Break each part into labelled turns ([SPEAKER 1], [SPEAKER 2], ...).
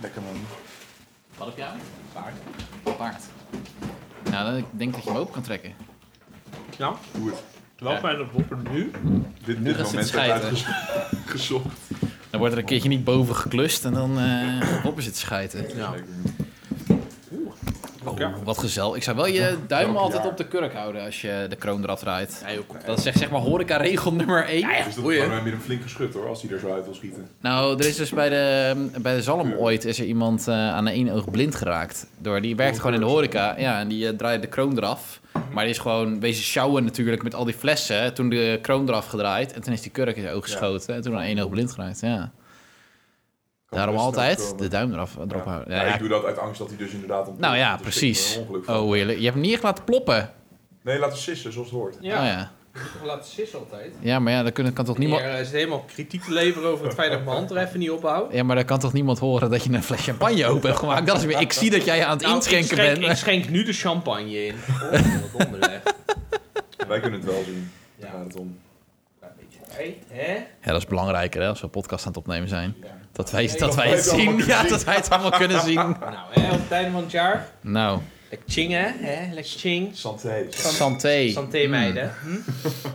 [SPEAKER 1] Lekker man.
[SPEAKER 2] Wat op jou? Paard. Paard. Nou, dan, ik denk dat je hem open kan trekken.
[SPEAKER 3] Ja,
[SPEAKER 1] Doe het.
[SPEAKER 3] terwijl
[SPEAKER 2] Ja.
[SPEAKER 3] wij dat boppen nu.
[SPEAKER 1] Dit,
[SPEAKER 2] Nu
[SPEAKER 1] dit
[SPEAKER 2] gaat ze
[SPEAKER 1] moment
[SPEAKER 2] het
[SPEAKER 1] heb uitgezocht.
[SPEAKER 2] Dan wordt er een keertje niet boven geklust en dan eh op is het schijten.
[SPEAKER 3] Ja.
[SPEAKER 2] Oh, wat gezellig. Ik zou wel je duim altijd op de kurk houden als je de kroondraad draait.
[SPEAKER 3] Ja, joh, kom.
[SPEAKER 2] Dat is echt zeg maar horeca regel nummer 1.
[SPEAKER 1] Dus dat
[SPEAKER 3] eh,
[SPEAKER 1] wordt mij weer een flink geschut hoor, als hij er zo uit wil schieten.
[SPEAKER 2] Nou, er is dus bij de, bij de zalm ooit is er iemand eh, aan één oog blind geraakt. Door, die werkte gewoon in de horeca. Ja, en die eh, draaide de kroon eraf. Maar die is gewoon wezen sjouwen natuurlijk met al die flessen. Toen de kroon eraf gedraaid. En toen is die kurk in zijn oog geschoten. En toen aan één oog blind geraakt, ja.
[SPEAKER 1] Kan
[SPEAKER 2] Daarom
[SPEAKER 1] best
[SPEAKER 2] altijd
[SPEAKER 1] uitkomen.
[SPEAKER 2] de duim eraf erop
[SPEAKER 1] Ja.
[SPEAKER 2] houden.
[SPEAKER 1] Ja,
[SPEAKER 2] Ja,
[SPEAKER 1] ik doe dat uit angst dat hij dus inderdaad... Ontploft.
[SPEAKER 2] nou ja,
[SPEAKER 1] Dus ik heb er
[SPEAKER 2] precies.
[SPEAKER 1] een ongeluk van.
[SPEAKER 2] Oh, heerlijk. Je hebt hem niet echt laten ploppen.
[SPEAKER 1] Nee, laat het sissen zoals het hoort.
[SPEAKER 3] Ja,
[SPEAKER 2] Oh, ja.
[SPEAKER 3] laat sis altijd.
[SPEAKER 2] ja, maar ja, dan kunnen- kan toch niemand...
[SPEAKER 3] Hier, eh, zit helemaal kritiek te leveren over het feit dat ik mijn hand er even niet ophoud.
[SPEAKER 2] Ja, maar dan kan toch niemand horen dat je een fles champagne open hebt gemaakt? Dat is weer... Ik zie dat jij aan het
[SPEAKER 3] Nou, ik,
[SPEAKER 2] inschenken
[SPEAKER 3] schenk,
[SPEAKER 2] bent.
[SPEAKER 3] ik schenk nu de champagne in. Oh, wat onderweg.
[SPEAKER 1] Wij kunnen het wel zien. Daar
[SPEAKER 3] Ja.
[SPEAKER 1] gaat het om.
[SPEAKER 3] Een beetje. Hé, hè?
[SPEAKER 2] Ja, dat is belangrijker hè, als we een podcast aan het opnemen zijn.
[SPEAKER 3] Ja.
[SPEAKER 2] Dat wij,
[SPEAKER 3] Nee,
[SPEAKER 2] dat
[SPEAKER 3] dat
[SPEAKER 2] wij
[SPEAKER 1] wij
[SPEAKER 2] het
[SPEAKER 1] het allemaal
[SPEAKER 2] zien.
[SPEAKER 1] kunnen
[SPEAKER 2] Ja,
[SPEAKER 1] zien.
[SPEAKER 2] dat wij het allemaal kunnen zien.
[SPEAKER 3] Nou, hè, op het einde van het jaar.
[SPEAKER 2] Nou,
[SPEAKER 3] Lekker ching, hè? hè? Lekker ching.
[SPEAKER 1] Santé.
[SPEAKER 2] santé.
[SPEAKER 3] Santé, meiden.
[SPEAKER 2] Mm,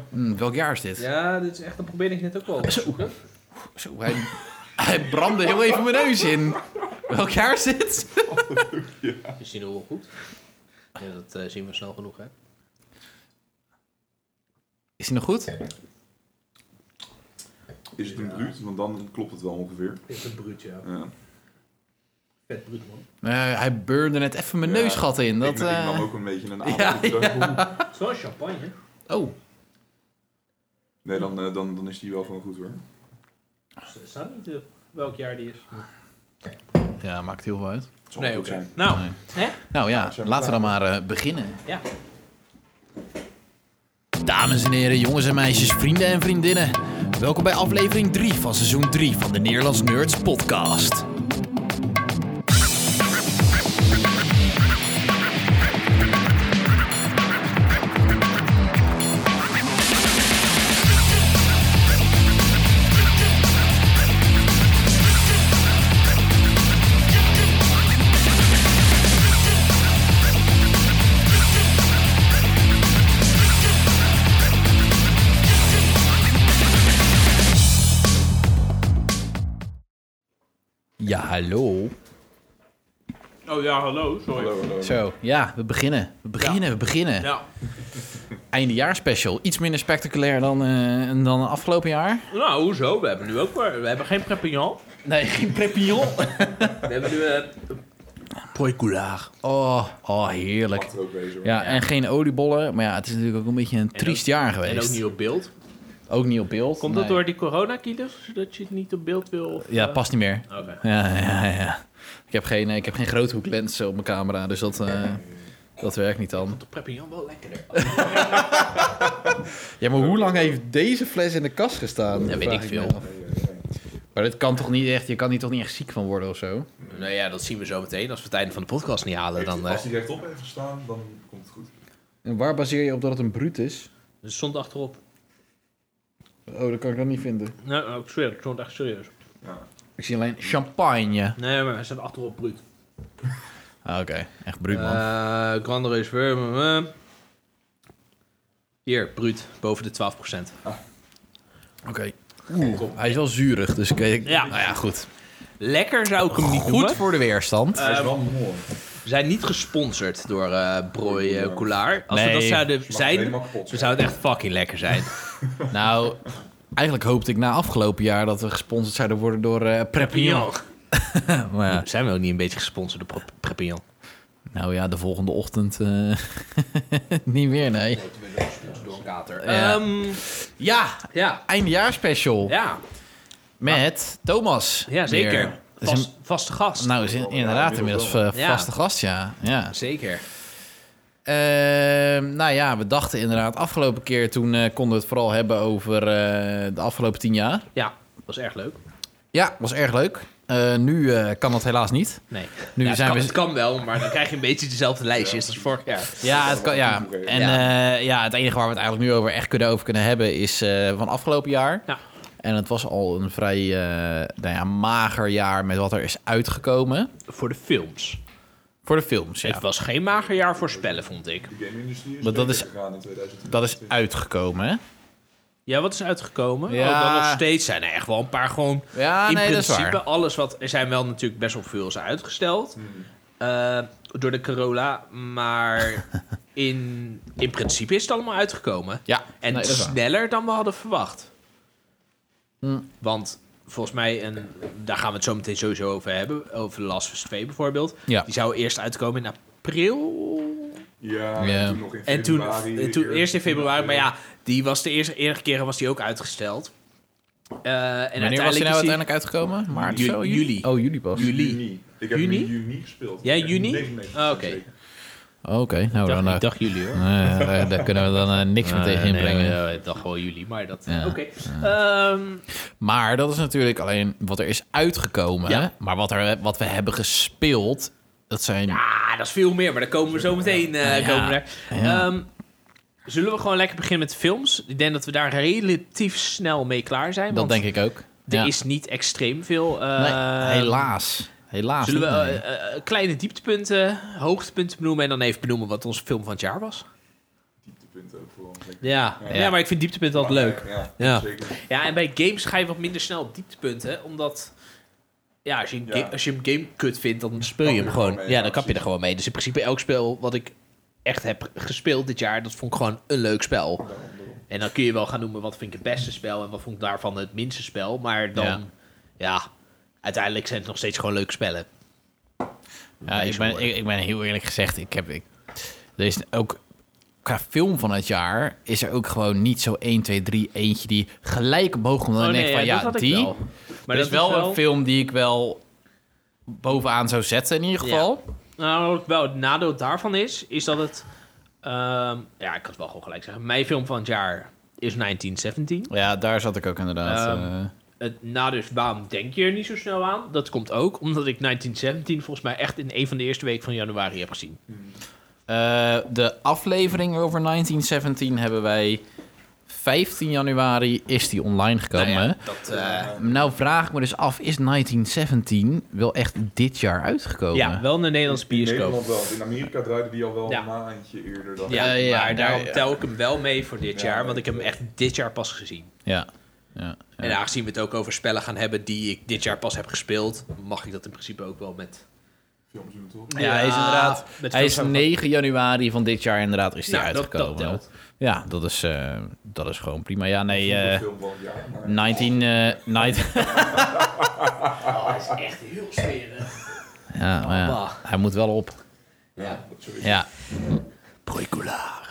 [SPEAKER 2] mm, welk jaar is dit?
[SPEAKER 3] Ja, dit is echt, dat probeerde ik net ook wel te zoeken.
[SPEAKER 2] Zo, hij, hij brandde heel even mijn neus in. Welk jaar is dit?
[SPEAKER 3] Is die nog wel goed? Ja, dat eh, zien we snel genoeg, hè?
[SPEAKER 2] Is hij nog goed?
[SPEAKER 1] Is het een bruut? Want dan klopt het wel ongeveer.
[SPEAKER 3] Dit is een bruut, ja.
[SPEAKER 1] Ja.
[SPEAKER 3] Vet bruut, man.
[SPEAKER 2] Nee, Eh, hij beurde net even mijn
[SPEAKER 1] Ja,
[SPEAKER 2] neusgat in.
[SPEAKER 1] ik,
[SPEAKER 2] Dat,
[SPEAKER 1] nam- ik
[SPEAKER 2] eh,
[SPEAKER 1] nam ook een beetje een
[SPEAKER 2] ja,
[SPEAKER 1] adem. op.
[SPEAKER 3] Het is wel een champagne.
[SPEAKER 2] Oh,
[SPEAKER 1] Nee, dan, eh, dan, dan is die wel gewoon goed hoor.
[SPEAKER 3] Het staat niet eh, welk jaar die is.
[SPEAKER 2] ja, maakt heel veel uit.
[SPEAKER 1] Het zal goed zijn.
[SPEAKER 3] Nou,
[SPEAKER 2] Nee.
[SPEAKER 3] hè?
[SPEAKER 2] Nou ja,
[SPEAKER 1] zijn we
[SPEAKER 2] laten we dan maar eh, beginnen.
[SPEAKER 3] Ja.
[SPEAKER 2] Dames en heren, jongens en meisjes, vrienden en vriendinnen. Welkom bij aflevering 3 van seizoen 3 van de Nederlands Nerds podcast. Ja, hallo.
[SPEAKER 3] Oh ja, hallo, sorry.
[SPEAKER 1] Hallo, hallo.
[SPEAKER 2] Zo, ja, we beginnen. We beginnen, we beginnen.
[SPEAKER 3] Ja,
[SPEAKER 2] Eindejaarspecial. Iets minder spectaculair dan, eh dan afgelopen jaar.
[SPEAKER 3] nou, hoezo? We hebben nu ook weer... We hebben geen prepignon.
[SPEAKER 2] Nee, geen prepillon.
[SPEAKER 3] We hebben nu... eh,
[SPEAKER 2] Poicoulaar. Oh, oh, heerlijk.
[SPEAKER 1] Mag er ook wezen hoor.
[SPEAKER 2] Ja, en geen oliebollen. Maar ja, het is natuurlijk ook een beetje een triest jaar
[SPEAKER 3] en
[SPEAKER 2] geweest.
[SPEAKER 3] ook niet op beeld.
[SPEAKER 2] Ook niet op beeld.
[SPEAKER 3] Komt dat
[SPEAKER 2] nee.
[SPEAKER 3] door die coronakilo's? Dat je het niet op beeld wil? of,
[SPEAKER 2] Ja,
[SPEAKER 3] eh?
[SPEAKER 2] past niet meer.
[SPEAKER 3] Oké.
[SPEAKER 2] Ja, ja, ja. Ik heb geen, eh, ik heb geen groothoeklens op mijn camera, dus dat, eh, dat werkt niet dan.
[SPEAKER 3] Toch prepignon wel lekkerder.
[SPEAKER 2] Ja, maar hoe lang heeft deze fles in de kast gestaan?
[SPEAKER 3] Dat weet
[SPEAKER 2] Vraag
[SPEAKER 3] ik
[SPEAKER 2] me
[SPEAKER 3] veel.
[SPEAKER 2] af. Maar dit kan toch niet echt, je kan hier toch niet echt ziek van worden of zo?
[SPEAKER 3] Nou ja, dat zien we zo meteen. Als we het einde van de podcast niet halen, dan...
[SPEAKER 1] Als
[SPEAKER 3] eh
[SPEAKER 1] die rechtop heeft gestaan, dan komt het goed.
[SPEAKER 2] En waar baseer je op dat het een bruut is?
[SPEAKER 3] het stond achterop.
[SPEAKER 2] Oh, dat kan ik dan niet vinden.
[SPEAKER 3] Nee, nou, ik zweer, het stond echt serieus.
[SPEAKER 1] Ja.
[SPEAKER 2] Ik zie alleen champagne.
[SPEAKER 3] Nee, maar hij staat achterop bruut.
[SPEAKER 2] Ah, Oké, echt bruut man.
[SPEAKER 3] Eh, Grand Reserve. eh, eh. Hier, bruut. Boven de 12%.
[SPEAKER 2] Oké. Oeh, hij is wel zuurig, dus ik weet...
[SPEAKER 3] Ja.
[SPEAKER 2] Nou ja, goed.
[SPEAKER 3] Lekker zou ik hem niet noemen.
[SPEAKER 2] Goed voor de weerstand.
[SPEAKER 1] Hij is wel mooi.
[SPEAKER 3] Ehm, We zijn niet gesponsord door eh Brooi eh, Coulaar. Als
[SPEAKER 2] Nee.
[SPEAKER 3] we dat zouden
[SPEAKER 1] Ze mag
[SPEAKER 3] zijn,
[SPEAKER 1] helemaal kapot
[SPEAKER 3] dan
[SPEAKER 1] zijn.
[SPEAKER 3] zou het echt fucking lekker zijn.
[SPEAKER 2] Nou, eigenlijk hoopte ik na afgelopen jaar dat we gesponsord zouden worden door eh Prepignon. Maar ja,
[SPEAKER 3] Zijn Eh, we ook niet een beetje gesponsord door Pre- Prepignon?
[SPEAKER 2] nou ja, de volgende ochtend eh, niet meer, nee.
[SPEAKER 3] Door Kater.
[SPEAKER 2] Ja.
[SPEAKER 3] Ja. Ehm,
[SPEAKER 2] Ja,
[SPEAKER 3] ja.
[SPEAKER 2] eindejaarspecial
[SPEAKER 3] Ja.
[SPEAKER 2] met Thomas.
[SPEAKER 3] ja, zeker.
[SPEAKER 2] weer. Is
[SPEAKER 3] Vast, vaste gast.
[SPEAKER 2] hem- nou, is in- inderdaad inmiddels eh,
[SPEAKER 3] Ja.
[SPEAKER 2] vaste gast, ja. ja.
[SPEAKER 3] Zeker.
[SPEAKER 2] Ehm, nou ja, we dachten inderdaad, afgelopen keer toen eh, konden we het vooral hebben over eh, de afgelopen tien jaar.
[SPEAKER 3] Ja, was erg leuk.
[SPEAKER 2] Ja, was erg leuk. Eh, nu eh, kan dat helaas niet.
[SPEAKER 3] Nee.
[SPEAKER 2] Nu
[SPEAKER 3] Ja, het,
[SPEAKER 2] zijn
[SPEAKER 3] kan,
[SPEAKER 2] we-
[SPEAKER 3] het kan wel, maar dan krijg je een beetje dezelfde lijstjes als vorig jaar.
[SPEAKER 2] Ja, het kan, ja. En eh, ja, het enige waar we het eigenlijk nu over echt kunnen over kunnen hebben is eh, van afgelopen jaar.
[SPEAKER 3] Ja.
[SPEAKER 2] En het was al een vrij eh, nou ja, mager jaar met wat er is uitgekomen.
[SPEAKER 3] Voor de films.
[SPEAKER 2] Voor de films, ja.
[SPEAKER 3] Het was geen mager jaar voor spellen, vond ik.
[SPEAKER 1] De game-industrie is
[SPEAKER 2] Maar dat
[SPEAKER 1] beter
[SPEAKER 2] is-
[SPEAKER 1] gegaan in 2020.
[SPEAKER 2] Dat is uitgekomen, hè?
[SPEAKER 3] Ja, wat is uitgekomen?
[SPEAKER 2] Ja.
[SPEAKER 3] Oh, dan nog steeds zijn er echt wel een paar gewoon...
[SPEAKER 2] Ja,
[SPEAKER 3] in
[SPEAKER 2] Ah, nee, dat is
[SPEAKER 3] principe
[SPEAKER 2] waar.
[SPEAKER 3] alles wat... Er zijn wel natuurlijk best wel veel is uitgesteld. eh, door de corona. Maar in, in principe is het allemaal uitgekomen.
[SPEAKER 2] Ja,
[SPEAKER 3] En
[SPEAKER 2] nee, dat is waar.
[SPEAKER 3] sneller dan we hadden verwacht.
[SPEAKER 2] Hm.
[SPEAKER 3] Want volgens mij, en daar gaan we het zo meteen sowieso over hebben... over The Last of Us 2 bijvoorbeeld.
[SPEAKER 2] Ja.
[SPEAKER 3] Die zou eerst uitkomen in april...
[SPEAKER 1] Ja,
[SPEAKER 2] Ja.
[SPEAKER 1] en toen nog in
[SPEAKER 3] En toen,
[SPEAKER 1] februari.
[SPEAKER 3] en toen eerst in februari, maar ja, die was de eerste, enige keren was die ook uitgesteld. Eh,
[SPEAKER 2] Wanneer
[SPEAKER 3] en
[SPEAKER 2] was hij nou
[SPEAKER 3] is die-
[SPEAKER 2] uiteindelijk uitgekomen? Maart of
[SPEAKER 3] Ju-
[SPEAKER 2] zo?
[SPEAKER 3] juli.
[SPEAKER 2] Oh, juli pas.
[SPEAKER 3] Juli.
[SPEAKER 1] Juni. Ik heb
[SPEAKER 3] Juni?
[SPEAKER 1] in juni gespeeld.
[SPEAKER 3] Ja,
[SPEAKER 1] Ik heb
[SPEAKER 3] juni?
[SPEAKER 1] 99%
[SPEAKER 3] Ah, oké.
[SPEAKER 1] zeker.
[SPEAKER 2] Oké, nou dan... eh,
[SPEAKER 3] juli hoor.
[SPEAKER 2] nee, daar, daar kunnen we dan eh, niks
[SPEAKER 3] Ah,
[SPEAKER 2] meer tegen inbrengen.
[SPEAKER 3] ik dacht gewoon juli, maar dat...
[SPEAKER 2] Ja.
[SPEAKER 3] Oké. Ehm,
[SPEAKER 2] Maar dat is natuurlijk alleen wat er is uitgekomen.
[SPEAKER 3] Ja.
[SPEAKER 2] hè? Maar wat, er, wat we hebben gespeeld, dat zijn...
[SPEAKER 3] ah, dat is veel meer, maar daar komen we zo meteen eh,
[SPEAKER 2] Ja.
[SPEAKER 3] komen we daar.
[SPEAKER 2] Ja.
[SPEAKER 3] Ehm, zullen we gewoon lekker beginnen met de films? Ik denk dat we daar relatief snel mee klaar zijn.
[SPEAKER 2] dat denk ik ook.
[SPEAKER 3] Er
[SPEAKER 2] Ja.
[SPEAKER 3] is niet extreem veel. eh,
[SPEAKER 2] Nee, helaas. Helaas.
[SPEAKER 3] Zullen we
[SPEAKER 2] niet, nee.
[SPEAKER 3] eh, eh, kleine dieptepunten, hoogtepunten benoemen en dan even benoemen wat onze film van het jaar was?
[SPEAKER 1] Dieptepunten ook vooral. zeker.
[SPEAKER 3] Ja, ja.
[SPEAKER 2] Ja.
[SPEAKER 3] maar ik vind dieptepunten altijd leuk.
[SPEAKER 1] Ja,
[SPEAKER 2] Ja.
[SPEAKER 1] zeker.
[SPEAKER 3] Ja, en bij games ga je wat minder snel op dieptepunten, omdat... Ja, als je, een
[SPEAKER 1] Ja.
[SPEAKER 3] ga- als je een game kut vindt, dan speel je
[SPEAKER 1] je
[SPEAKER 3] hem
[SPEAKER 1] er
[SPEAKER 3] gewoon.
[SPEAKER 1] gewoon mee,
[SPEAKER 3] ja,
[SPEAKER 1] ja,
[SPEAKER 3] dan kap je er
[SPEAKER 1] precies.
[SPEAKER 3] gewoon mee. Dus in principe elk spel wat ik echt heb gespeeld dit jaar, dat vond ik gewoon een leuk spel.
[SPEAKER 1] Daarom, daarom.
[SPEAKER 3] En dan kun je wel gaan noemen wat vind ik het beste spel en wat vond ik daarvan het minste spel. Maar dan, ja,
[SPEAKER 2] Ja.
[SPEAKER 3] uiteindelijk zijn het nog steeds gewoon leuke spellen.
[SPEAKER 2] Ja, ik, ben, ik, ik ben heel eerlijk gezegd, ik heb... Ik, er is ook... Qua film van het jaar is er ook gewoon niet zo 1, 2, 3 eentje die gelijk omhoog komt. Dan
[SPEAKER 3] Oh,
[SPEAKER 2] denk
[SPEAKER 3] nee,
[SPEAKER 2] ik van ja,
[SPEAKER 3] ja, dat had ik
[SPEAKER 2] die...
[SPEAKER 3] wel. Maar
[SPEAKER 2] dat is wel, een film die ik wel bovenaan zou zetten in ieder
[SPEAKER 3] Ja.
[SPEAKER 2] geval.
[SPEAKER 3] Nou, wat wel het nadeel daarvan is, is dat het... ehm, ja, ik kan het wel gewoon gelijk zeggen. Mijn film van het jaar is 1917.
[SPEAKER 2] Ja, daar zat ik ook inderdaad.
[SPEAKER 3] Ehm,
[SPEAKER 2] eh,
[SPEAKER 3] Het nadeel is, waarom denk je er niet zo snel aan? Dat komt ook omdat ik 1917 volgens mij echt in een van de eerste weken van januari heb gezien.
[SPEAKER 2] Eh, de aflevering over 1917 hebben wij 15 januari is die online gekomen.
[SPEAKER 3] Nou
[SPEAKER 2] Nou,
[SPEAKER 3] ja, dat, eh,
[SPEAKER 2] vraag ik me dus af, is 1917 wel echt dit jaar uitgekomen?
[SPEAKER 3] ja, wel in de Nederlandse
[SPEAKER 1] In
[SPEAKER 3] bioscoop.
[SPEAKER 1] Nederland wel. In Amerika draaide die al wel
[SPEAKER 3] Ja.
[SPEAKER 1] een maandje eerder dan.
[SPEAKER 3] Ja,
[SPEAKER 2] Ja, ja,
[SPEAKER 3] maar daarom
[SPEAKER 2] daar-
[SPEAKER 3] tel ik hem wel mee voor dit
[SPEAKER 1] Ja,
[SPEAKER 3] jaar,
[SPEAKER 1] nee,
[SPEAKER 3] want ik heb hem echt dit jaar pas gezien.
[SPEAKER 2] Ja. ja.
[SPEAKER 3] En aangezien we het ook over spellen gaan hebben die ik dit jaar pas heb gespeeld, mag ik dat in principe ook wel met...
[SPEAKER 1] Films doen toch?
[SPEAKER 2] Ja, hij is inderdaad-
[SPEAKER 3] met
[SPEAKER 2] Ah, Hij is
[SPEAKER 3] films-
[SPEAKER 2] 9 januari van dit jaar inderdaad is die
[SPEAKER 3] Ja, dat- dat
[SPEAKER 2] uitgekomen.
[SPEAKER 3] telt.
[SPEAKER 2] ja, dat is, eh, dat is gewoon prima. Ja, nee,
[SPEAKER 1] Een
[SPEAKER 2] eh
[SPEAKER 1] film van het jaar, maar-
[SPEAKER 3] Nou,
[SPEAKER 2] 19... eh, 19
[SPEAKER 3] Dat Oh, is echt heel smerig.
[SPEAKER 2] ja,
[SPEAKER 3] Oh,
[SPEAKER 2] maar ja, hij moet wel op.
[SPEAKER 1] Ja, dat sowieso.
[SPEAKER 2] Ja.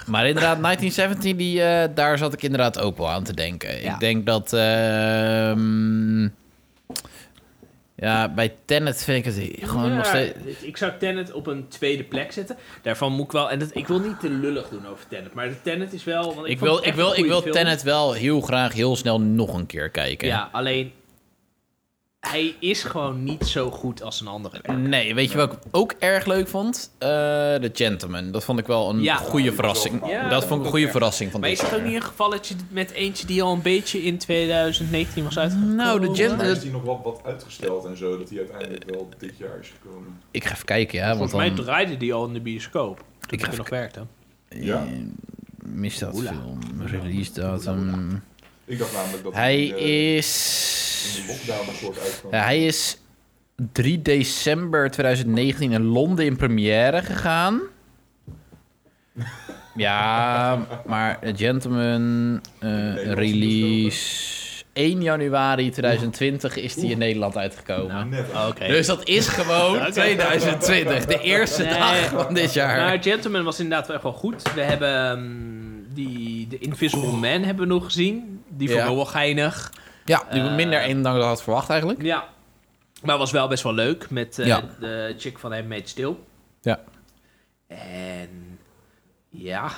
[SPEAKER 2] Maar inderdaad, 1917, die, eh, daar zat ik inderdaad ook wel aan te denken.
[SPEAKER 3] Ja.
[SPEAKER 2] Ik denk dat... ehm, ja, bij Tenet vind ik het gewoon nog steeds...
[SPEAKER 3] Ik zou Tenet op een tweede plek zetten. Daarvan moet ik wel... En dat, ik wil niet te lullig doen over Tenet, maar de Tenet is wel... Want ik
[SPEAKER 2] Ik
[SPEAKER 3] vond
[SPEAKER 2] wil,
[SPEAKER 3] het
[SPEAKER 2] ik,
[SPEAKER 3] echt
[SPEAKER 2] wil,
[SPEAKER 3] een
[SPEAKER 2] ik wil
[SPEAKER 3] goede film.
[SPEAKER 2] Tenet wel heel graag heel snel nog een keer kijken.
[SPEAKER 3] Ja, alleen... Hij is gewoon niet zo goed als een andere.
[SPEAKER 2] Nee, weet je wat ik ook erg leuk vond? Eh The Gentleman. Dat vond ik wel een
[SPEAKER 3] Ja.
[SPEAKER 2] goede verrassing.
[SPEAKER 3] Ja, dat
[SPEAKER 2] dat vond ik
[SPEAKER 3] ook
[SPEAKER 2] een goede
[SPEAKER 3] erg.
[SPEAKER 2] verrassing van
[SPEAKER 3] Maar is
[SPEAKER 2] dit
[SPEAKER 3] het ook
[SPEAKER 2] jaar.
[SPEAKER 3] niet een gevalletje met eentje die al een beetje in 2019 was uitgekomen?
[SPEAKER 2] Nou, de gen-
[SPEAKER 1] Maar is die nog wat, wat uitgesteld en zo, dat die uiteindelijk wel dit jaar is gekomen?
[SPEAKER 2] Ik ga even kijken, ja. Want
[SPEAKER 3] Volgens mij
[SPEAKER 2] dan
[SPEAKER 3] draaide die al in de bioscoop. Toen
[SPEAKER 2] Ik
[SPEAKER 3] ik
[SPEAKER 2] ga
[SPEAKER 3] er nog werkte.
[SPEAKER 1] Ja.
[SPEAKER 2] Eh, mist dat
[SPEAKER 3] Oela.
[SPEAKER 2] film. Release datum.
[SPEAKER 1] Ik dacht namelijk dat
[SPEAKER 2] Hij
[SPEAKER 1] die, eh,
[SPEAKER 2] is...
[SPEAKER 1] in de lockdown een soort uitkwam.
[SPEAKER 2] Ja, hij is 3 december 2019 in Londen in première gegaan. Ja, maar The Gentleman eh, release 1 januari 2020 is die in Nederland uitgekomen.
[SPEAKER 1] Never.
[SPEAKER 3] Oké.
[SPEAKER 2] Dus dat is gewoon 2020, de eerste
[SPEAKER 3] Nee.
[SPEAKER 2] dag van dit jaar.
[SPEAKER 3] Maar Nou, Gentleman was inderdaad wel echt wel goed. We hebben ehm, die, de Invisible Man hebben we nog gezien. Die vond ik
[SPEAKER 2] Ja.
[SPEAKER 3] ook wel geinig.
[SPEAKER 2] Ja, die
[SPEAKER 3] Eh,
[SPEAKER 2] minder één dan ik had verwacht eigenlijk.
[SPEAKER 3] Ja. Maar was wel best wel leuk met eh,
[SPEAKER 2] Ja.
[SPEAKER 3] de chick van hem Made Still.
[SPEAKER 2] Ja.
[SPEAKER 3] En ja,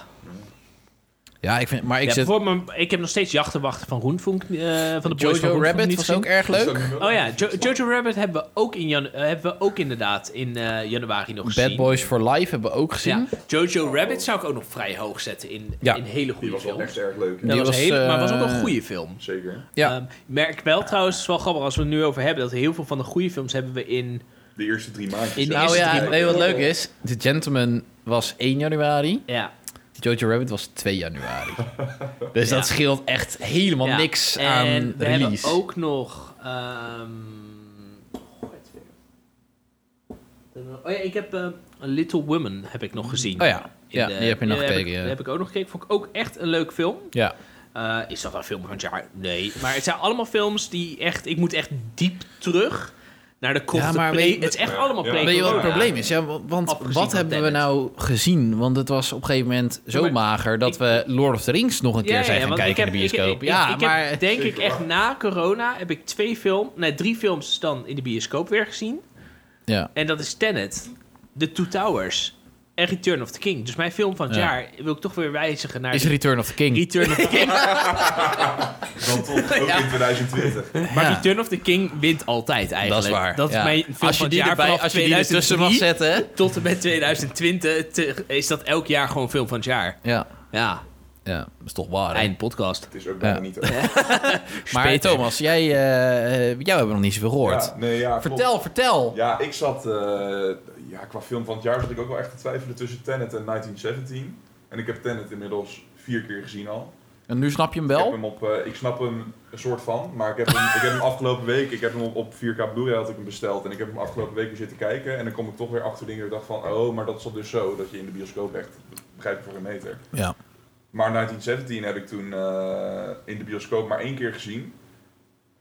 [SPEAKER 2] Ja, ik vind, maar ik
[SPEAKER 3] ja,
[SPEAKER 2] zit...
[SPEAKER 3] bijvoorbeeld mijn- ik heb nog steeds Jachtenwachten van Roenfunk, eh, van de boys van
[SPEAKER 2] Jojo
[SPEAKER 3] Roenfunk
[SPEAKER 2] Rabbit
[SPEAKER 3] niet
[SPEAKER 2] was
[SPEAKER 3] gezien.
[SPEAKER 2] ook erg leuk.
[SPEAKER 3] Oh ja, Jo- Jojo Rabbit hebben we ook, in janu- eh, hebben we ook inderdaad in eh, januari nog gezien.
[SPEAKER 2] Bad Boys for Life hebben we ook gezien.
[SPEAKER 3] Ja, Jojo Rabbit zou ik ook nog vrij hoog zetten in,
[SPEAKER 2] Ja.
[SPEAKER 3] in hele
[SPEAKER 1] Die
[SPEAKER 3] goede
[SPEAKER 1] was wel
[SPEAKER 3] films.
[SPEAKER 1] echt erg leuk.
[SPEAKER 3] Dat
[SPEAKER 2] Die
[SPEAKER 3] was
[SPEAKER 2] was,
[SPEAKER 3] hele, maar was ook
[SPEAKER 2] eh,
[SPEAKER 3] een goede film.
[SPEAKER 1] Zeker.
[SPEAKER 2] Ja.
[SPEAKER 3] Ehm, ik merk wel trouwens, het is wel grappig als we het nu over hebben, dat heel veel van de goede films hebben we in...
[SPEAKER 1] De eerste drie maandjes.
[SPEAKER 3] In de
[SPEAKER 1] ja.
[SPEAKER 2] Nou
[SPEAKER 3] eerste
[SPEAKER 2] ja,
[SPEAKER 3] drie weken.
[SPEAKER 2] nee, wat leuk is, The Gentleman was 1 januari,
[SPEAKER 3] Ja,
[SPEAKER 2] Jojo Rabbit was 2 januari. dus dat
[SPEAKER 3] Ja.
[SPEAKER 2] scheelt echt helemaal
[SPEAKER 3] ja.
[SPEAKER 2] niks
[SPEAKER 3] en
[SPEAKER 2] aan
[SPEAKER 3] we
[SPEAKER 2] release.
[SPEAKER 3] hebben ook nog... ehm, goh, het weer. Oh ja, ik heb eh, Little Women heb ik nog gezien.
[SPEAKER 2] Oh ja,
[SPEAKER 3] In
[SPEAKER 2] ja
[SPEAKER 3] de-
[SPEAKER 2] die heb je nog
[SPEAKER 3] heb ik-
[SPEAKER 2] gekeken.
[SPEAKER 3] die
[SPEAKER 2] ja.
[SPEAKER 3] heb ik ook nog gekeken. Vond ik ook echt een leuk film.
[SPEAKER 2] Ja.
[SPEAKER 3] Eh, is dat een film van het jaar? Nee. Maar het zijn allemaal films die echt... Ik moet echt diep terug naar de koffie.
[SPEAKER 2] maar weet-
[SPEAKER 3] het is echt allemaal
[SPEAKER 1] Ja.
[SPEAKER 3] play
[SPEAKER 2] Weet je wat het
[SPEAKER 3] corona.
[SPEAKER 2] probleem is? Ja, wa- want
[SPEAKER 3] Afgezien
[SPEAKER 2] wat
[SPEAKER 3] van
[SPEAKER 2] hebben we
[SPEAKER 3] Tenet.
[SPEAKER 2] nou gezien? Want het was op een gegeven moment zo
[SPEAKER 3] Ja, maar
[SPEAKER 2] mager dat
[SPEAKER 3] ik-
[SPEAKER 2] we Lord of the Rings nog een keer zijn gaan
[SPEAKER 3] want
[SPEAKER 2] kijken
[SPEAKER 3] ik
[SPEAKER 2] in de
[SPEAKER 3] heb- ik-
[SPEAKER 2] bioscoop.
[SPEAKER 3] ik- ik-
[SPEAKER 2] ja,
[SPEAKER 3] ik heb,
[SPEAKER 2] maar
[SPEAKER 3] denk ik
[SPEAKER 1] Zeker
[SPEAKER 3] echt
[SPEAKER 1] waar.
[SPEAKER 3] na corona heb ik twee film, nee, drie films dan in de bioscoop weer gezien.
[SPEAKER 2] ja,
[SPEAKER 3] En dat is Tenet, The Two Towers en Return of the King. Dus mijn film van het
[SPEAKER 2] Ja.
[SPEAKER 3] jaar wil ik toch weer wijzigen naar
[SPEAKER 2] is Return of the King.
[SPEAKER 3] Return of the King.
[SPEAKER 1] Dan toch, ook in 2020.
[SPEAKER 3] Maar
[SPEAKER 2] Ja.
[SPEAKER 3] Return of the King wint altijd eigenlijk.
[SPEAKER 2] Dat is waar.
[SPEAKER 3] Dat is
[SPEAKER 2] ja.
[SPEAKER 3] mijn film
[SPEAKER 2] als je
[SPEAKER 3] van het
[SPEAKER 2] die
[SPEAKER 3] jaar
[SPEAKER 2] erbij,
[SPEAKER 3] vanaf
[SPEAKER 2] Als je die ertussen mag
[SPEAKER 3] 2003
[SPEAKER 2] zetten. hè?
[SPEAKER 3] Tot en met 2020 te- is dat elk jaar gewoon film van het jaar.
[SPEAKER 2] Ja,
[SPEAKER 3] Ja,
[SPEAKER 2] ja, dat is toch waar. hè?
[SPEAKER 3] eind podcast.
[SPEAKER 1] Het is ook bijna
[SPEAKER 2] Ja.
[SPEAKER 1] niet echt.
[SPEAKER 2] Maar
[SPEAKER 3] Peter.
[SPEAKER 2] Thomas, jij, eh, eh, jou hebben we nog niet zoveel gehoord.
[SPEAKER 1] Ja, nee, ja, klopt.
[SPEAKER 2] vertel, vertel.
[SPEAKER 1] Ja, ik zat... eh, ja, qua film van het jaar zat ik ook wel echt te twijfelen tussen Tenet en 1917. En ik heb Tenet inmiddels vier keer gezien al.
[SPEAKER 2] En nu snap je hem
[SPEAKER 1] Ik,
[SPEAKER 2] wel?
[SPEAKER 1] heb hem op, eh, ik snap hem een soort van, maar ik heb hem, ik heb hem afgelopen week, ik heb hem op, op 4K Blu-ray had ik hem besteld en ik heb hem afgelopen week weer zitten kijken en dan kom ik toch weer achter dingen en dacht van, oh, maar dat zat dus zo, dat je in de bioscoop echt, dat begrijp ik voor een meter.
[SPEAKER 2] Ja.
[SPEAKER 1] Maar 1917 heb ik toen eh, in de bioscoop maar één keer gezien.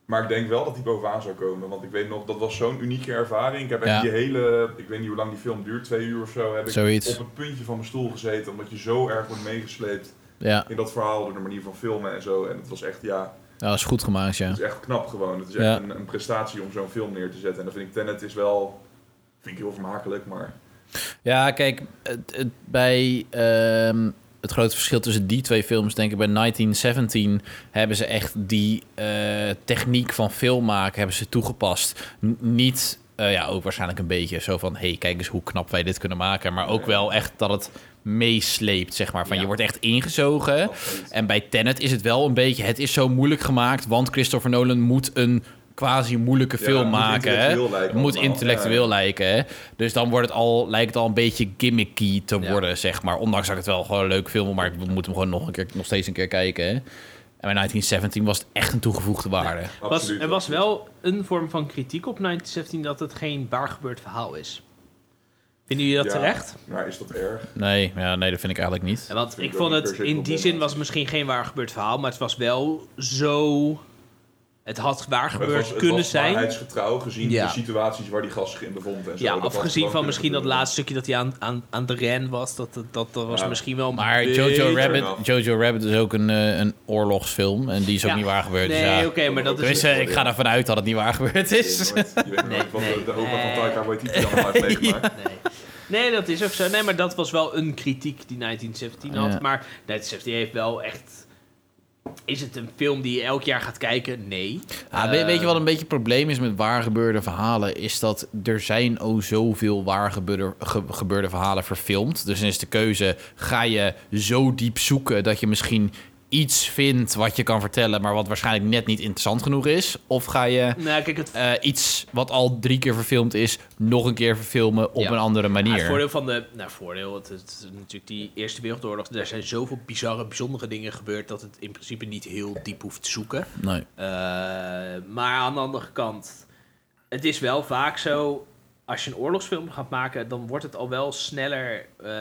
[SPEAKER 1] Maar ik denk wel dat die bovenaan zou komen, want ik weet nog, dat was zo'n unieke ervaring. Ik heb echt
[SPEAKER 2] Ja.
[SPEAKER 1] die hele, ik weet niet hoe lang die film duurt, twee uur of zo, heb ik
[SPEAKER 2] Zoiets.
[SPEAKER 1] op het puntje van mijn stoel gezeten, omdat je zo erg wordt meegesleept
[SPEAKER 2] Ja,
[SPEAKER 1] in dat verhaal, door de manier van filmen en zo. En het was echt, ja,
[SPEAKER 2] dat is goed gemaakt, ja.
[SPEAKER 1] het is echt knap gewoon. Het is echt
[SPEAKER 2] Ja.
[SPEAKER 1] een, een prestatie om zo'n film neer te zetten. En dan vind ik Tenet is wel... Vind ik heel vermakelijk, maar...
[SPEAKER 2] Ja, kijk, het, het- bij ehm, het grote verschil tussen die twee films, denk ik, bij 1917 hebben ze echt die eh, techniek van film maken hebben ze toegepast. N- niet, eh, ja, ook waarschijnlijk een beetje zo van, hey, kijk eens hoe knap wij dit kunnen maken, maar ook wel echt dat het meesleept, zeg maar. Van
[SPEAKER 3] Ja.
[SPEAKER 2] je wordt echt ingezogen.
[SPEAKER 1] absoluut.
[SPEAKER 2] En bij Tenet is het wel een beetje, het is zo moeilijk gemaakt, want Christopher Nolan moet een quasi moeilijke
[SPEAKER 1] Ja,
[SPEAKER 2] film
[SPEAKER 1] het moet
[SPEAKER 2] maken. hè?
[SPEAKER 1] intellectueel lijken
[SPEAKER 2] Het moet
[SPEAKER 1] allemaal.
[SPEAKER 2] intellectueel lijken. Hè? Dus dan wordt het al, lijkt het al een beetje gimmicky te
[SPEAKER 3] Ja.
[SPEAKER 2] worden, zeg maar. Ondanks dat ik het wel gewoon een leuk film, maar ik moet hem gewoon nog, een keer, nog steeds een keer kijken. Hè? En bij 1917 was het echt een toegevoegde waarde.
[SPEAKER 3] Was,
[SPEAKER 1] Absoluut,
[SPEAKER 3] er was
[SPEAKER 1] absoluut.
[SPEAKER 3] wel een vorm van kritiek op 1917 dat het geen waar gebeurd verhaal is. Vinden jullie dat
[SPEAKER 1] Ja.
[SPEAKER 3] terecht?
[SPEAKER 1] Maar is dat erg?
[SPEAKER 2] Nee, ja, nee, dat vind ik eigenlijk niet.
[SPEAKER 3] Ja, Want
[SPEAKER 1] Vind
[SPEAKER 3] ik
[SPEAKER 1] ik
[SPEAKER 3] vond
[SPEAKER 1] ook niet
[SPEAKER 3] het
[SPEAKER 1] per se
[SPEAKER 3] in die
[SPEAKER 1] problematisch.
[SPEAKER 3] zin was het misschien geen waar gebeurd verhaal, maar het was wel zo. Het had waar
[SPEAKER 1] Het
[SPEAKER 3] gebeurd
[SPEAKER 1] was, het
[SPEAKER 3] kunnen
[SPEAKER 1] was
[SPEAKER 3] zijn.
[SPEAKER 1] waarheidsgetrouw gezien
[SPEAKER 3] Ja.
[SPEAKER 1] de situaties waar die gast zich in bevond en zo.
[SPEAKER 3] Ja,
[SPEAKER 1] Dat had
[SPEAKER 3] afgezien
[SPEAKER 1] gewoon
[SPEAKER 3] van
[SPEAKER 1] kunnen
[SPEAKER 3] misschien dat
[SPEAKER 1] gebeuren.
[SPEAKER 3] laatste stukje dat hij aan, aan, aan de ren was. Dat, dat, dat, dat was
[SPEAKER 1] Ja.
[SPEAKER 3] misschien wel. een
[SPEAKER 2] Maar
[SPEAKER 3] beetje-
[SPEAKER 2] Jojo
[SPEAKER 1] Fair
[SPEAKER 2] Rabbit,
[SPEAKER 1] enough.
[SPEAKER 2] Jojo Rabbit is ook een, eh, een oorlogsfilm en die is ook
[SPEAKER 3] Ja.
[SPEAKER 2] niet waar gebeurd. dus
[SPEAKER 3] Nee,
[SPEAKER 2] ja.
[SPEAKER 3] oké, maar dat is. dus-
[SPEAKER 1] Wist-
[SPEAKER 2] Tenminste, ik ga ervan uit dat het niet waar gebeurd
[SPEAKER 1] Je
[SPEAKER 2] is.
[SPEAKER 1] weet nooit, je weet nooit wat de, de opa van Taika Waititi allemaal heeft meegemaakt.
[SPEAKER 3] Nee. nee, dat is ook zo. Nee, maar dat was wel een kritiek die 1917 had.
[SPEAKER 2] Ja.
[SPEAKER 3] Maar 1917 heeft wel echt. Is het een film die je elk jaar gaat kijken? Nee.
[SPEAKER 2] Ja, Ah, weet, weet je wat
[SPEAKER 3] Eh.
[SPEAKER 2] een beetje het probleem is met waar gebeurde verhalen? Is dat er zijn oh zoveel waar gebeurde, ge- gebeurde verhalen verfilmd. Dus dan is de keuze, ga je zo diep zoeken dat je misschien iets vindt wat je kan vertellen... maar wat waarschijnlijk net niet interessant genoeg is? Of ga je
[SPEAKER 3] Nou, kijk, het
[SPEAKER 2] eh, iets wat al drie keer verfilmd is... nog een keer verfilmen op
[SPEAKER 3] Ja.
[SPEAKER 2] een andere
[SPEAKER 3] Ja, het
[SPEAKER 2] manier?
[SPEAKER 3] voordeel van de. Nou, voordeel. Het, het is natuurlijk die Eerste Wereldoorlog. Daar zijn zoveel bizarre, bijzondere dingen gebeurd. dat het in principe niet heel diep hoeft te zoeken.
[SPEAKER 2] Nee.
[SPEAKER 3] Eh, maar aan de andere kant. Het is wel vaak zo. Als je een oorlogsfilm gaat maken, dan wordt het al wel sneller. eh,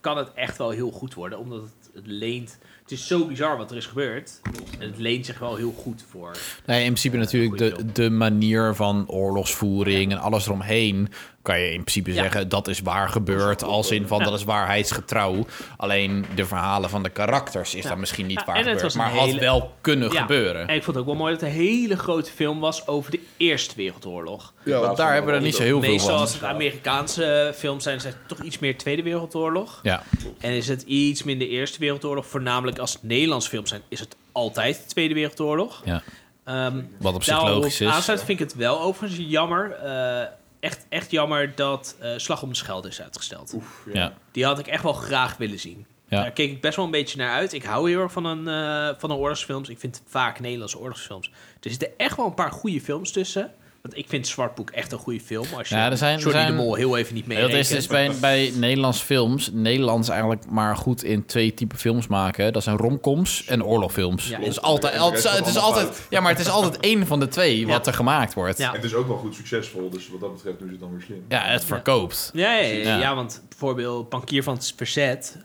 [SPEAKER 3] kan het echt wel heel goed worden. Omdat het, het leent. Het is zo bizar wat er is gebeurd. En het leent zich wel heel goed voor.
[SPEAKER 2] Nee, in principe natuurlijk de,
[SPEAKER 3] goeie
[SPEAKER 2] de manier van oorlogsvoering en alles eromheen... kan je in principe
[SPEAKER 3] Ja.
[SPEAKER 2] zeggen dat is waar gebeurd... als in van
[SPEAKER 3] Ja.
[SPEAKER 2] dat is waarheidsgetrouw. Alleen de verhalen van de karakters is dan misschien niet
[SPEAKER 3] Ja,
[SPEAKER 2] waar
[SPEAKER 3] en het
[SPEAKER 2] gebeurd...
[SPEAKER 3] was een
[SPEAKER 2] maar had
[SPEAKER 3] hele-
[SPEAKER 2] wel kunnen
[SPEAKER 3] Ja.
[SPEAKER 2] gebeuren.
[SPEAKER 3] En ik vond het ook wel mooi dat het een hele grote film was over de Eerste Wereldoorlog.
[SPEAKER 2] Ja, want daar hebben we er niet zo heel veel
[SPEAKER 3] Meestal
[SPEAKER 2] van.
[SPEAKER 3] als het Amerikaanse eh, films zijn, zijn het toch iets meer Tweede Wereldoorlog.
[SPEAKER 2] Ja,
[SPEAKER 3] En is het iets minder Eerste Wereldoorlog, voornamelijk eigenlijk als het Nederlandse films zijn, is het altijd de Tweede Wereldoorlog.
[SPEAKER 2] Ja.
[SPEAKER 3] Ehm,
[SPEAKER 2] Wat op zich
[SPEAKER 3] daarop
[SPEAKER 2] logisch is.
[SPEAKER 3] Aansluit vind ik het wel overigens jammer. eh, echt, echt jammer dat eh, Slag om de Schelde is uitgesteld.
[SPEAKER 1] Oef, ja.
[SPEAKER 2] Ja.
[SPEAKER 3] Die had ik echt wel graag willen zien.
[SPEAKER 2] Ja.
[SPEAKER 3] Daar keek ik best wel een beetje naar uit. Ik hou heel erg van een, eh, van een oorlogsfilms. Ik vind vaak Nederlandse oorlogsfilms. Dus Er zitten echt wel een paar goede films tussen. Want ik vind Zwartboek echt een goede film. Als je
[SPEAKER 2] Ja, er zijn- er
[SPEAKER 3] Johnny
[SPEAKER 2] zijn-
[SPEAKER 3] de Mol heel even niet mee
[SPEAKER 2] Ja, dat is dus bij, bij Nederlands films. Nederlands eigenlijk maar goed in twee typen films maken. Dat zijn romcoms en oorlogfilms.
[SPEAKER 3] Ja.
[SPEAKER 2] het is altijd,
[SPEAKER 1] En de rest
[SPEAKER 2] het is- het
[SPEAKER 1] gaat
[SPEAKER 2] is
[SPEAKER 1] allemaal
[SPEAKER 2] altijd, ja, maar het is altijd één van de twee wat er gemaakt wordt.
[SPEAKER 3] Ja.
[SPEAKER 2] Ja,
[SPEAKER 1] En het is ook wel goed succesvol, dus wat dat betreft doen ze het dan weer slim.
[SPEAKER 2] het verkoopt.
[SPEAKER 3] Ja, ja, ja, ja.
[SPEAKER 2] Ja.
[SPEAKER 3] Ja, want bijvoorbeeld Bankier van het Verzet...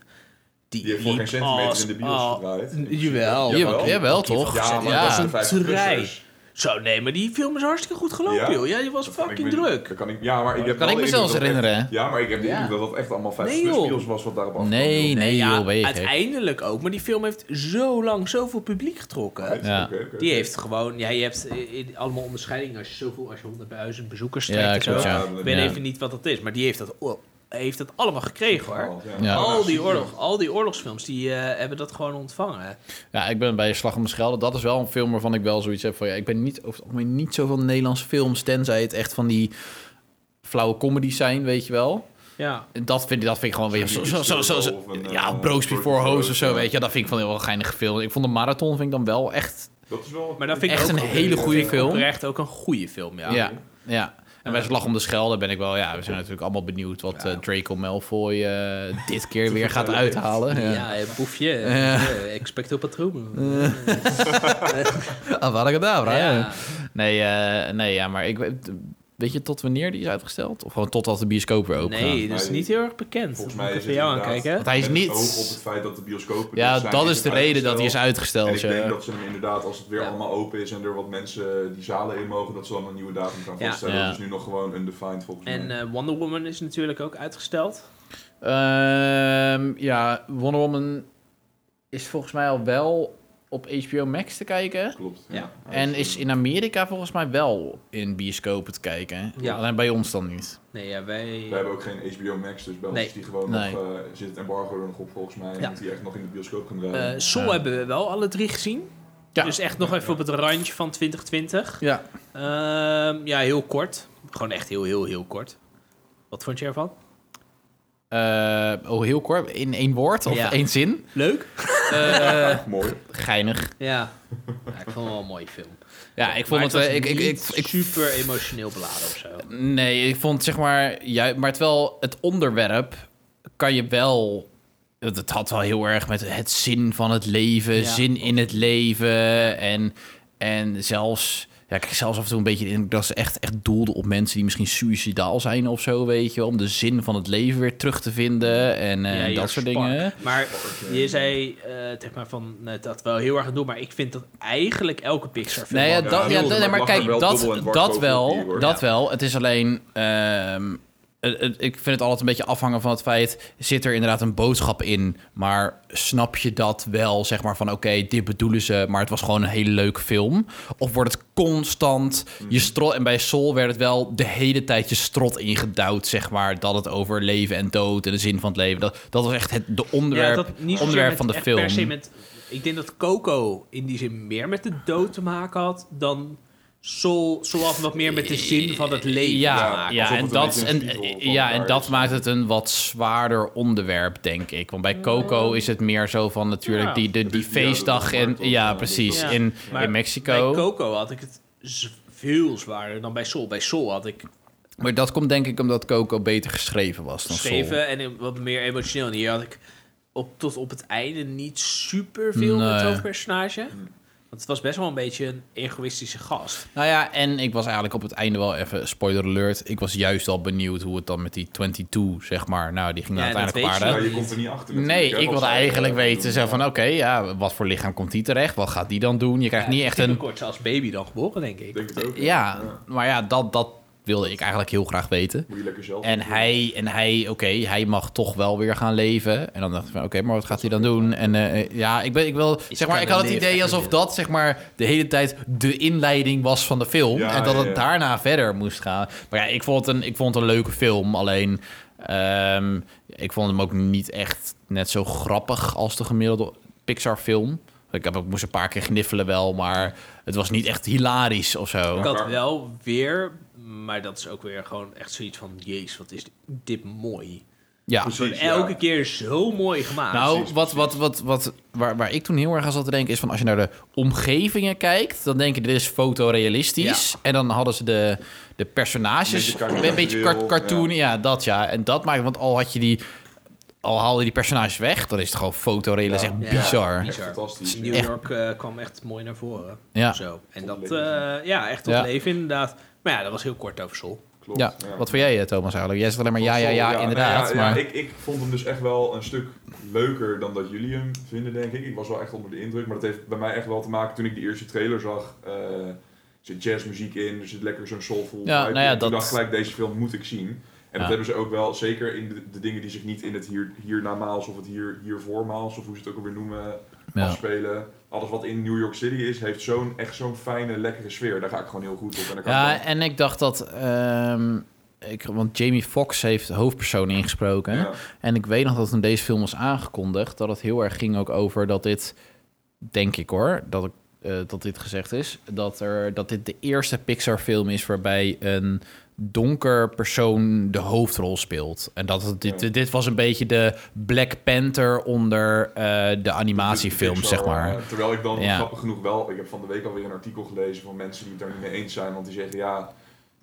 [SPEAKER 3] Die, oh,
[SPEAKER 1] Die heeft voor
[SPEAKER 3] liep
[SPEAKER 1] geen centimeter
[SPEAKER 3] als-
[SPEAKER 1] in de bios
[SPEAKER 3] al-
[SPEAKER 1] gedraaid.
[SPEAKER 3] Jawel.
[SPEAKER 1] Ja,
[SPEAKER 2] Jawel,
[SPEAKER 1] wel.
[SPEAKER 2] jawel toch?
[SPEAKER 1] Ja, maar
[SPEAKER 2] Ja.
[SPEAKER 1] dat is een 50
[SPEAKER 3] Terrein. Zo, nee, maar die film is hartstikke goed gelopen,
[SPEAKER 1] Ja.
[SPEAKER 3] joh. Ja, die was
[SPEAKER 1] Dat kan ik
[SPEAKER 3] fucking
[SPEAKER 1] me-
[SPEAKER 3] druk.
[SPEAKER 1] dat Kan ik, ja, maar ik heb
[SPEAKER 2] Kan
[SPEAKER 1] wel
[SPEAKER 2] ik me
[SPEAKER 1] de
[SPEAKER 2] zelfs
[SPEAKER 1] indruk dat echt-
[SPEAKER 2] herinneren.
[SPEAKER 1] ja, maar ik heb de
[SPEAKER 2] Ja.
[SPEAKER 1] indruk dat dat echt allemaal 50
[SPEAKER 3] Nee,
[SPEAKER 1] plus
[SPEAKER 3] joh.
[SPEAKER 1] bios was wat daarop afkwam.
[SPEAKER 2] Nee, nee,
[SPEAKER 3] ja,
[SPEAKER 2] joh, ben je gek.
[SPEAKER 3] uiteindelijk ook. Maar die film heeft zo lang zoveel publiek getrokken.
[SPEAKER 2] Ja.
[SPEAKER 1] Oké, oké.
[SPEAKER 3] Die heeft gewoon... Ja, je hebt eh, in- allemaal onderscheidingen als je zoveel... Als je 100.000 bezoekers
[SPEAKER 2] Ja,
[SPEAKER 3] trekt en zo.
[SPEAKER 2] klopt, ja.
[SPEAKER 3] Ik weet
[SPEAKER 2] Ja.
[SPEAKER 3] even niet wat dat is. Maar die heeft dat, o- heeft dat allemaal gekregen, hoor.
[SPEAKER 2] Ja.
[SPEAKER 3] Al, die oorlog, al die oorlogsfilms, die eh, hebben dat gewoon ontvangen.
[SPEAKER 2] Ja, ik ben bij Slag om de Schelde. Dat is wel een film waarvan ik wel zoiets heb van... Ja, ik ben niet, over het algemeen niet zo van Nederlandse films... tenzij het echt van die flauwe comedies zijn, weet je wel.
[SPEAKER 3] Ja.
[SPEAKER 2] En Dat vind, ik- dat vind ik gewoon weer... Zo, zo, zo, zo, zo-
[SPEAKER 1] Of een,
[SPEAKER 2] ja,
[SPEAKER 1] eh,
[SPEAKER 2] Bros Before Hoes of zo,
[SPEAKER 1] ja.
[SPEAKER 2] weet je. Dat vind ik van heel wel geinig film. Ik vond de Marathon vind ik dan wel echt...
[SPEAKER 1] Dat is wel...
[SPEAKER 3] Maar dat vind ik
[SPEAKER 2] Echt
[SPEAKER 3] ook
[SPEAKER 2] een
[SPEAKER 3] goed.
[SPEAKER 2] hele goede
[SPEAKER 3] Ik vind
[SPEAKER 2] film.
[SPEAKER 3] Oprecht ook een goede film, ja.
[SPEAKER 2] Ja, ja. En bij Slag om de Schelde ben ik wel... Ja, we zijn natuurlijk allemaal benieuwd wat eh, Draco Malfoy eh, dit keer weer gaat uithalen. Ja.
[SPEAKER 3] Ja, eh, boefje. eh, Expecto Patronum.
[SPEAKER 2] Ah, wat ik het daar,
[SPEAKER 3] Ja.
[SPEAKER 2] Nee, eh, nee, ja, maar ik weet... Weet je tot wanneer die is uitgesteld? Of gewoon totdat de bioscoop weer open gaat?
[SPEAKER 3] Nee, dat is
[SPEAKER 1] Maar
[SPEAKER 3] niet heel erg bekend.
[SPEAKER 1] Volgens
[SPEAKER 3] Dat
[SPEAKER 1] mij
[SPEAKER 3] moet
[SPEAKER 1] is
[SPEAKER 3] ik even
[SPEAKER 1] het
[SPEAKER 3] jou
[SPEAKER 1] inderdaad-
[SPEAKER 3] aankijken.
[SPEAKER 2] Want hij is
[SPEAKER 1] met het
[SPEAKER 2] niet...
[SPEAKER 1] oog op het feit dat de bioscopen...
[SPEAKER 2] Ja,
[SPEAKER 1] dicht zijn,
[SPEAKER 2] dat is de reden dat hij is
[SPEAKER 1] En
[SPEAKER 2] uitgesteld.
[SPEAKER 1] ik
[SPEAKER 2] ja.
[SPEAKER 1] denk dat ze hem inderdaad, als het weer
[SPEAKER 3] Ja.
[SPEAKER 1] allemaal open is en er wat mensen die zalen in mogen, dat ze dan een nieuwe datum gaan
[SPEAKER 3] Ja.
[SPEAKER 1] vaststellen.
[SPEAKER 2] Ja.
[SPEAKER 1] Dat is nu nog gewoon undefined volgens mij.
[SPEAKER 3] En eh, Wonder Woman is natuurlijk ook uitgesteld.
[SPEAKER 2] Ehm, ja, Wonder Woman is volgens mij al wel op HBO Max te kijken.
[SPEAKER 1] Klopt.
[SPEAKER 3] ja.
[SPEAKER 2] En is in Amerika volgens mij wel in bioscopen te kijken.
[SPEAKER 3] Ja.
[SPEAKER 2] Alleen bij ons dan niet.
[SPEAKER 3] Nee, ja, wij...
[SPEAKER 1] We hebben ook geen HBO Max, dus bij ons
[SPEAKER 3] Nee.
[SPEAKER 1] is die gewoon
[SPEAKER 2] Nee.
[SPEAKER 1] nog, eh, zit het embargo er nog op volgens mij. En
[SPEAKER 3] Ja.
[SPEAKER 1] moet die echt nog in de bioscoop gaan
[SPEAKER 3] Eh,
[SPEAKER 1] draaien.
[SPEAKER 3] Soul
[SPEAKER 2] Ja.
[SPEAKER 3] hebben we wel alle drie gezien.
[SPEAKER 2] Ja.
[SPEAKER 3] Dus echt nog even op het randje van 2020.
[SPEAKER 2] Ja.
[SPEAKER 3] Ehm, ja, heel kort. Gewoon echt heel, heel, heel kort. Wat vond je ervan?
[SPEAKER 2] oh, heel kort. In één woord of
[SPEAKER 3] Ja.
[SPEAKER 2] één zin.
[SPEAKER 3] Leuk?
[SPEAKER 1] Mooi.
[SPEAKER 2] Geinig.
[SPEAKER 3] Ja. ja ik vond het wel een mooie film.
[SPEAKER 2] Ja, ik vond
[SPEAKER 3] Maar
[SPEAKER 2] het...
[SPEAKER 3] was
[SPEAKER 2] eh, ik, ik, ik,
[SPEAKER 3] niet
[SPEAKER 2] ik-
[SPEAKER 3] super emotioneel beladen of zo.
[SPEAKER 2] Nee, ik vond zeg maar... Ja, maar het wel... Het onderwerp kan je wel... Het het had wel heel erg met het zin van het leven,
[SPEAKER 3] Ja.
[SPEAKER 2] zin in het leven. En, en zelfs... Ja, kijk, zelfs af en toe een beetje in dat ze echt, echt doelden op mensen die misschien suicidaal zijn of zo, weet je. Om de zin van het leven weer terug te vinden en eh,
[SPEAKER 3] Ja, heel
[SPEAKER 2] dat soort
[SPEAKER 3] spark.
[SPEAKER 2] dingen.
[SPEAKER 3] Maar je zei eh zeg maar van eh, dat wel heel erg aan doen, maar ik vind dat eigenlijk elke Pixar film.
[SPEAKER 2] Nee, ja,
[SPEAKER 1] Ja,
[SPEAKER 2] dat,
[SPEAKER 1] heel
[SPEAKER 2] ja, nee,
[SPEAKER 1] veel mag
[SPEAKER 2] maar
[SPEAKER 1] er
[SPEAKER 2] kijk,
[SPEAKER 1] wel dubbel en
[SPEAKER 2] dat,
[SPEAKER 1] dwars
[SPEAKER 2] dat
[SPEAKER 1] boven
[SPEAKER 2] wel,
[SPEAKER 1] papier worden.
[SPEAKER 2] dat wel. Het is alleen... ehm, het- het- ik vind het altijd een beetje afhangen van het feit... zit er inderdaad een boodschap in... maar snap je dat wel, zeg maar, van... oké, dit bedoelen ze, maar het was gewoon een hele leuke film? Of wordt het constant...
[SPEAKER 1] Mhm.
[SPEAKER 2] Je strot, en bij Soul werd het wel de hele tijd je strot ingedouwd, zeg maar... dat het over leven en dood en de zin van het leven... dat, dat was echt het de onderwerp,
[SPEAKER 3] zozeer
[SPEAKER 2] onderwerp
[SPEAKER 3] met-
[SPEAKER 2] van de
[SPEAKER 3] echt
[SPEAKER 2] film.
[SPEAKER 3] Per se met, ik denk dat Coco in die zin meer met de dood te maken had dan Soul, Soul had wat meer met de zin van het leven te
[SPEAKER 2] Ja,
[SPEAKER 3] maken.
[SPEAKER 2] ja,
[SPEAKER 1] alsof
[SPEAKER 2] en
[SPEAKER 1] het
[SPEAKER 2] dat,
[SPEAKER 1] een
[SPEAKER 2] en, eh,
[SPEAKER 1] beetje een spiegel van
[SPEAKER 2] ja, en
[SPEAKER 1] daar
[SPEAKER 2] dat
[SPEAKER 1] is.
[SPEAKER 2] maakt het een wat zwaarder onderwerp, denk ik. Want bij Coco is het meer zo van natuurlijk
[SPEAKER 3] Ja.
[SPEAKER 2] die, de, die
[SPEAKER 1] Het is- ja, dat is
[SPEAKER 2] feestdag
[SPEAKER 1] een
[SPEAKER 2] en
[SPEAKER 1] markt,
[SPEAKER 2] ja,
[SPEAKER 1] ja,
[SPEAKER 2] precies,
[SPEAKER 3] dat-
[SPEAKER 2] in,
[SPEAKER 3] Maar
[SPEAKER 2] in
[SPEAKER 3] Bij
[SPEAKER 2] Mexico.
[SPEAKER 3] Coco had ik het z- veel zwaarder dan bij Soul. Bij Soul had ik
[SPEAKER 2] Maar dat komt denk ik omdat Coco beter geschreven was dan Soul.
[SPEAKER 3] geschreven en wat meer emotioneel. En hier had ik op, tot op het einde niet super veel met het
[SPEAKER 2] Nee.
[SPEAKER 3] hoofdpersonage. Want het was best wel een beetje een egoïstische gast.
[SPEAKER 2] Nou ja, en ik was eigenlijk op het einde wel even, spoiler alert, ik was juist al benieuwd hoe het dan met die 22, zeg maar, nou, die ging
[SPEAKER 3] Ja,
[SPEAKER 2] dan
[SPEAKER 3] dat
[SPEAKER 2] uiteindelijk
[SPEAKER 3] weet je
[SPEAKER 2] paarden.
[SPEAKER 1] Maar je komt er niet achter
[SPEAKER 2] Nee,
[SPEAKER 1] natuurlijk, hè,
[SPEAKER 2] ik
[SPEAKER 1] wat
[SPEAKER 2] wilde
[SPEAKER 1] zij, eh,
[SPEAKER 2] eigenlijk
[SPEAKER 1] doen.
[SPEAKER 2] weten zo van, oké, ja, wat voor lichaam komt die terecht? Wat gaat die dan doen? Je krijgt niet echt een
[SPEAKER 3] Kort als baby dan geboren, denk
[SPEAKER 1] Ik
[SPEAKER 3] ik.
[SPEAKER 1] denk het ook.
[SPEAKER 2] Ja, maar ja, dat, dat wilde ik eigenlijk heel graag weten.
[SPEAKER 1] Moet je lekker zelf
[SPEAKER 2] En
[SPEAKER 1] doen.
[SPEAKER 2] hij, en hij oké, hij mag toch wel weer gaan leven. En dan dacht ik van, oké, maar wat gaat hij dan doen? En eh, ja, ik, ben, ik wil, zeg maar, ik had het
[SPEAKER 3] gonna
[SPEAKER 2] idee
[SPEAKER 3] live
[SPEAKER 2] alsof
[SPEAKER 3] again.
[SPEAKER 2] dat, zeg maar, de hele tijd de inleiding was van de film.
[SPEAKER 1] Ja,
[SPEAKER 2] en dat het
[SPEAKER 1] ja, ja.
[SPEAKER 2] daarna verder moest gaan. Maar ja, ik vond het een, ik vond het een leuke film, alleen... ehm, ik vond hem ook niet echt net zo grappig als de gemiddelde Pixar-film. Ik, heb, ik moest een paar keer gniffelen wel, maar het was niet echt hilarisch of zo.
[SPEAKER 3] Ik
[SPEAKER 1] Ja.
[SPEAKER 3] had wel weer, maar dat is ook weer gewoon echt zoiets van... Jezus, wat is dit mooi.
[SPEAKER 2] Ja.
[SPEAKER 1] Precies,
[SPEAKER 3] Gewoon
[SPEAKER 1] ja.
[SPEAKER 3] elke keer zo mooi gemaakt.
[SPEAKER 2] Nou,
[SPEAKER 1] Dus- precies,
[SPEAKER 2] wat, wat, wat, wat, waar, waar ik toen heel erg aan zat te denken is van als je naar de omgevingen kijkt, dan denk je dit is fotorealistisch. En dan hadden ze de, de personages
[SPEAKER 1] Beetje
[SPEAKER 2] een beetje,
[SPEAKER 1] cartoon-
[SPEAKER 2] kar- cartoon. Ja. dat ja. En dat maakt, want al had je die, al haalde die personages weg, dan is het gewoon fotorealistisch.
[SPEAKER 1] Ja.
[SPEAKER 2] Dat is echt
[SPEAKER 3] Ja.
[SPEAKER 2] bizar.
[SPEAKER 1] Echt fantastisch.
[SPEAKER 3] New
[SPEAKER 2] echt-
[SPEAKER 3] York eh, kwam echt mooi naar voren.
[SPEAKER 2] Ja.
[SPEAKER 3] Zo. En
[SPEAKER 1] Tot
[SPEAKER 3] dat,
[SPEAKER 1] leven.
[SPEAKER 3] eh, ja, echt tot
[SPEAKER 2] Ja.
[SPEAKER 3] leven inderdaad. Maar ja, dat was heel kort over Sol.
[SPEAKER 1] Klopt.
[SPEAKER 2] ja. Wat vond jij, eh, Thomas, eigenlijk? Jij zegt alleen maar ja, ja, ja,
[SPEAKER 1] nou
[SPEAKER 2] inderdaad.
[SPEAKER 1] ja, ja,
[SPEAKER 2] maar
[SPEAKER 1] ik, ik vond hem dus echt wel een stuk leuker dan dat jullie hem vinden, denk ik. Ik was wel echt onder de indruk, maar dat heeft bij mij echt wel te maken toen ik die eerste trailer zag. eh, er zit jazzmuziek in, er zit lekker zo'n soulful
[SPEAKER 2] Ja,
[SPEAKER 1] vibe
[SPEAKER 2] nou ja,
[SPEAKER 1] in. Toen
[SPEAKER 2] dat-
[SPEAKER 1] dacht ik gelijk, deze film moet ik zien. En
[SPEAKER 2] Ja.
[SPEAKER 1] dat hebben ze ook wel, zeker in de, de dingen die zich niet in het hier, hiernamaals of het hier, hiervoormaals, of hoe ze het ook alweer noemen,
[SPEAKER 2] Ja.
[SPEAKER 1] afspelen. Alles wat in New York City is, heeft zo'n, echt zo'n fijne, lekkere sfeer. Daar ga ik gewoon heel goed op. En daar kan ik
[SPEAKER 2] Ja,
[SPEAKER 1] wel-
[SPEAKER 2] en ik dacht dat. ehm, ik, want Jamie Foxx heeft de hoofdpersoon ingesproken.
[SPEAKER 1] Ja.
[SPEAKER 2] En ik weet nog dat toen deze film was aangekondigd, dat het heel erg ging ook over dat dit. Denk ik hoor, dat, ik, eh, dat dit gezegd is. Dat, er, dat dit de eerste Pixar-film is waarbij een donker persoon de hoofdrol speelt. En dat het, dit,
[SPEAKER 1] Ja.
[SPEAKER 2] dit was een beetje de Black Panther onder eh, de animatiefilm,
[SPEAKER 1] Pixar,
[SPEAKER 2] zeg maar.
[SPEAKER 1] eh, terwijl ik dan
[SPEAKER 2] Ja.
[SPEAKER 1] grappig genoeg wel, ik heb van de week alweer een artikel gelezen van mensen die het daar niet mee eens zijn. Want die zeggen ja,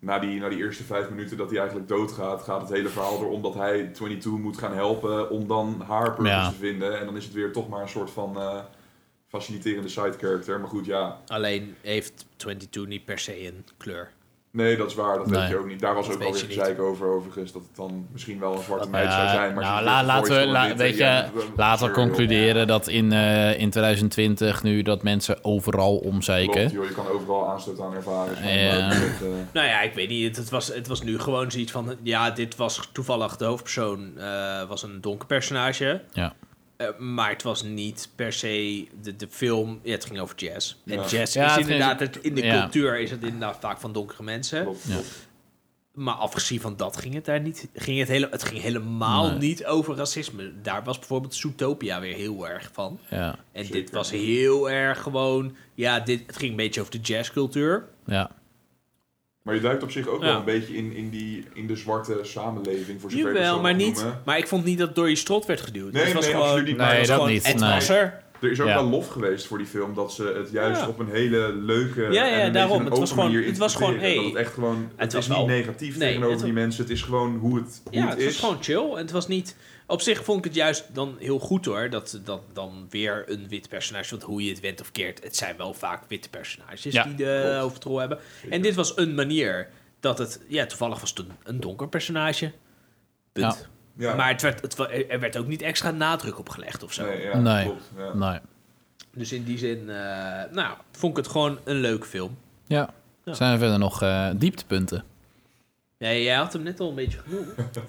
[SPEAKER 1] na die, na die eerste vijf minuten dat hij eigenlijk doodgaat, gaat het hele verhaal erom dat hij 22 moet gaan helpen om dan haar purpose
[SPEAKER 2] Ja.
[SPEAKER 1] te vinden. En dan is het weer toch maar een soort van eh, faciliterende side character. Maar goed, ja,
[SPEAKER 3] Alleen heeft 22 niet per se een kleur.
[SPEAKER 1] nee, dat is waar, dat
[SPEAKER 2] Nee.
[SPEAKER 1] weet je ook niet. Daar was
[SPEAKER 3] Dat
[SPEAKER 1] ook alweer
[SPEAKER 3] weet je niet.
[SPEAKER 1] gezeik over overigens, dat het dan misschien wel een zwarte
[SPEAKER 2] Ja,
[SPEAKER 1] meid zou zijn. Maar
[SPEAKER 2] nou,
[SPEAKER 1] ze
[SPEAKER 2] la-
[SPEAKER 1] voice
[SPEAKER 2] laten we,
[SPEAKER 1] wordt
[SPEAKER 2] la-
[SPEAKER 1] wit,
[SPEAKER 2] weet je,
[SPEAKER 1] ja, dat- dat-
[SPEAKER 2] laten we
[SPEAKER 1] dat-
[SPEAKER 2] concluderen dat in, eh, in 2020 nu dat mensen overal
[SPEAKER 1] Klopt,
[SPEAKER 2] omzeiken.
[SPEAKER 1] joh, je kan overal aanstoot aan ervaren. Dus
[SPEAKER 2] Ja.
[SPEAKER 1] dan, eh, dat, eh,
[SPEAKER 3] Nou ja, ik weet niet. Het, het was, het was nu gewoon zoiets van... Ja, dit was toevallig de hoofdpersoon. eh, was een donker personage.
[SPEAKER 2] Ja.
[SPEAKER 3] Eh, maar het was niet per se de, de film. Ja, het ging over jazz. En
[SPEAKER 1] Ja.
[SPEAKER 3] jazz
[SPEAKER 2] Ja, het
[SPEAKER 3] is
[SPEAKER 2] ging-
[SPEAKER 3] inderdaad... het- in de
[SPEAKER 2] ja.
[SPEAKER 3] cultuur is het inderdaad vaak van donkere mensen.
[SPEAKER 1] klopt,
[SPEAKER 2] Ja.
[SPEAKER 1] klopt.
[SPEAKER 3] Maar afgezien van dat ging het daar niet. Ging het, hele, het ging helemaal
[SPEAKER 2] Nee.
[SPEAKER 3] niet over racisme. Daar was bijvoorbeeld Zootopia weer heel erg van.
[SPEAKER 2] Ja,
[SPEAKER 3] En
[SPEAKER 1] Zeker.
[SPEAKER 3] dit was heel erg gewoon. Ja, dit, het ging een beetje over de jazzcultuur.
[SPEAKER 2] ja.
[SPEAKER 1] Maar je duikt op zich ook
[SPEAKER 3] Ja.
[SPEAKER 1] wel een beetje in, in, die, in de zwarte samenleving, voor zover je dat zo
[SPEAKER 3] Jawel,
[SPEAKER 1] mag
[SPEAKER 3] maar niet.
[SPEAKER 1] noemen.
[SPEAKER 3] Maar ik vond niet dat het door je strot werd geduwd.
[SPEAKER 1] Nee,
[SPEAKER 3] het was
[SPEAKER 1] nee,
[SPEAKER 3] gewoon.
[SPEAKER 1] absoluut niet. maar
[SPEAKER 2] Nee,
[SPEAKER 1] het
[SPEAKER 3] het was
[SPEAKER 2] dat
[SPEAKER 3] gewoon-
[SPEAKER 2] niet.
[SPEAKER 3] Het
[SPEAKER 2] nee.
[SPEAKER 3] was er.
[SPEAKER 1] Er is ook
[SPEAKER 2] Ja.
[SPEAKER 1] wel lof geweest voor die film dat ze het juist
[SPEAKER 3] Ja.
[SPEAKER 1] op een hele leuke
[SPEAKER 3] ja,
[SPEAKER 1] en een Beetje
[SPEAKER 3] daarom. Het
[SPEAKER 1] een
[SPEAKER 3] was
[SPEAKER 1] open
[SPEAKER 3] gewoon-
[SPEAKER 1] manier
[SPEAKER 3] het was gewoon,
[SPEAKER 1] interpreteren.
[SPEAKER 3] hey,
[SPEAKER 1] dat het echt gewoon, het,
[SPEAKER 3] was
[SPEAKER 1] is niet
[SPEAKER 3] wel-
[SPEAKER 1] negatief
[SPEAKER 3] nee,
[SPEAKER 1] tegenover
[SPEAKER 3] het-
[SPEAKER 1] die mensen. Het is gewoon hoe het, hoe
[SPEAKER 3] Ja,
[SPEAKER 1] het
[SPEAKER 3] het was
[SPEAKER 1] is.
[SPEAKER 3] gewoon chill. En het was niet. Op zich vond ik het juist dan heel goed hoor. Dat, dat dan weer een wit personage. Want hoe je het went of keert, het zijn wel vaak witte personages
[SPEAKER 2] Ja,
[SPEAKER 3] die de
[SPEAKER 1] klopt.
[SPEAKER 3] hoofdrol hebben. En dit was een manier dat het. Ja, toevallig was het een, een donker personage. Punt.
[SPEAKER 1] Ja.
[SPEAKER 3] Maar het werd, het, wa- er werd ook niet extra nadruk op gelegd of zo.
[SPEAKER 1] nee, ja,
[SPEAKER 2] Nee.
[SPEAKER 1] klopt, ja.
[SPEAKER 2] Nee.
[SPEAKER 3] Dus in die zin, eh, nou, vond ik het gewoon een leuke film.
[SPEAKER 2] Ja.
[SPEAKER 3] Ja.
[SPEAKER 2] Zijn er verder nog eh, dieptepunten?
[SPEAKER 3] Ja, jij had hem net al een beetje genoemd.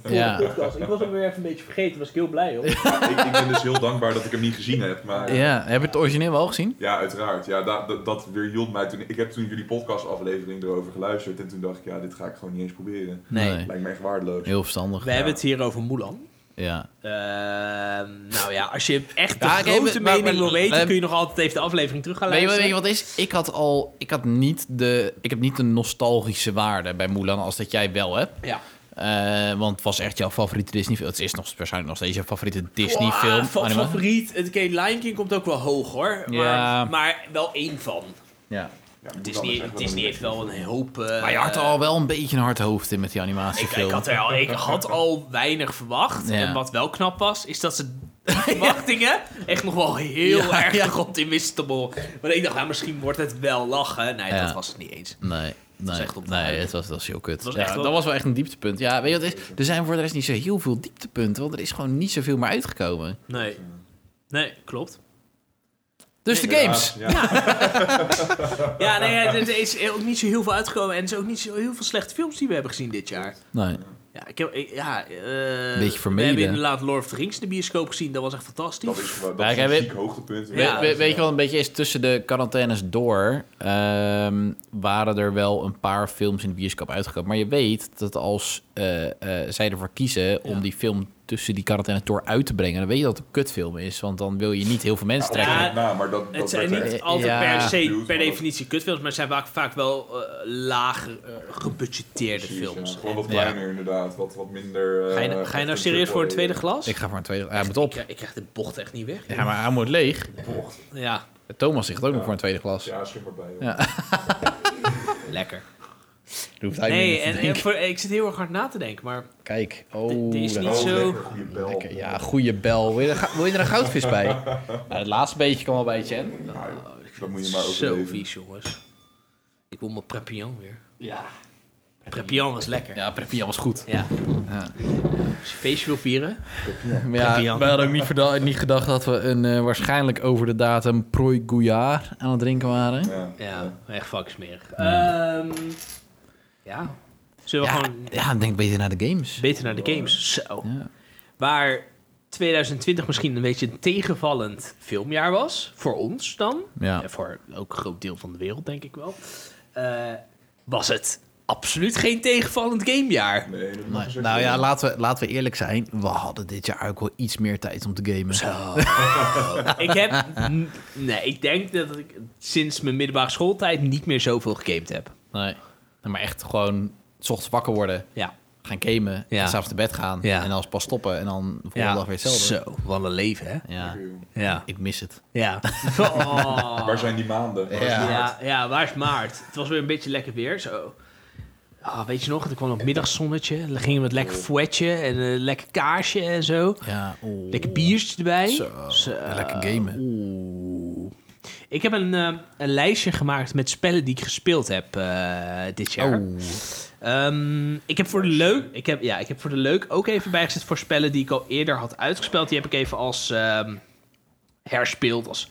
[SPEAKER 2] Ja.
[SPEAKER 3] Ik was hem weer even een beetje vergeten, was ik heel blij om.
[SPEAKER 1] ik, ik ben dus heel dankbaar dat ik hem niet gezien heb. Maar ja,
[SPEAKER 2] Ja, heb je het origineel wel gezien?
[SPEAKER 1] uiteraard. Ja, dat, dat, dat weerhield mij toen. Ik heb toen jullie podcastaflevering erover geluisterd. En toen dacht ik, ja, dit ga ik gewoon niet eens proberen.
[SPEAKER 3] Nee.
[SPEAKER 1] Lijkt me echt waardeloos.
[SPEAKER 2] Heel verstandig.
[SPEAKER 3] We hebben het hier over Mulan.
[SPEAKER 2] Ja.
[SPEAKER 3] Ehm, nou ja, als je echt de
[SPEAKER 2] Ja, ik
[SPEAKER 3] grote
[SPEAKER 2] heb- maar-
[SPEAKER 3] mening
[SPEAKER 2] maar-
[SPEAKER 3] wil weten,
[SPEAKER 2] ehm,
[SPEAKER 3] kun je nog altijd even de aflevering terug gaan
[SPEAKER 2] Weet je,
[SPEAKER 3] luisteren.
[SPEAKER 2] wat- weet je wat is? Ik had al, ik had niet de, ik heb niet de nostalgische waarde bij Mulan als dat jij wel hebt.
[SPEAKER 3] Ja.
[SPEAKER 2] Eh, want het was echt jouw favoriete Disney-film. Het is nog waarschijnlijk nog steeds jouw favoriete
[SPEAKER 3] Wow,
[SPEAKER 2] Disney-film.
[SPEAKER 3] van
[SPEAKER 2] anima-
[SPEAKER 3] Oh, favoriet. Het oké, Lion King komt ook wel hoog hoor. Maar,
[SPEAKER 2] Ja.
[SPEAKER 3] maar wel één van.
[SPEAKER 2] Ja.
[SPEAKER 1] Ja, Mulan is
[SPEAKER 3] Disney,
[SPEAKER 1] echt wel
[SPEAKER 3] Disney
[SPEAKER 1] een-
[SPEAKER 3] heeft wel een hoop... eh,
[SPEAKER 2] Maar je had er al wel een beetje een hard hoofd in met die
[SPEAKER 3] Ik,
[SPEAKER 2] animatiefilm.
[SPEAKER 3] ik, had er al, ik had al weinig verwacht.
[SPEAKER 2] Ja.
[SPEAKER 3] En wat wel knap was, is dat ze verwachtingen echt nog wel heel
[SPEAKER 2] Ja,
[SPEAKER 3] erg
[SPEAKER 2] ja.
[SPEAKER 3] de grond in wisten bollen. Maar ik dacht, nou, misschien wordt het wel lachen. Nee,
[SPEAKER 2] Ja.
[SPEAKER 3] dat was het niet eens.
[SPEAKER 2] Nee, nee,
[SPEAKER 3] echt op de
[SPEAKER 2] nee
[SPEAKER 3] huid.
[SPEAKER 2] het, was, dat was heel kut.
[SPEAKER 3] was
[SPEAKER 2] Ja,
[SPEAKER 3] echt wel-
[SPEAKER 2] Dat was wel echt een dieptepunt. Ja, weet je wat het is? Er zijn voor de rest niet zo heel veel dieptepunten, want er is gewoon niet zoveel meer uitgekomen.
[SPEAKER 3] Nee. Nee, klopt.
[SPEAKER 2] Dus de games.
[SPEAKER 1] Ja, ja.
[SPEAKER 3] Ja, nee, er er is ook niet zo heel veel uitgekomen. En er zijn ook niet zo heel veel slechte films die we hebben gezien dit jaar.
[SPEAKER 2] Nee.
[SPEAKER 3] Ja, ik heb... ik- ja, eh, We
[SPEAKER 2] vermeden.
[SPEAKER 3] hebben inderdaad Lord of the Rings in de bioscoop gezien. Dat was echt fantastisch.
[SPEAKER 1] Dat is, gewoon- dat
[SPEAKER 2] Ja,
[SPEAKER 1] is
[SPEAKER 2] kijk,
[SPEAKER 1] een
[SPEAKER 2] weet-
[SPEAKER 1] ziek hoogtepunt.
[SPEAKER 2] We-
[SPEAKER 3] Ja.
[SPEAKER 2] we- weet je wat een beetje is? Tussen de quarantaines door ehm, waren er wel een paar films in de bioscoop uitgekomen. Maar je weet dat als eh, eh, zij ervoor kiezen om
[SPEAKER 3] Ja.
[SPEAKER 2] die film tussen die quarantaine tour uit te brengen, dan weet je dat het een kutfilm is. Want dan wil je niet heel veel mensen trekken.
[SPEAKER 1] Ja, nou, maar dat, dat
[SPEAKER 3] Het zijn
[SPEAKER 1] werd echt-
[SPEAKER 3] niet altijd
[SPEAKER 2] Ja.
[SPEAKER 3] per se,
[SPEAKER 1] Dude,
[SPEAKER 3] per
[SPEAKER 1] maar-
[SPEAKER 3] definitie kutfilms, maar het zijn vaak, vaak wel eh, laag eh, gebudgeteerde
[SPEAKER 1] Precies,
[SPEAKER 3] films.
[SPEAKER 1] ja. Gewoon wat
[SPEAKER 2] Ja.
[SPEAKER 1] kleiner inderdaad, wat, wat minder... eh,
[SPEAKER 3] Ga je, nou-
[SPEAKER 1] echt
[SPEAKER 3] ga je nou
[SPEAKER 1] een
[SPEAKER 3] serieus voor een
[SPEAKER 1] triple A.
[SPEAKER 3] tweede glas?
[SPEAKER 2] Ik ga voor een tweede. Hij moet
[SPEAKER 3] Ik,
[SPEAKER 2] op.
[SPEAKER 3] krijg- ik krijg de bocht echt niet weg.
[SPEAKER 2] Ja, maar hij moet leeg.
[SPEAKER 3] Ja,
[SPEAKER 2] Thomas zegt ook nog
[SPEAKER 1] Ja.
[SPEAKER 2] voor een tweede glas.
[SPEAKER 1] Ja, schim erbij. joh.
[SPEAKER 2] Ja.
[SPEAKER 3] lekker.
[SPEAKER 2] Dat hoeft hij
[SPEAKER 3] Nee,
[SPEAKER 2] niet te
[SPEAKER 3] en, en
[SPEAKER 2] denken.
[SPEAKER 3] voor, ik zit heel erg hard na te denken, maar
[SPEAKER 2] Kijk. Oh,
[SPEAKER 3] Dit- dit is
[SPEAKER 2] dat-
[SPEAKER 3] niet
[SPEAKER 1] Oh,
[SPEAKER 3] zo-
[SPEAKER 1] lekker, goede bel.
[SPEAKER 2] Lekker. Ja, goede bel. Wil je, er, ga- wil je er een goudvis bij? Nou, het laatste beetje kan wel bij je.
[SPEAKER 1] Nou, joh, dat moet je maar
[SPEAKER 3] zo
[SPEAKER 1] overleven.
[SPEAKER 3] vies, jongens. Ik wil mijn Prepillon weer.
[SPEAKER 2] Ja.
[SPEAKER 3] Prepillon was lekker. Ja.
[SPEAKER 2] Ja, Perpignan was goed.
[SPEAKER 3] Als je feestje wil vieren,
[SPEAKER 2] Ja,
[SPEAKER 3] Perpignan.
[SPEAKER 2] we hadden ook niet, verda- niet gedacht dat we een eh, waarschijnlijk over de datum Prooi Gouillard aan het drinken waren.
[SPEAKER 1] Ja.
[SPEAKER 3] ja, eh, echt fucking smerig. Ehm, ja, zullen we
[SPEAKER 2] Ja,
[SPEAKER 3] gewoon
[SPEAKER 2] ja, denk beter naar de games.
[SPEAKER 3] beter naar de games? Zo.
[SPEAKER 2] Ja.
[SPEAKER 3] Waar 2020 misschien een beetje een tegenvallend filmjaar was. Voor ons dan.
[SPEAKER 2] Ja.
[SPEAKER 3] En voor ook een groot deel van de wereld, denk ik wel. eh, was het absoluut geen tegenvallend gamejaar.
[SPEAKER 1] Nee, dat mag
[SPEAKER 2] Nee,
[SPEAKER 1] je zeggen.
[SPEAKER 2] nou ja, laten we, laten we eerlijk zijn. We hadden dit jaar ook wel iets meer tijd om te gamen.
[SPEAKER 3] Zo. ik heb... n- Nee, ik denk dat ik sinds mijn middelbare schooltijd niet meer zoveel gegamed heb.
[SPEAKER 2] Nee. Nee, Maar echt gewoon 's ochtends wakker worden,
[SPEAKER 3] Ja.
[SPEAKER 2] gaan gamen,
[SPEAKER 3] Ja.
[SPEAKER 2] en s'avonds te bed gaan.
[SPEAKER 3] Ja.
[SPEAKER 2] En dan pas stoppen en dan de volgende dag weer hetzelfde.
[SPEAKER 3] Zo, wat een leven, hè?
[SPEAKER 2] Ja,
[SPEAKER 1] Lekker, joh.
[SPEAKER 3] Ja.
[SPEAKER 2] ik mis het.
[SPEAKER 3] Ja. Oh,
[SPEAKER 1] Waar zijn die maanden? Waar is
[SPEAKER 2] Ja.
[SPEAKER 1] die maand?
[SPEAKER 3] Ja, ja, waar is maart? Het was weer een beetje lekker weer, zo. Ah, weet je nog, er kwam een middagzonnetje. Dan gingen we het lekker fouetje en een lekker kaarsje en zo.
[SPEAKER 2] Ja, oeh.
[SPEAKER 3] Lekker biertje erbij.
[SPEAKER 2] Zo, lekker gamen.
[SPEAKER 3] Oeh. Ik heb een, eh, een lijstje gemaakt met spellen die ik gespeeld heb eh, dit jaar.
[SPEAKER 2] Oeh.
[SPEAKER 3] Ehm, ik, heb voor de leuk, ik, heb, ja, ik heb voor de leuk ook even bijgezet voor spellen die ik al eerder had uitgespeeld. Die heb ik even als ehm, herspeeld, als,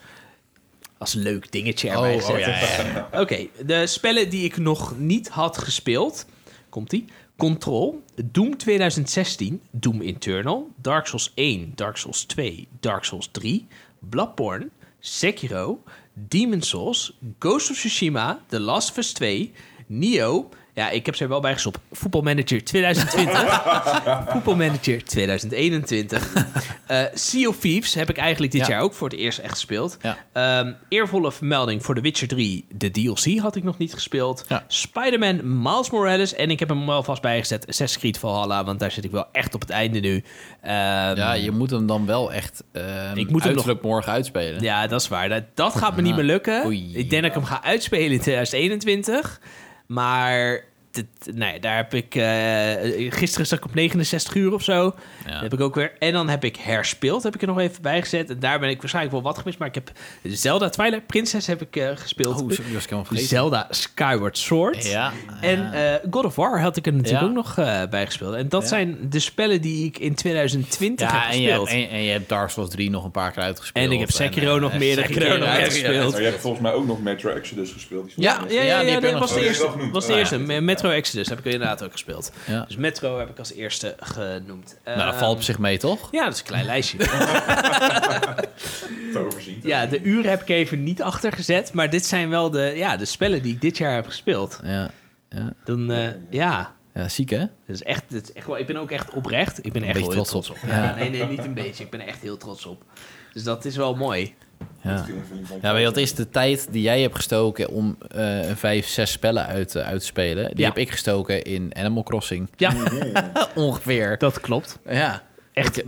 [SPEAKER 3] als leuk dingetje erbij
[SPEAKER 2] Oh,
[SPEAKER 3] gezet.
[SPEAKER 2] oh, ja, ja, ja.
[SPEAKER 3] Oké, de spellen die ik nog niet had gespeeld. Komt-ie. Control, Doom 2016, Doom Internal, Dark Souls 1, Dark Souls 2, Dark Souls 3, Bloodborne, Sekiro, Demon Souls, Ghost of Tsushima, The Last of Us 2, Nio. Ja, ik heb ze er wel bij gestopt. Voetbalmanager 2020. Voetbalmanager 2021. Eh sea of Thieves heb ik eigenlijk dit
[SPEAKER 2] Ja.
[SPEAKER 3] jaar ook voor het eerst echt gespeeld.
[SPEAKER 2] Ja.
[SPEAKER 3] Ehm, eervolle vermelding voor The Witcher 3. De DLC had ik nog niet gespeeld.
[SPEAKER 2] Ja.
[SPEAKER 3] Spider-Man, Miles Morales. En ik heb hem wel vast bijgezet. Assassin's Creed Valhalla, want daar zit ik wel echt op het einde nu. Ehm,
[SPEAKER 2] Ja, je moet hem dan wel echt ik
[SPEAKER 3] Ik
[SPEAKER 2] moet
[SPEAKER 3] moet hem
[SPEAKER 2] uiterlijk morgen uitspelen.
[SPEAKER 3] ja, dat is waar. Dat, dat gaat me niet meer lukken.
[SPEAKER 2] Oei.
[SPEAKER 3] Ik denk dat ik hem ga uitspelen in 2021. Maar dit- nee, daar heb ik... eh, gisteren zat ik op 69 uur of zo.
[SPEAKER 2] Ja.
[SPEAKER 3] Heb ik ook weer. En dan heb ik herspeeld, heb ik er nog even bij gezet. En daar ben ik waarschijnlijk wel wat gemist. Maar ik heb Zelda Twilight Princess heb ik eh, gespeeld.
[SPEAKER 2] Oh, sorry, was ik helemaal vergeten.
[SPEAKER 3] Zelda Skyward Sword.
[SPEAKER 2] Ja.
[SPEAKER 3] En eh, God of War had ik er natuurlijk
[SPEAKER 2] Ja.
[SPEAKER 3] ook nog eh, bij gespeeld. En dat
[SPEAKER 2] Ja.
[SPEAKER 3] zijn de spellen die ik in 2020 heb
[SPEAKER 2] ja, en je,
[SPEAKER 3] gespeeld.
[SPEAKER 2] hebt, en, en je hebt Dark Souls 3 nog een paar keer uitgespeeld.
[SPEAKER 3] En ik heb Sekiro
[SPEAKER 2] eh,
[SPEAKER 3] nog meerdere
[SPEAKER 2] Sekiro
[SPEAKER 3] keren
[SPEAKER 2] nog meerdere
[SPEAKER 3] uitgespeeld.
[SPEAKER 2] uitgespeeld.
[SPEAKER 1] Maar je hebt volgens mij ook nog Metro Exodus gespeeld. die stond
[SPEAKER 2] Ja,
[SPEAKER 1] er.
[SPEAKER 3] Ja, ja, ja,
[SPEAKER 2] die heb je
[SPEAKER 3] dat
[SPEAKER 2] ook
[SPEAKER 3] was
[SPEAKER 2] nog
[SPEAKER 3] de
[SPEAKER 1] gespeeld.
[SPEAKER 3] eerste.
[SPEAKER 1] Oh, die heb ik ook
[SPEAKER 3] was de
[SPEAKER 1] genoemd.
[SPEAKER 3] eerste. Me- Metro Exodus heb ik inderdaad ook gespeeld.
[SPEAKER 2] Ja.
[SPEAKER 3] Dus eh, Metro heb ik als eerste genoemd. Ehm,
[SPEAKER 2] Nou, dat valt op zich mee, toch?
[SPEAKER 3] Ja, dat is een klein lijstje.
[SPEAKER 1] Te overzien.
[SPEAKER 3] ja, de uren heb ik even niet achtergezet. Maar dit zijn wel de, ja, de spellen die ik dit jaar heb gespeeld.
[SPEAKER 2] Ja,
[SPEAKER 3] Dan, eh, ja,
[SPEAKER 2] ja ziek hè?
[SPEAKER 3] dat is echt, dat is echt wel, ik ben ook echt oprecht. Ik ben
[SPEAKER 2] Een
[SPEAKER 3] echt
[SPEAKER 2] beetje
[SPEAKER 3] wel heel
[SPEAKER 2] trots op.
[SPEAKER 3] op. Ja, nee, nee, niet een beetje. Ik ben er echt heel trots op. Dus dat is wel mooi.
[SPEAKER 2] Ja.
[SPEAKER 1] Dat is een film van-
[SPEAKER 2] Ja, weet je, dat is de tijd die jij hebt gestoken om eh, vijf, zes spellen uit, eh, uit te spelen. Die
[SPEAKER 3] Ja.
[SPEAKER 2] heb ik gestoken in Animal Crossing.
[SPEAKER 3] Ja,
[SPEAKER 2] Ongeveer.
[SPEAKER 3] dat klopt.
[SPEAKER 2] Ja.
[SPEAKER 3] Echt,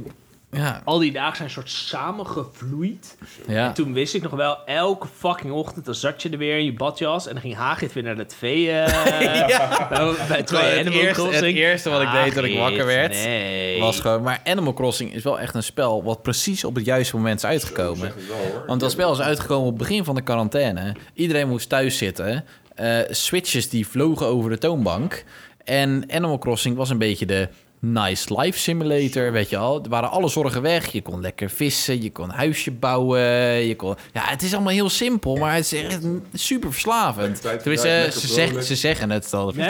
[SPEAKER 2] Ja.
[SPEAKER 3] al die dagen zijn een soort samengevloeid.
[SPEAKER 2] Ja.
[SPEAKER 3] En toen wist ik nog wel, elke fucking ochtend dan zat je er weer in je badjas en dan ging Hagrid weer naar de tv. eh bij- bij
[SPEAKER 2] Terwijl
[SPEAKER 3] bij
[SPEAKER 2] het
[SPEAKER 3] Animal
[SPEAKER 2] eerste-
[SPEAKER 3] Crossing.
[SPEAKER 2] het eerste wat ik deed toen ik
[SPEAKER 3] Hagrid,
[SPEAKER 2] wakker werd,
[SPEAKER 3] nee.
[SPEAKER 2] Was gewoon, maar Animal Crossing is wel echt een spel wat precies op het juiste moment is
[SPEAKER 1] Zo
[SPEAKER 2] uitgekomen.
[SPEAKER 1] zeg je het wel, hoor.
[SPEAKER 2] Want dat spel is uitgekomen op het begin van de quarantaine. Iedereen moest thuis zitten. Eh, switches die vlogen over de toonbank. En Animal Crossing was een beetje de nice life simulator, weet je al. Er waren alle zorgen weg. Je kon lekker vissen, je kon huisje bouwen. Je kon... Ja, het is allemaal heel simpel, maar het is echt super verslavend.
[SPEAKER 1] Tijd
[SPEAKER 2] Tenminste,
[SPEAKER 1] verdrijft,
[SPEAKER 2] ze,
[SPEAKER 1] lekker
[SPEAKER 2] zeggen
[SPEAKER 1] vrolijk.
[SPEAKER 2] ze zeggen het al.
[SPEAKER 3] Nee.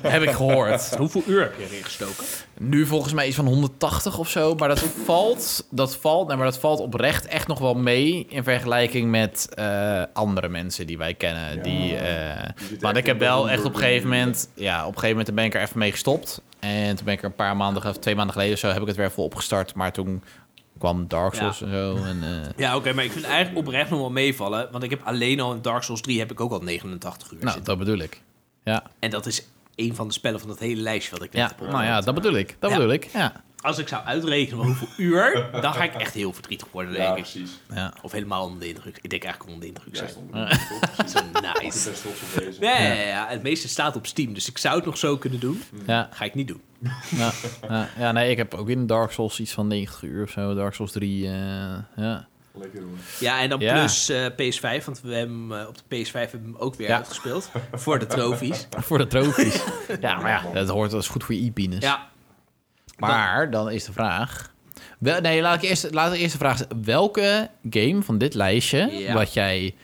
[SPEAKER 2] Heb ik gehoord.
[SPEAKER 3] Hoeveel uur heb je erin gestoken?
[SPEAKER 2] Nu volgens mij iets van 180 of zo. Maar dat valt, dat valt, nou, maar dat valt oprecht echt nog wel mee in vergelijking met eh, andere mensen die wij kennen.
[SPEAKER 1] Ja.
[SPEAKER 2] Die, eh,
[SPEAKER 1] Die zitten
[SPEAKER 2] maar
[SPEAKER 1] echt
[SPEAKER 2] ik heb
[SPEAKER 1] in de
[SPEAKER 2] wel
[SPEAKER 1] honderd
[SPEAKER 2] echt op een gegeven
[SPEAKER 1] miljoen.
[SPEAKER 2] moment, ja, op een gegeven moment ben ik er even mee gestopt. En En toen ben ik er een paar maanden, of twee maanden geleden of zo, heb ik het weer vol opgestart. Maar toen kwam Dark Souls en zo. En, eh,
[SPEAKER 3] Ja, oké, maar ik vind het eigenlijk oprecht nog wel meevallen. Want ik heb alleen al in Dark Souls 3 heb ik ook al 89 uur
[SPEAKER 2] nou,
[SPEAKER 3] zitten.
[SPEAKER 2] dat bedoel ik. Ja,
[SPEAKER 3] En dat is één van de spellen van dat hele lijstje wat ik net
[SPEAKER 2] ja.
[SPEAKER 3] heb
[SPEAKER 2] nou ja, dat bedoel ik. Dat
[SPEAKER 3] Ja.
[SPEAKER 2] bedoel ik, ja.
[SPEAKER 3] Als ik zou uitrekenen hoeveel uur, dan ga ik echt heel verdrietig worden, denk
[SPEAKER 1] Ja,
[SPEAKER 3] ik.
[SPEAKER 1] precies.
[SPEAKER 2] ja.
[SPEAKER 3] Of helemaal onder de indruk. Ik denk eigenlijk onder de indruk
[SPEAKER 1] Ja,
[SPEAKER 3] zijn.
[SPEAKER 1] stond er niet op, precies. Ik was
[SPEAKER 3] Nice.
[SPEAKER 1] er best trots op deze.
[SPEAKER 3] Nee, ja. ja, het meeste staat op Steam, dus ik zou het nog zo kunnen doen.
[SPEAKER 1] Hmm.
[SPEAKER 2] Ja,
[SPEAKER 3] Ga ik niet doen.
[SPEAKER 2] ja, ja, ja, nee, ik heb ook in Dark Souls iets van 90 uur of zo. Dark Souls 3, eh, ja.
[SPEAKER 1] Lekker doen.
[SPEAKER 3] Ja, en dan
[SPEAKER 2] Ja.
[SPEAKER 3] plus eh, PS5, want we hebben hem, eh, op de PS5 hebben we hem ook weer
[SPEAKER 2] Ja.
[SPEAKER 3] uitgespeeld. Voor de trofies.
[SPEAKER 2] Voor de trofies. ja, maar ja, dat hoort, dat is goed voor je e-penis.
[SPEAKER 3] Ja,
[SPEAKER 2] Maar dan is de vraag... Wel, nee, laat ik, eerst, laat ik eerst de vraag stellen. Welke game van dit lijstje...
[SPEAKER 3] Ja.
[SPEAKER 2] wat jij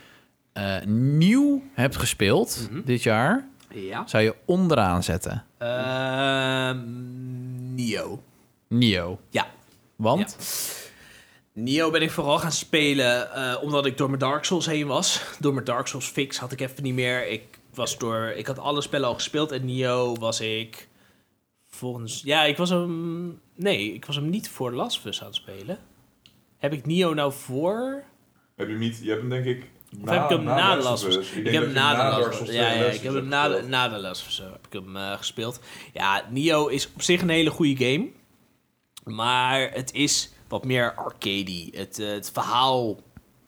[SPEAKER 2] eh, nieuw hebt gespeeld dit jaar...
[SPEAKER 3] ja.
[SPEAKER 2] zou je onderaan zetten?
[SPEAKER 3] Ehm, Nio.
[SPEAKER 2] Nio.
[SPEAKER 3] Ja,
[SPEAKER 2] Want?
[SPEAKER 3] Nio ben ik vooral gaan spelen eh, omdat ik door mijn Dark Souls heen was. Door mijn Dark Souls fix had ik even niet meer. Ik, was door, ik had alle spellen al gespeeld en Nio was ik volgens... Ja, ik was hem... Nee, ik was hem niet voor Last of Us aan het spelen. Heb ik Nio nou voor...
[SPEAKER 1] Heb je hem niet? Je hebt hem denk ik.
[SPEAKER 3] Of heb ik hem Nou, na, de Last of Us?
[SPEAKER 1] Us.
[SPEAKER 3] Ik,
[SPEAKER 1] denk
[SPEAKER 3] heb
[SPEAKER 1] dat
[SPEAKER 3] hem
[SPEAKER 1] je
[SPEAKER 3] na de
[SPEAKER 1] Dark
[SPEAKER 3] Last of
[SPEAKER 1] Souls
[SPEAKER 3] Us. Ja, ja,
[SPEAKER 1] 2
[SPEAKER 3] ik heb hem na de, na de Last of Us, eh, heb ik hem eh, gespeeld. Ja, Nio is op zich een hele goede game. Maar het is wat meer arcade het, eh, het verhaal...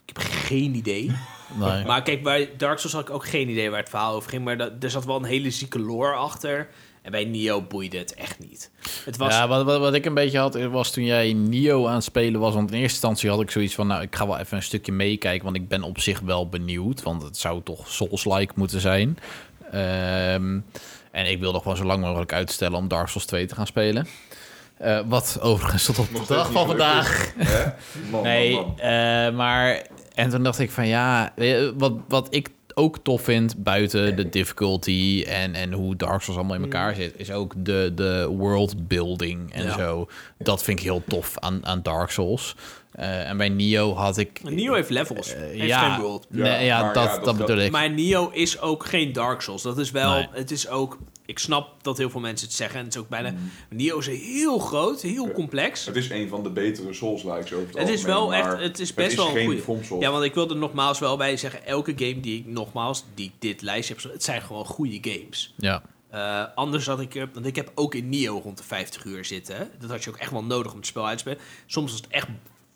[SPEAKER 3] Ik heb geen idee.
[SPEAKER 2] Nee.
[SPEAKER 3] Maar kijk, bij Dark Souls had ik ook geen idee waar het verhaal over ging. Maar dat, er zat wel een hele zieke lore achter. En bij Nio boeide het echt niet. Het was...
[SPEAKER 2] Ja, wat, wat, wat ik een beetje had, eh, was toen jij Nio aan het spelen was. Want in eerste instantie had ik zoiets van, nou, ik ga wel even een stukje meekijken. Want ik ben op zich wel benieuwd. Want het zou toch Souls-like moeten zijn. Ehm, en ik wilde gewoon zo lang mogelijk uitstellen om Dark Souls 2 te gaan spelen. Eh, wat overigens tot op
[SPEAKER 1] Nog
[SPEAKER 2] de
[SPEAKER 1] steeds
[SPEAKER 2] dag
[SPEAKER 1] niet
[SPEAKER 2] van vandaag
[SPEAKER 1] gelukt is. Hè? Man,
[SPEAKER 2] Nee,
[SPEAKER 3] Oh,
[SPEAKER 1] man, man.
[SPEAKER 2] eh, maar... En toen dacht ik van ja, weet je, wat, wat ik ook tof vind buiten de difficulty en, en hoe Dark Souls allemaal in
[SPEAKER 3] Mm.
[SPEAKER 2] elkaar zit, is ook de, de world building en
[SPEAKER 3] Ja.
[SPEAKER 2] zo. Dat vind ik heel tof aan, aan Dark Souls. Eh, en bij Nio had ik.
[SPEAKER 3] Nio heeft levels.
[SPEAKER 2] eh,
[SPEAKER 3] heeft
[SPEAKER 2] ja,
[SPEAKER 3] geen world.
[SPEAKER 2] nee,
[SPEAKER 1] Ja,
[SPEAKER 2] ja,
[SPEAKER 1] maar
[SPEAKER 2] dat,
[SPEAKER 1] ja,
[SPEAKER 2] dat,
[SPEAKER 1] dat-
[SPEAKER 2] bedoel ik.
[SPEAKER 3] Maar Nio is ook geen Dark Souls. Dat is wel,
[SPEAKER 2] Nee.
[SPEAKER 3] het is ook, ik snap dat heel veel mensen het zeggen. En het is ook bijna, Nio is heel groot, heel
[SPEAKER 1] Mm. Ja.
[SPEAKER 3] complex.
[SPEAKER 1] Het is een van de betere Souls-likes over het,
[SPEAKER 3] Het is
[SPEAKER 1] algemeen,
[SPEAKER 3] wel echt,
[SPEAKER 1] maar
[SPEAKER 3] het is best wel een
[SPEAKER 1] geen
[SPEAKER 3] goede.
[SPEAKER 1] From Souls.
[SPEAKER 3] Ja, want ik wil er nogmaals wel bij zeggen, elke game die ik nogmaals, die ik dit lijstje heb, het zijn gewoon goede games.
[SPEAKER 2] Ja,
[SPEAKER 3] Eh, anders had ik, er- want ik heb ook in Nio rond de 50 uur zitten. Dat had je ook echt wel nodig om het spel uit te spelen. Soms was het echt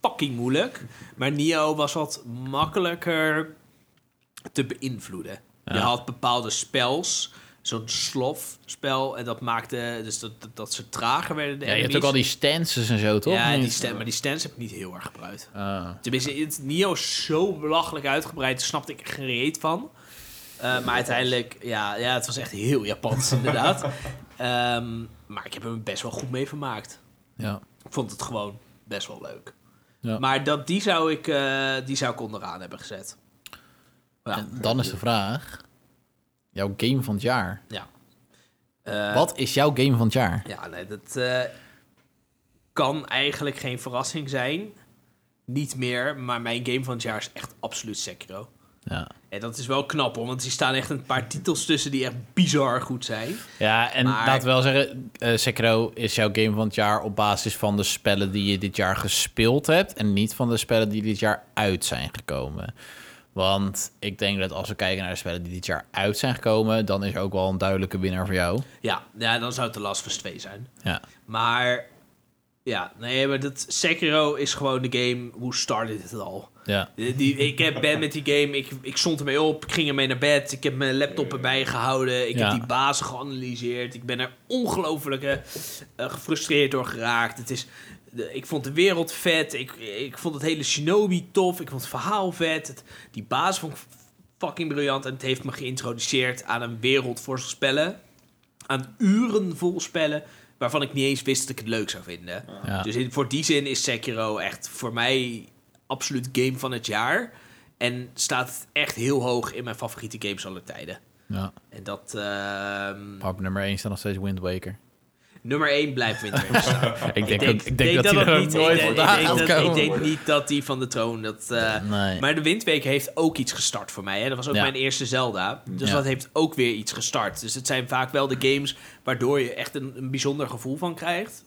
[SPEAKER 3] fucking moeilijk. Maar Nio was wat makkelijker te beïnvloeden. Je
[SPEAKER 2] Ja.
[SPEAKER 3] had bepaalde spels, zo'n slofspel, en dat maakte dus dat, dat, dat ze trager werden. De
[SPEAKER 2] ja je hebt
[SPEAKER 3] enemies.
[SPEAKER 2] ook al die stances en zo, toch?
[SPEAKER 3] Ja, die
[SPEAKER 2] Niet?
[SPEAKER 3] stem, maar die stance heb ik niet heel erg gebruikt.
[SPEAKER 2] Ah.
[SPEAKER 3] Tenminste, het Nio is zo belachelijk uitgebreid, daar snapte ik er geen reet van. Eh, maar uiteindelijk, ja, ja, het was echt heel Japans inderdaad. Ehm, maar ik heb hem best wel goed mee vermaakt.
[SPEAKER 2] ja.
[SPEAKER 3] Ik vond het gewoon best wel leuk.
[SPEAKER 2] Ja.
[SPEAKER 3] Maar dat, die, zou ik, eh, die zou ik onderaan hebben gezet. Ja.
[SPEAKER 2] En dan is de vraag: jouw game van het jaar.
[SPEAKER 3] ja. Eh,
[SPEAKER 2] wat is jouw game van het jaar?
[SPEAKER 3] Ja, nee, dat eh, kan eigenlijk geen verrassing zijn. Niet meer, maar mijn game van het jaar is echt absoluut Sekiro.
[SPEAKER 2] Ja.
[SPEAKER 3] En dat is wel knap hoor, want er staan echt een paar titels tussen die echt bizar goed zijn.
[SPEAKER 2] Ja, en
[SPEAKER 3] Maar-
[SPEAKER 2] laten we wel zeggen, eh Sekiro is jouw game van het jaar op basis van de spellen die je dit jaar gespeeld hebt en niet van de spellen die dit jaar uit zijn gekomen. Want ik denk dat als we kijken naar de spellen die dit jaar uit zijn gekomen, dan is er ook wel een duidelijke winnaar voor jou.
[SPEAKER 3] Ja, ja dan zou het de Last of Us 2 zijn.
[SPEAKER 2] Ja,
[SPEAKER 3] Maar ja, nee, maar dat Sekiro is gewoon de game. Hoe started het al?
[SPEAKER 2] ja,
[SPEAKER 3] Die, Eh, die- ik heb, ben met die game, ik, ik stond ermee op, ik ging ermee naar bed, ik heb mijn laptop erbij gehouden, ik
[SPEAKER 2] Ja.
[SPEAKER 3] heb die bazen geanalyseerd, ik ben er ongelooflijk eh, eh, gefrustreerd door geraakt. Het is, de- ik vond de wereld vet, ik, ik vond het hele shinobi tof, ik vond het verhaal vet, het- die bazen vond ik fucking briljant en het heeft me geïntroduceerd aan een wereld vol spellen, aan uren vol spellen, waarvan ik niet eens wist dat ik het leuk zou vinden.
[SPEAKER 2] ja.
[SPEAKER 3] Dus in, voor die zin is Sekiro echt voor mij absoluut game van het jaar. En staat echt heel hoog in mijn favoriete games aller tijden.
[SPEAKER 2] ja.
[SPEAKER 3] En dat... ehm,
[SPEAKER 2] Maar op nummer 1 staat nog steeds Wind Waker.
[SPEAKER 3] nummer 1 blijft Winter Soldier staan.
[SPEAKER 2] Ik denk, ook- ik
[SPEAKER 3] ik
[SPEAKER 2] denk dat, hij er
[SPEAKER 3] niet- ik
[SPEAKER 2] nooit
[SPEAKER 3] denk-
[SPEAKER 2] vandaan
[SPEAKER 3] ik
[SPEAKER 2] gaat
[SPEAKER 3] denk dat-
[SPEAKER 2] komen.
[SPEAKER 3] Ik denk niet dat die van de troon. Dat, eh,
[SPEAKER 2] Nee.
[SPEAKER 3] Maar de Windweek heeft ook iets gestart voor mij. Hè? Dat was ook
[SPEAKER 2] Ja.
[SPEAKER 3] mijn eerste Zelda. Dus
[SPEAKER 2] Ja.
[SPEAKER 3] dat heeft ook weer iets gestart. Dus het zijn vaak wel de games waardoor je echt een, een bijzonder gevoel van krijgt.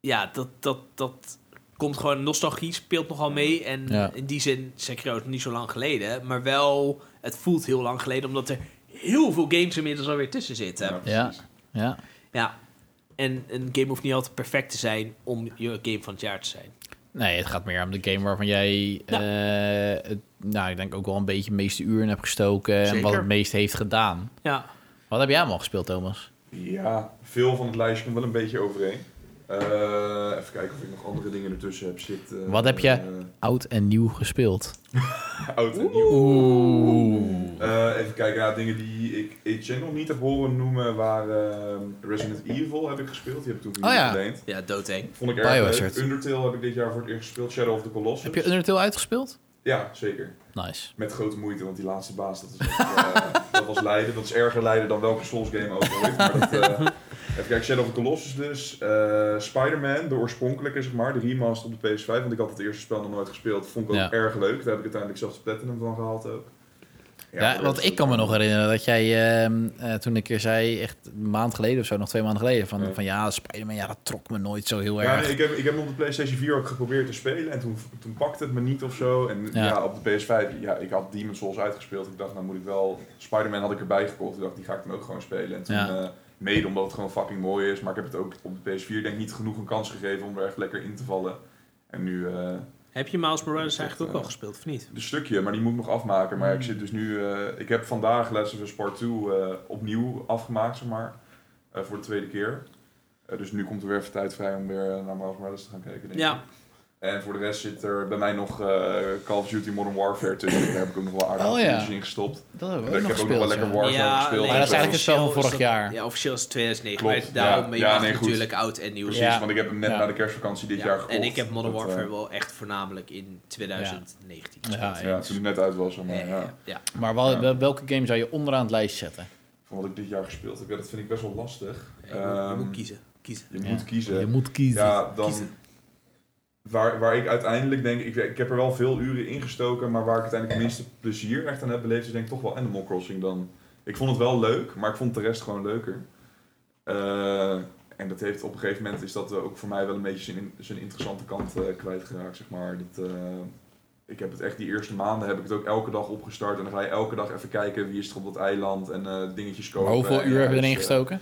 [SPEAKER 3] Ja, dat, dat, dat komt gewoon... Nostalgie speelt nogal mee. En
[SPEAKER 2] Ja.
[SPEAKER 3] in die zin, Sekiro is nog niet zo lang geleden. Maar wel, het voelt heel lang geleden. Omdat er heel veel games inmiddels alweer tussen zitten.
[SPEAKER 1] Ja,
[SPEAKER 2] Ja,
[SPEAKER 1] precies.
[SPEAKER 2] ja.
[SPEAKER 3] Ja. En een game hoeft niet altijd perfect te zijn om je game van het jaar te zijn.
[SPEAKER 2] Nee, het gaat meer om de game waarvan jij, eh, het- nou, ik denk ook wel een beetje de meeste uren in hebt gestoken. En wat
[SPEAKER 3] Zeker.
[SPEAKER 2] het meest heeft gedaan.
[SPEAKER 3] Ja.
[SPEAKER 2] Wat heb jij allemaal gespeeld, Thomas?
[SPEAKER 1] Ja, veel van het lijstje komt wel een beetje overeen. Eh, even kijken of ik nog andere dingen ertussen heb zitten.
[SPEAKER 2] Wat heb je? Oud en nieuw gespeeld.
[SPEAKER 1] Eh, oud en nieuw.
[SPEAKER 2] Oeh.
[SPEAKER 1] Eh, even kijken naar dingen die ik Etienne nog niet heb horen noemen, waren eh, Resident Evil heb ik gespeeld. Die heb ik toen
[SPEAKER 2] Oh
[SPEAKER 1] niet
[SPEAKER 2] ja.
[SPEAKER 1] geleend.
[SPEAKER 3] Ja, dood heen.
[SPEAKER 1] Vond ik erg leuk.
[SPEAKER 2] Biohazard.
[SPEAKER 1] Undertale heb ik dit jaar voor het eerst gespeeld. Shadow of the Colossus.
[SPEAKER 2] Heb je Undertale uitgespeeld?
[SPEAKER 1] Ja, zeker.
[SPEAKER 2] Nice.
[SPEAKER 1] Met grote moeite, want die laatste baas, dat, is echt, eh, dat was lijden. Dat is erger lijden dan welke Souls game ook ooit. Maar dat, eh, even kijken, Shadow of the Colossus dus. eh Spider-Man, de oorspronkelijke zeg maar, de remaster op de PS5. Want ik had het eerste spel nog nooit gespeeld. Vond ik ook
[SPEAKER 2] Ja.
[SPEAKER 1] erg leuk. Daar heb ik uiteindelijk zelfs Platinum van gehaald ook.
[SPEAKER 2] Ja,
[SPEAKER 1] voor
[SPEAKER 2] want
[SPEAKER 1] de rest-
[SPEAKER 2] ik kan me nog herinneren dat jij ehm, eh, toen ik er zei, echt een maand geleden of zo, nog twee maanden geleden, van ja,
[SPEAKER 1] Ja.
[SPEAKER 2] van, ja Spider-Man, ja, dat trok me nooit zo heel
[SPEAKER 1] Ja,
[SPEAKER 2] erg.
[SPEAKER 1] nee, ik, heb, ik heb hem op de PlayStation 4 ook geprobeerd te spelen en toen, toen pakte het me niet of zo. En
[SPEAKER 2] Ja.
[SPEAKER 1] ja. op de PS5, ja, ik had Demon's Souls uitgespeeld. Ik dacht, nou moet ik wel... Spider-Man had ik erbij gekocht. Ik dacht, die ga ik dan ook gewoon spelen. En toen,
[SPEAKER 2] Ja.
[SPEAKER 1] eh, mede omdat het gewoon fucking mooi is. Maar ik heb het ook op de PS4 denk ik niet genoeg een kans gegeven om er echt lekker in te vallen. En nu eh,
[SPEAKER 3] Heb je Miles Morales eigenlijk ook
[SPEAKER 1] Ja.
[SPEAKER 3] al gespeeld, of niet?
[SPEAKER 1] een stukje, maar die moet ik nog afmaken. Maar ik zit dus nu... eh, ik heb vandaag Last of Us Part 2 eh, opnieuw afgemaakt, zeg maar. eh, voor de tweede keer. Eh, dus nu komt er weer even tijd vrij om weer eh, naar Miles Morales te gaan kijken, denk ik.
[SPEAKER 3] Ja.
[SPEAKER 1] En voor de rest zit er bij mij nog eh, Call of Duty Modern Warfare tussen. Daar heb ik ook nog wel aardig
[SPEAKER 2] Oh,
[SPEAKER 1] wat
[SPEAKER 2] ja.
[SPEAKER 1] uurtjes in gestopt.
[SPEAKER 2] dat heb ik
[SPEAKER 1] Ik
[SPEAKER 2] ook
[SPEAKER 1] heb ook
[SPEAKER 2] nog
[SPEAKER 1] nog
[SPEAKER 2] gespeeld.
[SPEAKER 1] wel lekker
[SPEAKER 2] ja.
[SPEAKER 1] Warzone gespeeld.
[SPEAKER 2] Maar dat is
[SPEAKER 3] officieel
[SPEAKER 2] eigenlijk hetzelfde van
[SPEAKER 3] is
[SPEAKER 2] vorig
[SPEAKER 3] dat-
[SPEAKER 2] jaar.
[SPEAKER 3] Ja, officieel is het 2009.
[SPEAKER 1] Klopt,
[SPEAKER 3] Maar daarom,
[SPEAKER 1] ja.
[SPEAKER 3] je
[SPEAKER 1] Ja,
[SPEAKER 3] mag
[SPEAKER 1] nee, goed.
[SPEAKER 3] natuurlijk oud en nieuw.
[SPEAKER 1] Precies,
[SPEAKER 2] Ja.
[SPEAKER 1] want ik heb hem net
[SPEAKER 2] Ja.
[SPEAKER 1] na de kerstvakantie dit
[SPEAKER 3] Ja,
[SPEAKER 1] jaar gekocht.
[SPEAKER 3] En ik heb Modern
[SPEAKER 1] Dat, eh,
[SPEAKER 3] Warfare wel echt voornamelijk in 2019 gespeeld.
[SPEAKER 2] Ja,
[SPEAKER 1] Ja, toen het net uit was. zeg Maar,
[SPEAKER 3] Ja,
[SPEAKER 1] ja.
[SPEAKER 3] ja, ja.
[SPEAKER 2] Maar wel- wel- welke game zou je onderaan het lijst zetten?
[SPEAKER 1] Van wat ik dit jaar gespeeld heb, ja, dat vind ik best wel lastig.
[SPEAKER 3] Ja, je moet- je
[SPEAKER 1] Ehm,
[SPEAKER 3] moet kiezen. kiezen.
[SPEAKER 1] Je
[SPEAKER 2] Ja.
[SPEAKER 1] moet kiezen.
[SPEAKER 2] Je moet kiezen.
[SPEAKER 1] Ja, dan...
[SPEAKER 3] Kiezen.
[SPEAKER 1] Waar, waar ik uiteindelijk denk, ik, ik heb er wel veel uren in gestoken, maar waar ik uiteindelijk het minste plezier echt aan heb beleefd, is denk ik toch wel Animal Crossing dan. Ik vond het wel leuk, maar ik vond de rest gewoon leuker. Eh, en dat heeft op een gegeven moment is dat eh, ook voor mij wel een beetje zijn, zijn interessante kant eh, kwijtgeraakt, zeg maar. Dat, eh, ik heb het echt die eerste maanden heb ik het ook elke dag opgestart en dan ga je elke dag even kijken wie is er op dat eiland en eh, dingetjes kopen.
[SPEAKER 2] Maar hoeveel
[SPEAKER 1] en eh,
[SPEAKER 2] uur heb je erin
[SPEAKER 1] huizen.
[SPEAKER 2] gestoken?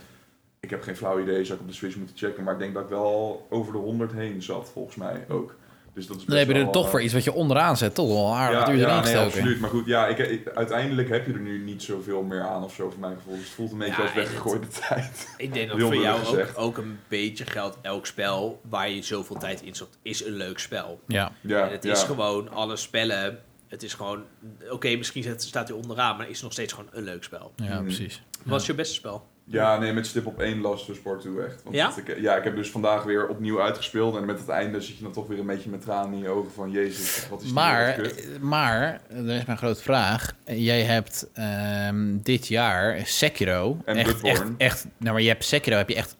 [SPEAKER 1] Ik heb geen flauw idee, zou ik op de Switch moeten checken, maar ik denk dat ik wel over de 100 heen zat, volgens mij ook. Dus dat is
[SPEAKER 2] Dan heb je
[SPEAKER 1] best
[SPEAKER 2] er
[SPEAKER 1] wel,
[SPEAKER 2] toch
[SPEAKER 1] eh,
[SPEAKER 2] voor iets wat je onderaan zet, toch wel
[SPEAKER 1] ja,
[SPEAKER 2] aardig wat uur
[SPEAKER 1] ja,
[SPEAKER 2] erin
[SPEAKER 1] nee,
[SPEAKER 2] gestoken.
[SPEAKER 1] absoluut. Maar goed, ja, ik, ik- uiteindelijk heb je er nu niet zoveel meer aan of zo, voor mijn gevoel. Dus het voelt een beetje
[SPEAKER 3] Ja,
[SPEAKER 1] als weggegooide tijd.
[SPEAKER 3] Ik denk dat
[SPEAKER 1] Heel
[SPEAKER 3] voor jou
[SPEAKER 1] moeilijk
[SPEAKER 3] ook,
[SPEAKER 1] gezegd.
[SPEAKER 3] ook een beetje geldt. Elk spel waar je zoveel tijd in stopt, is een leuk spel.
[SPEAKER 2] Ja,
[SPEAKER 1] Ja,
[SPEAKER 3] en het
[SPEAKER 1] ja.
[SPEAKER 3] is gewoon alle spellen. Het is gewoon, oké, misschien zet- staat hij onderaan, maar het is nog steeds gewoon een leuk spel.
[SPEAKER 2] ja
[SPEAKER 1] Mhm.
[SPEAKER 2] precies.
[SPEAKER 3] Wat is je beste spel?
[SPEAKER 1] Ja, nee, met stip op één last dus part 2 echt. Want
[SPEAKER 3] Ja?
[SPEAKER 1] dat Ik, ja, ik heb dus vandaag weer opnieuw uitgespeeld en met het einde zit je dan toch weer een beetje met tranen in je ogen van, jezus, wat is Dus die wereld
[SPEAKER 2] Maar, eh,
[SPEAKER 1] kut.
[SPEAKER 2] maar, er is mijn grote vraag. Jij hebt ehm, dit jaar Sekiro.
[SPEAKER 1] En
[SPEAKER 2] echt, echt,
[SPEAKER 1] Bloodborne.
[SPEAKER 2] echt, nou, maar je hebt Sekiro heb je echt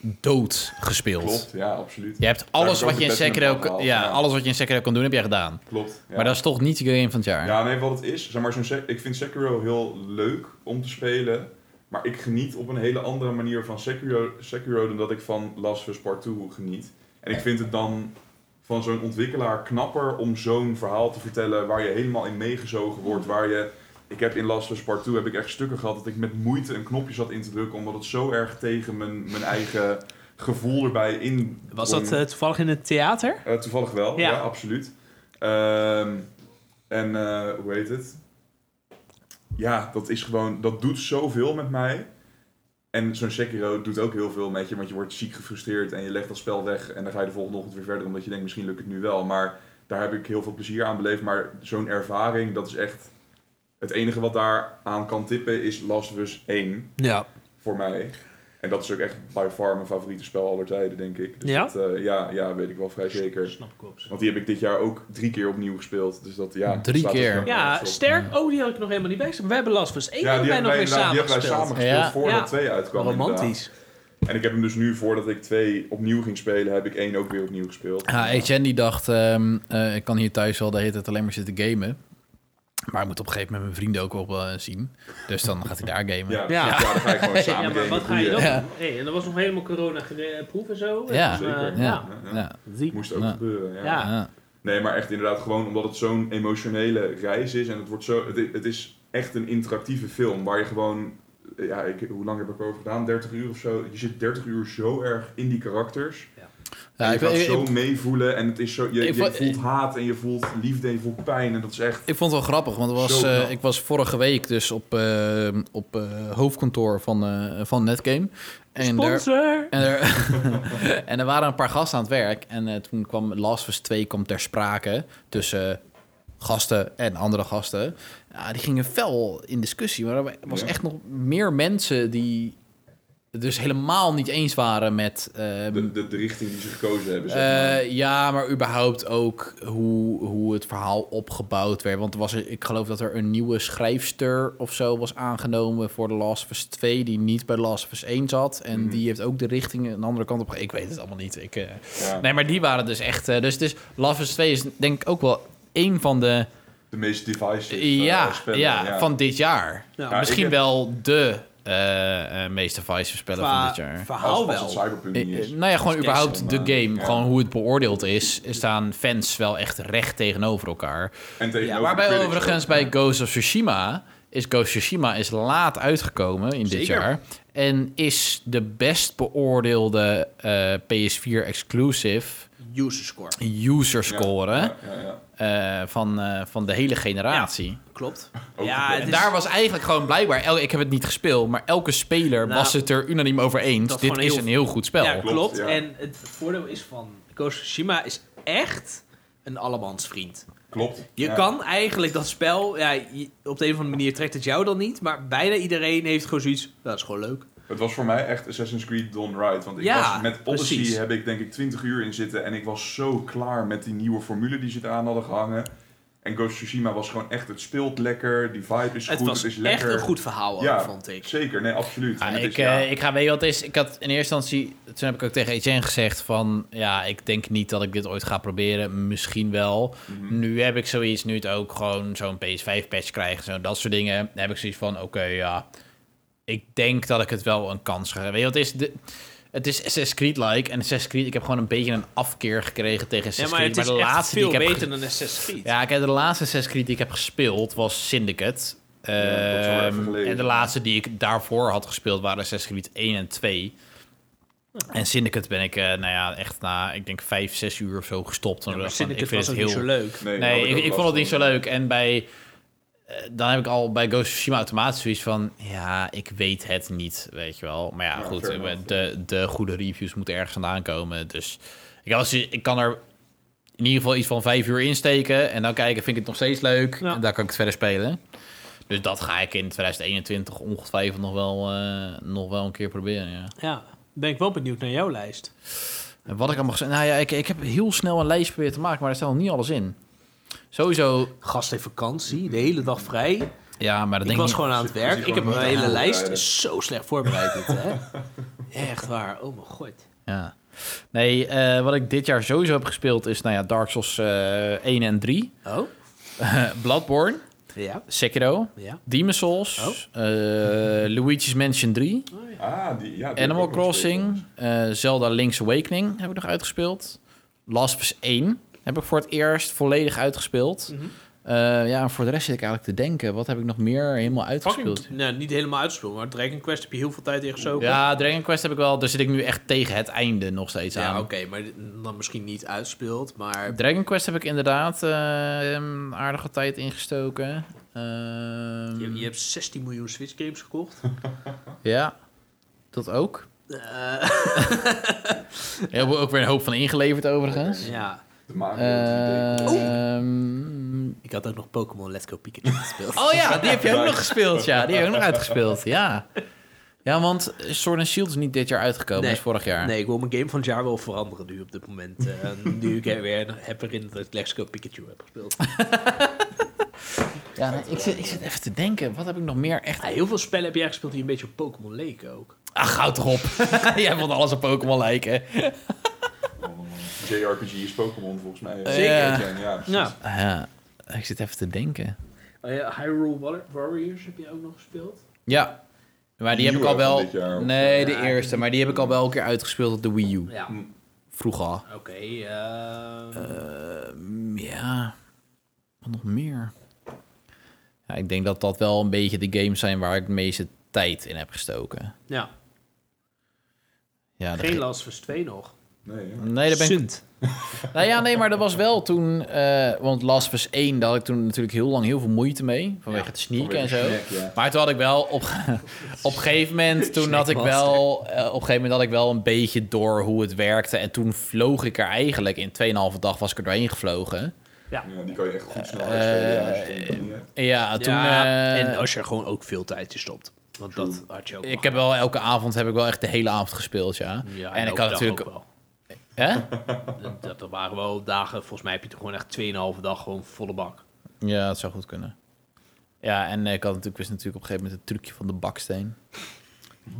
[SPEAKER 2] dood gespeeld.
[SPEAKER 1] Klopt, ja, absoluut.
[SPEAKER 2] Je hebt
[SPEAKER 1] Daar
[SPEAKER 2] alles
[SPEAKER 1] heb ik
[SPEAKER 2] wat
[SPEAKER 1] ook
[SPEAKER 2] je in
[SPEAKER 1] het best
[SPEAKER 2] Sekiro,
[SPEAKER 1] mee
[SPEAKER 2] ja,
[SPEAKER 1] opgehaald, ja.
[SPEAKER 2] alles wat je in Sekiro kon doen, heb je gedaan.
[SPEAKER 1] Klopt. ja.
[SPEAKER 2] Maar dat is toch niet de game van het jaar.
[SPEAKER 1] Ja, nee, wat het is, zeg maar, zo'n Sek- ik vind Sekiro heel leuk om te spelen. Maar ik geniet op een hele andere manier van Sekiro, Sekiro dan dat ik van Last of Us Part 2 geniet. En ik vind het dan van zo'n ontwikkelaar knapper om zo'n verhaal te vertellen waar je helemaal in meegezogen wordt. Waar je, ik heb in Last of Us Part 2 heb ik echt stukken gehad dat ik met moeite een knopje zat in te drukken. Omdat het zo erg tegen mijn, mijn eigen gevoel erbij in
[SPEAKER 3] Was
[SPEAKER 1] drong.
[SPEAKER 3] dat eh, toevallig in het theater?
[SPEAKER 1] Eh, toevallig wel,
[SPEAKER 3] Ja.
[SPEAKER 1] ja, absoluut. Ehm, en eh, hoe heet het? Ja, dat is gewoon, dat doet zoveel met mij. En zo'n Sekiro doet ook heel veel met je, want je wordt ziek gefrustreerd en je legt dat spel weg en dan ga je de volgende ochtend weer verder, omdat je denkt misschien lukt het nu wel. Maar daar heb ik heel veel plezier aan beleefd. Maar zo'n ervaring, dat is echt het enige wat daar aan kan tippen is Last of Us 1
[SPEAKER 3] Ja.
[SPEAKER 1] voor mij. En dat is ook echt by far mijn favoriete spel aller tijden, denk ik. Dus
[SPEAKER 3] Ja?
[SPEAKER 1] Dat, eh, ja, ja, weet ik wel vrij zeker.
[SPEAKER 3] Snap ik op zich.
[SPEAKER 1] Want die heb ik dit jaar ook drie keer opnieuw gespeeld. Dus dat, ja,
[SPEAKER 2] Drie
[SPEAKER 1] staat dus
[SPEAKER 2] keer?
[SPEAKER 1] dan
[SPEAKER 3] Ja,
[SPEAKER 1] op.
[SPEAKER 3] sterk. Oh, die had ik nog helemaal niet bij. staan. We hebben Last van 1
[SPEAKER 1] Ja, die
[SPEAKER 3] hebben wij
[SPEAKER 1] hebben
[SPEAKER 3] nog
[SPEAKER 1] wij,
[SPEAKER 3] weer
[SPEAKER 1] inderdaad- die
[SPEAKER 3] samen
[SPEAKER 1] hebben wij samen
[SPEAKER 3] gespeeld.
[SPEAKER 1] gespeeld
[SPEAKER 2] Ja.
[SPEAKER 1] voordat
[SPEAKER 3] Ja.
[SPEAKER 1] twee uitkwam.
[SPEAKER 3] Romantisch.
[SPEAKER 1] En ik heb hem dus nu, voordat ik twee opnieuw ging spelen, heb ik één ook weer opnieuw gespeeld.
[SPEAKER 2] Ja, HN Ah, die dacht, ehm, eh, ik kan hier thuis wel de hele tijd alleen maar zitten gamen. Maar ik moet op een gegeven moment mijn vrienden ook wel eh, zien. Dus dan gaat hij daar gamen.
[SPEAKER 1] Ja,
[SPEAKER 2] Ja,
[SPEAKER 1] ja. ja dan ga ik gewoon samen
[SPEAKER 3] Ja, maar wat
[SPEAKER 1] gamen.
[SPEAKER 3] ga je dan?
[SPEAKER 1] Goeie.
[SPEAKER 2] Ja.
[SPEAKER 3] Hey, en dat was nog helemaal corona-proef en zo.
[SPEAKER 2] Ja.
[SPEAKER 3] En, eh,
[SPEAKER 1] Zeker.
[SPEAKER 3] ja.
[SPEAKER 1] Ja, ja.
[SPEAKER 2] ja.
[SPEAKER 3] Ziek.
[SPEAKER 1] Moest ook
[SPEAKER 2] Ja.
[SPEAKER 1] gebeuren, ja.
[SPEAKER 3] Ja.
[SPEAKER 2] ja.
[SPEAKER 1] Nee, maar echt inderdaad gewoon omdat het zo'n emotionele reis is. En het, wordt zo, het, i- het is echt een interactieve film waar je gewoon... Ja, ik, hoe lang heb ik erover gedaan? 30 uur of zo. Je zit 30 uur zo erg in die karakters. en je
[SPEAKER 2] ik,
[SPEAKER 1] gaat
[SPEAKER 2] ik-
[SPEAKER 1] zo meevoelen en het is zo, je,
[SPEAKER 2] Ik
[SPEAKER 1] je
[SPEAKER 2] vo-
[SPEAKER 1] voelt haat en je voelt liefde en je voelt pijn. En dat is echt...
[SPEAKER 2] Ik vond het wel grappig, want er was,
[SPEAKER 1] Zo knap.
[SPEAKER 2] eh, ik was vorige week dus op, eh, op eh, hoofdkantoor van, eh, van Netgame. En daar,
[SPEAKER 4] Sponsor!
[SPEAKER 2] en, er, en er waren een paar gasten aan het werk. En eh, toen kwam Last of Us 2 kwam ter sprake tussen gasten en andere gasten. Ja, die gingen fel in discussie, maar er was
[SPEAKER 1] Ja.
[SPEAKER 2] echt nog meer mensen die het dus helemaal niet eens waren met... ehm,
[SPEAKER 1] De, de, de richting die ze gekozen hebben, zeg maar.
[SPEAKER 2] eh, ja, maar überhaupt ook hoe, hoe het verhaal opgebouwd werd. Want er was, er- ik geloof dat er een nieuwe schrijfster of zo was aangenomen voor The Last of Us 2, die niet bij The Last of Us 1 zat. En
[SPEAKER 1] Mhm.
[SPEAKER 2] die heeft ook de richting een andere kant op. ge- Ik weet het allemaal niet. Ik, eh,
[SPEAKER 1] ja,
[SPEAKER 2] Nee, maar die waren dus echt. eh, dus, dus Last of Us 2 is denk ik ook wel een van de.
[SPEAKER 1] De meest devices eh,
[SPEAKER 2] ja,
[SPEAKER 1] spellen,
[SPEAKER 2] ja, van dit jaar.
[SPEAKER 3] Ja,
[SPEAKER 1] Ja,
[SPEAKER 2] Misschien
[SPEAKER 1] ik heb-
[SPEAKER 2] wel de eh eh meeste vice spellen van
[SPEAKER 4] Qua
[SPEAKER 2] dit jaar.
[SPEAKER 1] Als,
[SPEAKER 4] verhaal
[SPEAKER 1] als het
[SPEAKER 4] wel.
[SPEAKER 1] cyberpunk
[SPEAKER 2] Eh,
[SPEAKER 1] niet is.
[SPEAKER 2] eh, Nou ja, gewoon überhaupt de
[SPEAKER 1] maar-
[SPEAKER 2] game.
[SPEAKER 1] ja.
[SPEAKER 2] Gewoon hoe het beoordeeld is. Staan fans wel echt recht tegenover elkaar.
[SPEAKER 1] En tegenover de
[SPEAKER 2] Waarbij
[SPEAKER 1] critics ook.
[SPEAKER 2] overigens bij Ghost of Tsushima... is Ghost of Tsushima is laat uitgekomen in dit
[SPEAKER 4] Zeker.
[SPEAKER 2] jaar. En is de best beoordeelde eh, PS4-exclusive
[SPEAKER 4] User score.
[SPEAKER 2] user score...
[SPEAKER 1] Ja, ja, ja.
[SPEAKER 2] eh, van, eh, van de hele generatie.
[SPEAKER 4] Klopt.
[SPEAKER 1] Ook
[SPEAKER 4] ja,
[SPEAKER 1] de-
[SPEAKER 4] het
[SPEAKER 2] En
[SPEAKER 4] is,
[SPEAKER 2] daar was eigenlijk gewoon blijkbaar... el- ik heb het niet gespeeld, maar elke speler
[SPEAKER 4] Nou,
[SPEAKER 2] was het er unaniem over eens.
[SPEAKER 4] dat
[SPEAKER 2] Dit
[SPEAKER 4] gewoon
[SPEAKER 2] is
[SPEAKER 4] heel-
[SPEAKER 2] een heel goed spel.
[SPEAKER 4] ja, klopt.
[SPEAKER 1] Klopt, ja.
[SPEAKER 4] En het voordeel is van Ghost of Tsushima is echt een allemansvriend.
[SPEAKER 1] Klopt.
[SPEAKER 4] Je
[SPEAKER 1] ja.
[SPEAKER 4] kan eigenlijk dat spel, ja, je- op de een of andere manier trekt het jou dan niet, maar bijna iedereen heeft gewoon zoiets, "Nou, dat is gewoon leuk.
[SPEAKER 1] Het was voor mij echt Assassin's Creed Dawn Right. Want ik
[SPEAKER 4] Ja,
[SPEAKER 1] was, met Odyssey
[SPEAKER 4] precies.
[SPEAKER 1] heb ik denk ik 20 uur in zitten. En ik was zo klaar met die nieuwe formule die ze eraan hadden gehangen. En Ghost of Tsushima was gewoon echt, het speelt lekker. Die vibe is
[SPEAKER 4] het
[SPEAKER 1] goed,
[SPEAKER 4] was
[SPEAKER 1] het is
[SPEAKER 4] echt
[SPEAKER 1] lekker.
[SPEAKER 4] een goed verhaal, ook,
[SPEAKER 1] Ja.
[SPEAKER 4] vond ik.
[SPEAKER 1] Zeker, nee, absoluut.
[SPEAKER 2] Ja,
[SPEAKER 1] En het
[SPEAKER 2] ik,
[SPEAKER 1] is- ja,
[SPEAKER 2] eh, ik ga weet je wat het is. Ik had in eerste instantie, toen heb ik ook tegen Etienne gezegd van, ja, ik denk niet dat ik dit ooit ga proberen. Misschien wel.
[SPEAKER 4] Mhm.
[SPEAKER 2] Nu heb ik zoiets, nu het ook gewoon zo'n PS5 patch krijgt, zo dat soort dingen. Dan heb ik zoiets van, oké, ja, ik denk dat ik het wel een kans ga. Weet je wat het is? De, het is Assassin's Creed-like en Assassin's Creed, ik heb gewoon een beetje een afkeer gekregen tegen
[SPEAKER 4] Ja,
[SPEAKER 2] Assassin's
[SPEAKER 4] maar
[SPEAKER 2] Creed.
[SPEAKER 4] het is
[SPEAKER 2] de
[SPEAKER 4] echt
[SPEAKER 2] laatste die
[SPEAKER 4] veel
[SPEAKER 2] ik heb
[SPEAKER 4] beter dan Assassin's Creed.
[SPEAKER 2] ja, ik heb de laatste Assassin's Creed die ik heb gespeeld was Syndicate.
[SPEAKER 1] Ja, dat is al even
[SPEAKER 2] Ehm,
[SPEAKER 1] geleden.
[SPEAKER 2] en de laatste die ik daarvoor had gespeeld waren Assassin's Creed 1 en 2. En Syndicate ben ik, eh, nou ja, echt na, ik denk, vijf, zes uur of zo gestopt.
[SPEAKER 4] Ja,
[SPEAKER 2] En
[SPEAKER 4] maar
[SPEAKER 2] dacht van,
[SPEAKER 4] Syndicate was ook niet zo leuk.
[SPEAKER 1] nee, daar had
[SPEAKER 2] Nee,
[SPEAKER 1] ook
[SPEAKER 2] ik, ik
[SPEAKER 1] last
[SPEAKER 2] vond het niet
[SPEAKER 1] van.
[SPEAKER 2] zo leuk. En bij, eh, dan heb ik al bij Ghost of Tsushima automatisch zoiets van, ja, ik weet het niet, weet je wel. Maar ja,
[SPEAKER 1] Ja,
[SPEAKER 2] goed,
[SPEAKER 1] fair
[SPEAKER 2] eh,
[SPEAKER 1] enough.
[SPEAKER 2] de, de goede reviews moeten ergens vandaan komen. Dus ik, had zoiets- ik kan er in ieder geval iets van vijf uur insteken. En dan kijken, vind ik het nog steeds leuk.
[SPEAKER 4] Ja.
[SPEAKER 2] En daar kan ik het verder spelen. Dus dat ga ik in 2021 ongetwijfeld nog wel, eh, nog wel een keer proberen, ja.
[SPEAKER 4] Ja, ben ik wel benieuwd naar jouw lijst.
[SPEAKER 2] En wat ik allemaal gezegd... Nou ja, ik, ik heb heel snel een lijst proberen te maken, maar er staat nog niet alles in. Sowieso...
[SPEAKER 4] Gast heeft vakantie, de hele dag vrij.
[SPEAKER 2] Ja, maar dat
[SPEAKER 4] ik
[SPEAKER 2] denk
[SPEAKER 4] was
[SPEAKER 2] ik...
[SPEAKER 4] gewoon aan het
[SPEAKER 1] Dus je
[SPEAKER 4] werk, ik
[SPEAKER 1] gewoon
[SPEAKER 4] heb
[SPEAKER 1] niet
[SPEAKER 4] mijn
[SPEAKER 1] aan
[SPEAKER 4] hele
[SPEAKER 1] het
[SPEAKER 4] lijst
[SPEAKER 1] voorbereiden.
[SPEAKER 4] zo slecht voorbereid. dit, hè? Echt waar, oh mijn god.
[SPEAKER 2] Ja. Nee, eh, wat ik dit jaar sowieso heb gespeeld is nou ja, Dark Souls eh 1 en 3.
[SPEAKER 4] Oh?
[SPEAKER 2] Bloodborne,
[SPEAKER 4] Ja,
[SPEAKER 2] Sekiro,
[SPEAKER 4] ja.
[SPEAKER 2] Demon Souls,
[SPEAKER 4] Oh.
[SPEAKER 2] eh, Luigi's Mansion 3,
[SPEAKER 1] Ah, die, ja, die heb
[SPEAKER 2] Animal
[SPEAKER 1] ik ook nog gespeeld.
[SPEAKER 2] Crossing, eh, Zelda Link's Awakening heb ik nog uitgespeeld. Last of Us 1 heb ik voor het eerst volledig uitgespeeld.
[SPEAKER 4] Mhm.
[SPEAKER 2] Eh, ja, en voor de rest zit ik eigenlijk te denken, wat heb ik nog meer helemaal uitgespeeld?
[SPEAKER 4] Fucking, nee, niet helemaal uitgespeeld, maar Dragon Quest heb je heel veel tijd in gezogen.
[SPEAKER 2] Ja, Dragon Quest heb ik wel, daar zit ik nu echt tegen het einde nog steeds
[SPEAKER 4] Ja,
[SPEAKER 2] aan.
[SPEAKER 4] oké, maar dan misschien niet uitspeelt, maar...
[SPEAKER 2] Dragon Quest heb ik inderdaad eh, een aardige tijd ingestoken. Ehm,
[SPEAKER 4] Je, je hebt 16 miljoen Switch games gekocht.
[SPEAKER 2] Ja, dat ook.
[SPEAKER 4] Eh,
[SPEAKER 2] Ik heb ook weer een hoop van ingeleverd overigens.
[SPEAKER 4] ja.
[SPEAKER 1] De Mario
[SPEAKER 2] eh,
[SPEAKER 1] 3D.
[SPEAKER 2] Ehm,
[SPEAKER 4] Ik had ook nog Pokémon Let's Go Pikachu gespeeld.
[SPEAKER 2] oh ja, die heb je ook nog gespeeld. Ja, die heb je ook nog uitgespeeld. Ja, ja want Sword and Shield is niet dit jaar uitgekomen,
[SPEAKER 4] Nee.
[SPEAKER 2] is vorig jaar.
[SPEAKER 4] Nee, ik wil mijn game van het jaar wel veranderen nu op dit moment. Eh, nu ik er weer heb herinnerd dat ik Let's Go Pikachu heb gespeeld.
[SPEAKER 2] Ja, nee, ik, zit, ik zit even te denken, wat heb ik nog meer echt...
[SPEAKER 4] Ah, heel veel spellen heb jij gespeeld die een beetje op Pokémon leken ook.
[SPEAKER 2] Ach, houd toch op. Jij vond alles op Pokémon lijken.
[SPEAKER 1] JRPG is Pokémon volgens mij.
[SPEAKER 2] Ja.
[SPEAKER 1] Zijn, ja, precies.
[SPEAKER 3] Ja.
[SPEAKER 2] Eh, Ja, ik zit even te denken.
[SPEAKER 3] Oh ja, Hyrule Warri- Warriors heb je ook nog gespeeld.
[SPEAKER 2] Ja, maar die heb ik
[SPEAKER 1] Nieuwe
[SPEAKER 2] al wel...
[SPEAKER 1] van dit jaar, of-
[SPEAKER 2] nee, de
[SPEAKER 3] Ja.
[SPEAKER 2] eerste. Maar die heb ik al wel een keer uitgespeeld op de Wii U.
[SPEAKER 3] Ja,
[SPEAKER 1] Hm.
[SPEAKER 2] Vroeger.
[SPEAKER 3] oké. ehm,
[SPEAKER 2] Ehm, ja, wat nog meer? Ja, ik denk dat dat wel een beetje de games zijn waar ik de meeste tijd in heb gestoken.
[SPEAKER 3] ja,
[SPEAKER 2] Ja, de
[SPEAKER 3] geen
[SPEAKER 2] ge-
[SPEAKER 3] Last of Us 2 nog.
[SPEAKER 1] Nee, ja.
[SPEAKER 2] Nee, daar ben ik...
[SPEAKER 4] Sunt.
[SPEAKER 2] Nou ja, nee, maar dat was wel toen... eh, want Last of Us 1, daar had ik toen natuurlijk heel lang heel veel moeite mee. Vanwege het sneaken en zo.
[SPEAKER 1] Vanwege de snack, ja.
[SPEAKER 2] Maar toen had ik wel op, op een gegeven moment, toen had ik wel, eh, op een gegeven moment had ik wel een beetje door hoe het werkte. En toen vloog ik er eigenlijk in 2,5 dag was ik er doorheen gevlogen.
[SPEAKER 1] Ja, die kan je echt
[SPEAKER 2] Eh,
[SPEAKER 1] goed snel uitspelen. ja, als je het niet hebt.
[SPEAKER 2] En Ja, toen.
[SPEAKER 3] ja,
[SPEAKER 2] eh,
[SPEAKER 3] en als je er gewoon ook veel tijd in stopt. Want dat had je ook
[SPEAKER 2] ik heb wel elke avond heb ik wel echt de hele avond gespeeld, ja.
[SPEAKER 3] Ja,
[SPEAKER 2] en ik
[SPEAKER 3] ook
[SPEAKER 2] had
[SPEAKER 3] dag
[SPEAKER 2] natuurlijk.
[SPEAKER 3] ook wel.
[SPEAKER 2] Hè?
[SPEAKER 3] Dat- Dat, dat waren wel dagen, volgens mij heb je toch gewoon echt 2,5 dag gewoon volle bak.
[SPEAKER 2] Ja, dat zou goed kunnen. Ja, en eh, ik had natuurlijk, wist natuurlijk op een gegeven moment het trucje van de baksteen.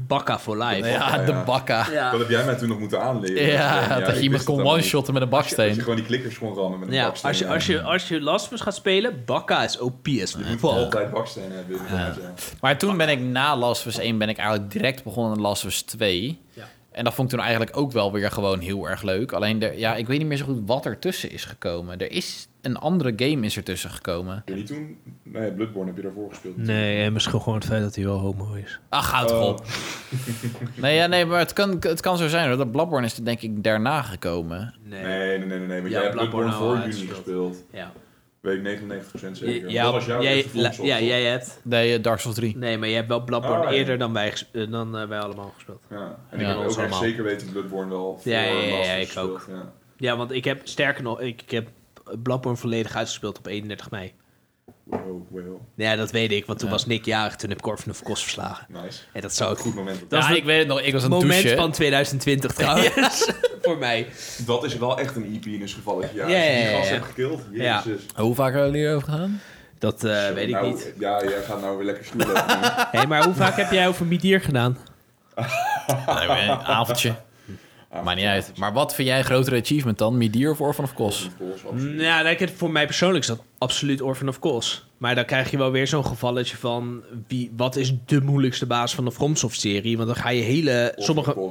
[SPEAKER 3] Bakka for life.
[SPEAKER 2] ja, de
[SPEAKER 1] ja.
[SPEAKER 2] bakka. Ja,
[SPEAKER 1] Dat heb jij mij toen nog moeten aanleren. ik
[SPEAKER 2] dat je
[SPEAKER 1] wist
[SPEAKER 2] iemand
[SPEAKER 1] het
[SPEAKER 2] kon
[SPEAKER 1] allemaal niet.
[SPEAKER 2] one-shotten met een
[SPEAKER 1] Dat je
[SPEAKER 2] baksteen.
[SPEAKER 1] gewoon die klikkers kon rammen met een
[SPEAKER 3] Ja,
[SPEAKER 1] baksteen.
[SPEAKER 3] als je,
[SPEAKER 1] ja.
[SPEAKER 3] als je, als je Last of Us gaat spelen, Bakka is OP as
[SPEAKER 1] Je moet altijd bakstenen hebben. inderdaad, ja.
[SPEAKER 2] Maar toen ben ik na Last of Us 1 ben ik eigenlijk direct begonnen aan Last of Us 2.
[SPEAKER 3] Ja.
[SPEAKER 2] En dat vond ik toen eigenlijk ook wel weer gewoon heel erg leuk. Alleen, er, ja, ik weet niet meer zo goed wat er tussen is gekomen. Er is een andere game is ertussen gekomen.
[SPEAKER 1] Heb je niet toen? Nee, Bloodborne heb je daarvoor gespeeld.
[SPEAKER 4] Nee, en misschien gewoon het feit dat hij wel homo is.
[SPEAKER 2] Ach, houd toch
[SPEAKER 1] Oh.
[SPEAKER 2] op. Nee, ja, nee, maar het kan, het kan zo zijn. hoor. Dat Bloodborne is er denk ik daarna gekomen.
[SPEAKER 3] Nee.
[SPEAKER 1] Nee, nee, nee, nee. nee, want
[SPEAKER 3] Ja,
[SPEAKER 1] jij hebt
[SPEAKER 3] Bloodborne
[SPEAKER 1] Bloodborne
[SPEAKER 3] al
[SPEAKER 1] voor juni
[SPEAKER 3] uitgespeeld.
[SPEAKER 1] gespeeld.
[SPEAKER 3] Ja.
[SPEAKER 1] Weet ik 99% zeker.
[SPEAKER 3] Ja,
[SPEAKER 1] dat was jouw
[SPEAKER 3] jij,
[SPEAKER 1] eerste
[SPEAKER 3] la-
[SPEAKER 1] Fromsoft,
[SPEAKER 3] ja,
[SPEAKER 1] toch?
[SPEAKER 3] jij hebt...
[SPEAKER 2] Nee, eh, Dark Souls 3.
[SPEAKER 3] Nee, maar jij hebt wel Bloodborne
[SPEAKER 1] Oh, ja.
[SPEAKER 3] eerder dan wij, ges- eh, dan, eh, wij allemaal gespeeld.
[SPEAKER 1] Ja, en
[SPEAKER 2] Ja,
[SPEAKER 1] ik heb
[SPEAKER 3] ons
[SPEAKER 1] ook echt
[SPEAKER 3] allemaal.
[SPEAKER 1] zeker weten Bloodborne wel voor
[SPEAKER 3] Ja, ja, ja,
[SPEAKER 1] Last
[SPEAKER 3] ja,
[SPEAKER 1] of Us
[SPEAKER 3] ik
[SPEAKER 1] gespeeld,
[SPEAKER 3] ook.
[SPEAKER 1] Ja.
[SPEAKER 3] Ja, want ik heb, sterker nog, ik, ik heb Bloodborne volledig uitgespeeld op 31 mei.
[SPEAKER 1] Wow, wow.
[SPEAKER 3] Ja, dat weet ik, want toen was Nick jarig, toen heb ik Orphan of Kost verslagen.
[SPEAKER 1] Nice.
[SPEAKER 3] En dat zou ik
[SPEAKER 1] Goed moment. ook.
[SPEAKER 3] Dat
[SPEAKER 2] ja,
[SPEAKER 3] is het
[SPEAKER 2] Ah, ik weet het nog. Ik was aan het
[SPEAKER 3] Moment
[SPEAKER 2] douchen.
[SPEAKER 3] van 2020 trouwens, voor mij.
[SPEAKER 1] Dat is wel echt een EP in ons geval. Ja, als
[SPEAKER 3] Ja,
[SPEAKER 1] je
[SPEAKER 3] ja,
[SPEAKER 1] die
[SPEAKER 3] ja,
[SPEAKER 1] gast
[SPEAKER 3] ja.
[SPEAKER 1] hebt gekild.
[SPEAKER 3] Ja.
[SPEAKER 1] Jezus.
[SPEAKER 2] Hoe vaak hebben jullie over gegaan?
[SPEAKER 3] Dat eh, weet ik
[SPEAKER 1] Nou,
[SPEAKER 3] niet.
[SPEAKER 1] Ja, jij gaat nou weer lekker stoelen.
[SPEAKER 3] Hé, maar hoe vaak heb jij over Midir gedaan?
[SPEAKER 2] Nee, maar een avondje. Maakt niet uit. Maar wat vind jij een grotere achievement dan? Midir of Orphan of Kos?
[SPEAKER 3] Nou, dat ik het voor mij persoonlijk is dat absoluut Orphan of Course. Maar dan krijg je wel weer zo'n gevalletje van... Wie, wat is de moeilijkste baas van de FromSoft-serie? Want dan ga je hele... sommige,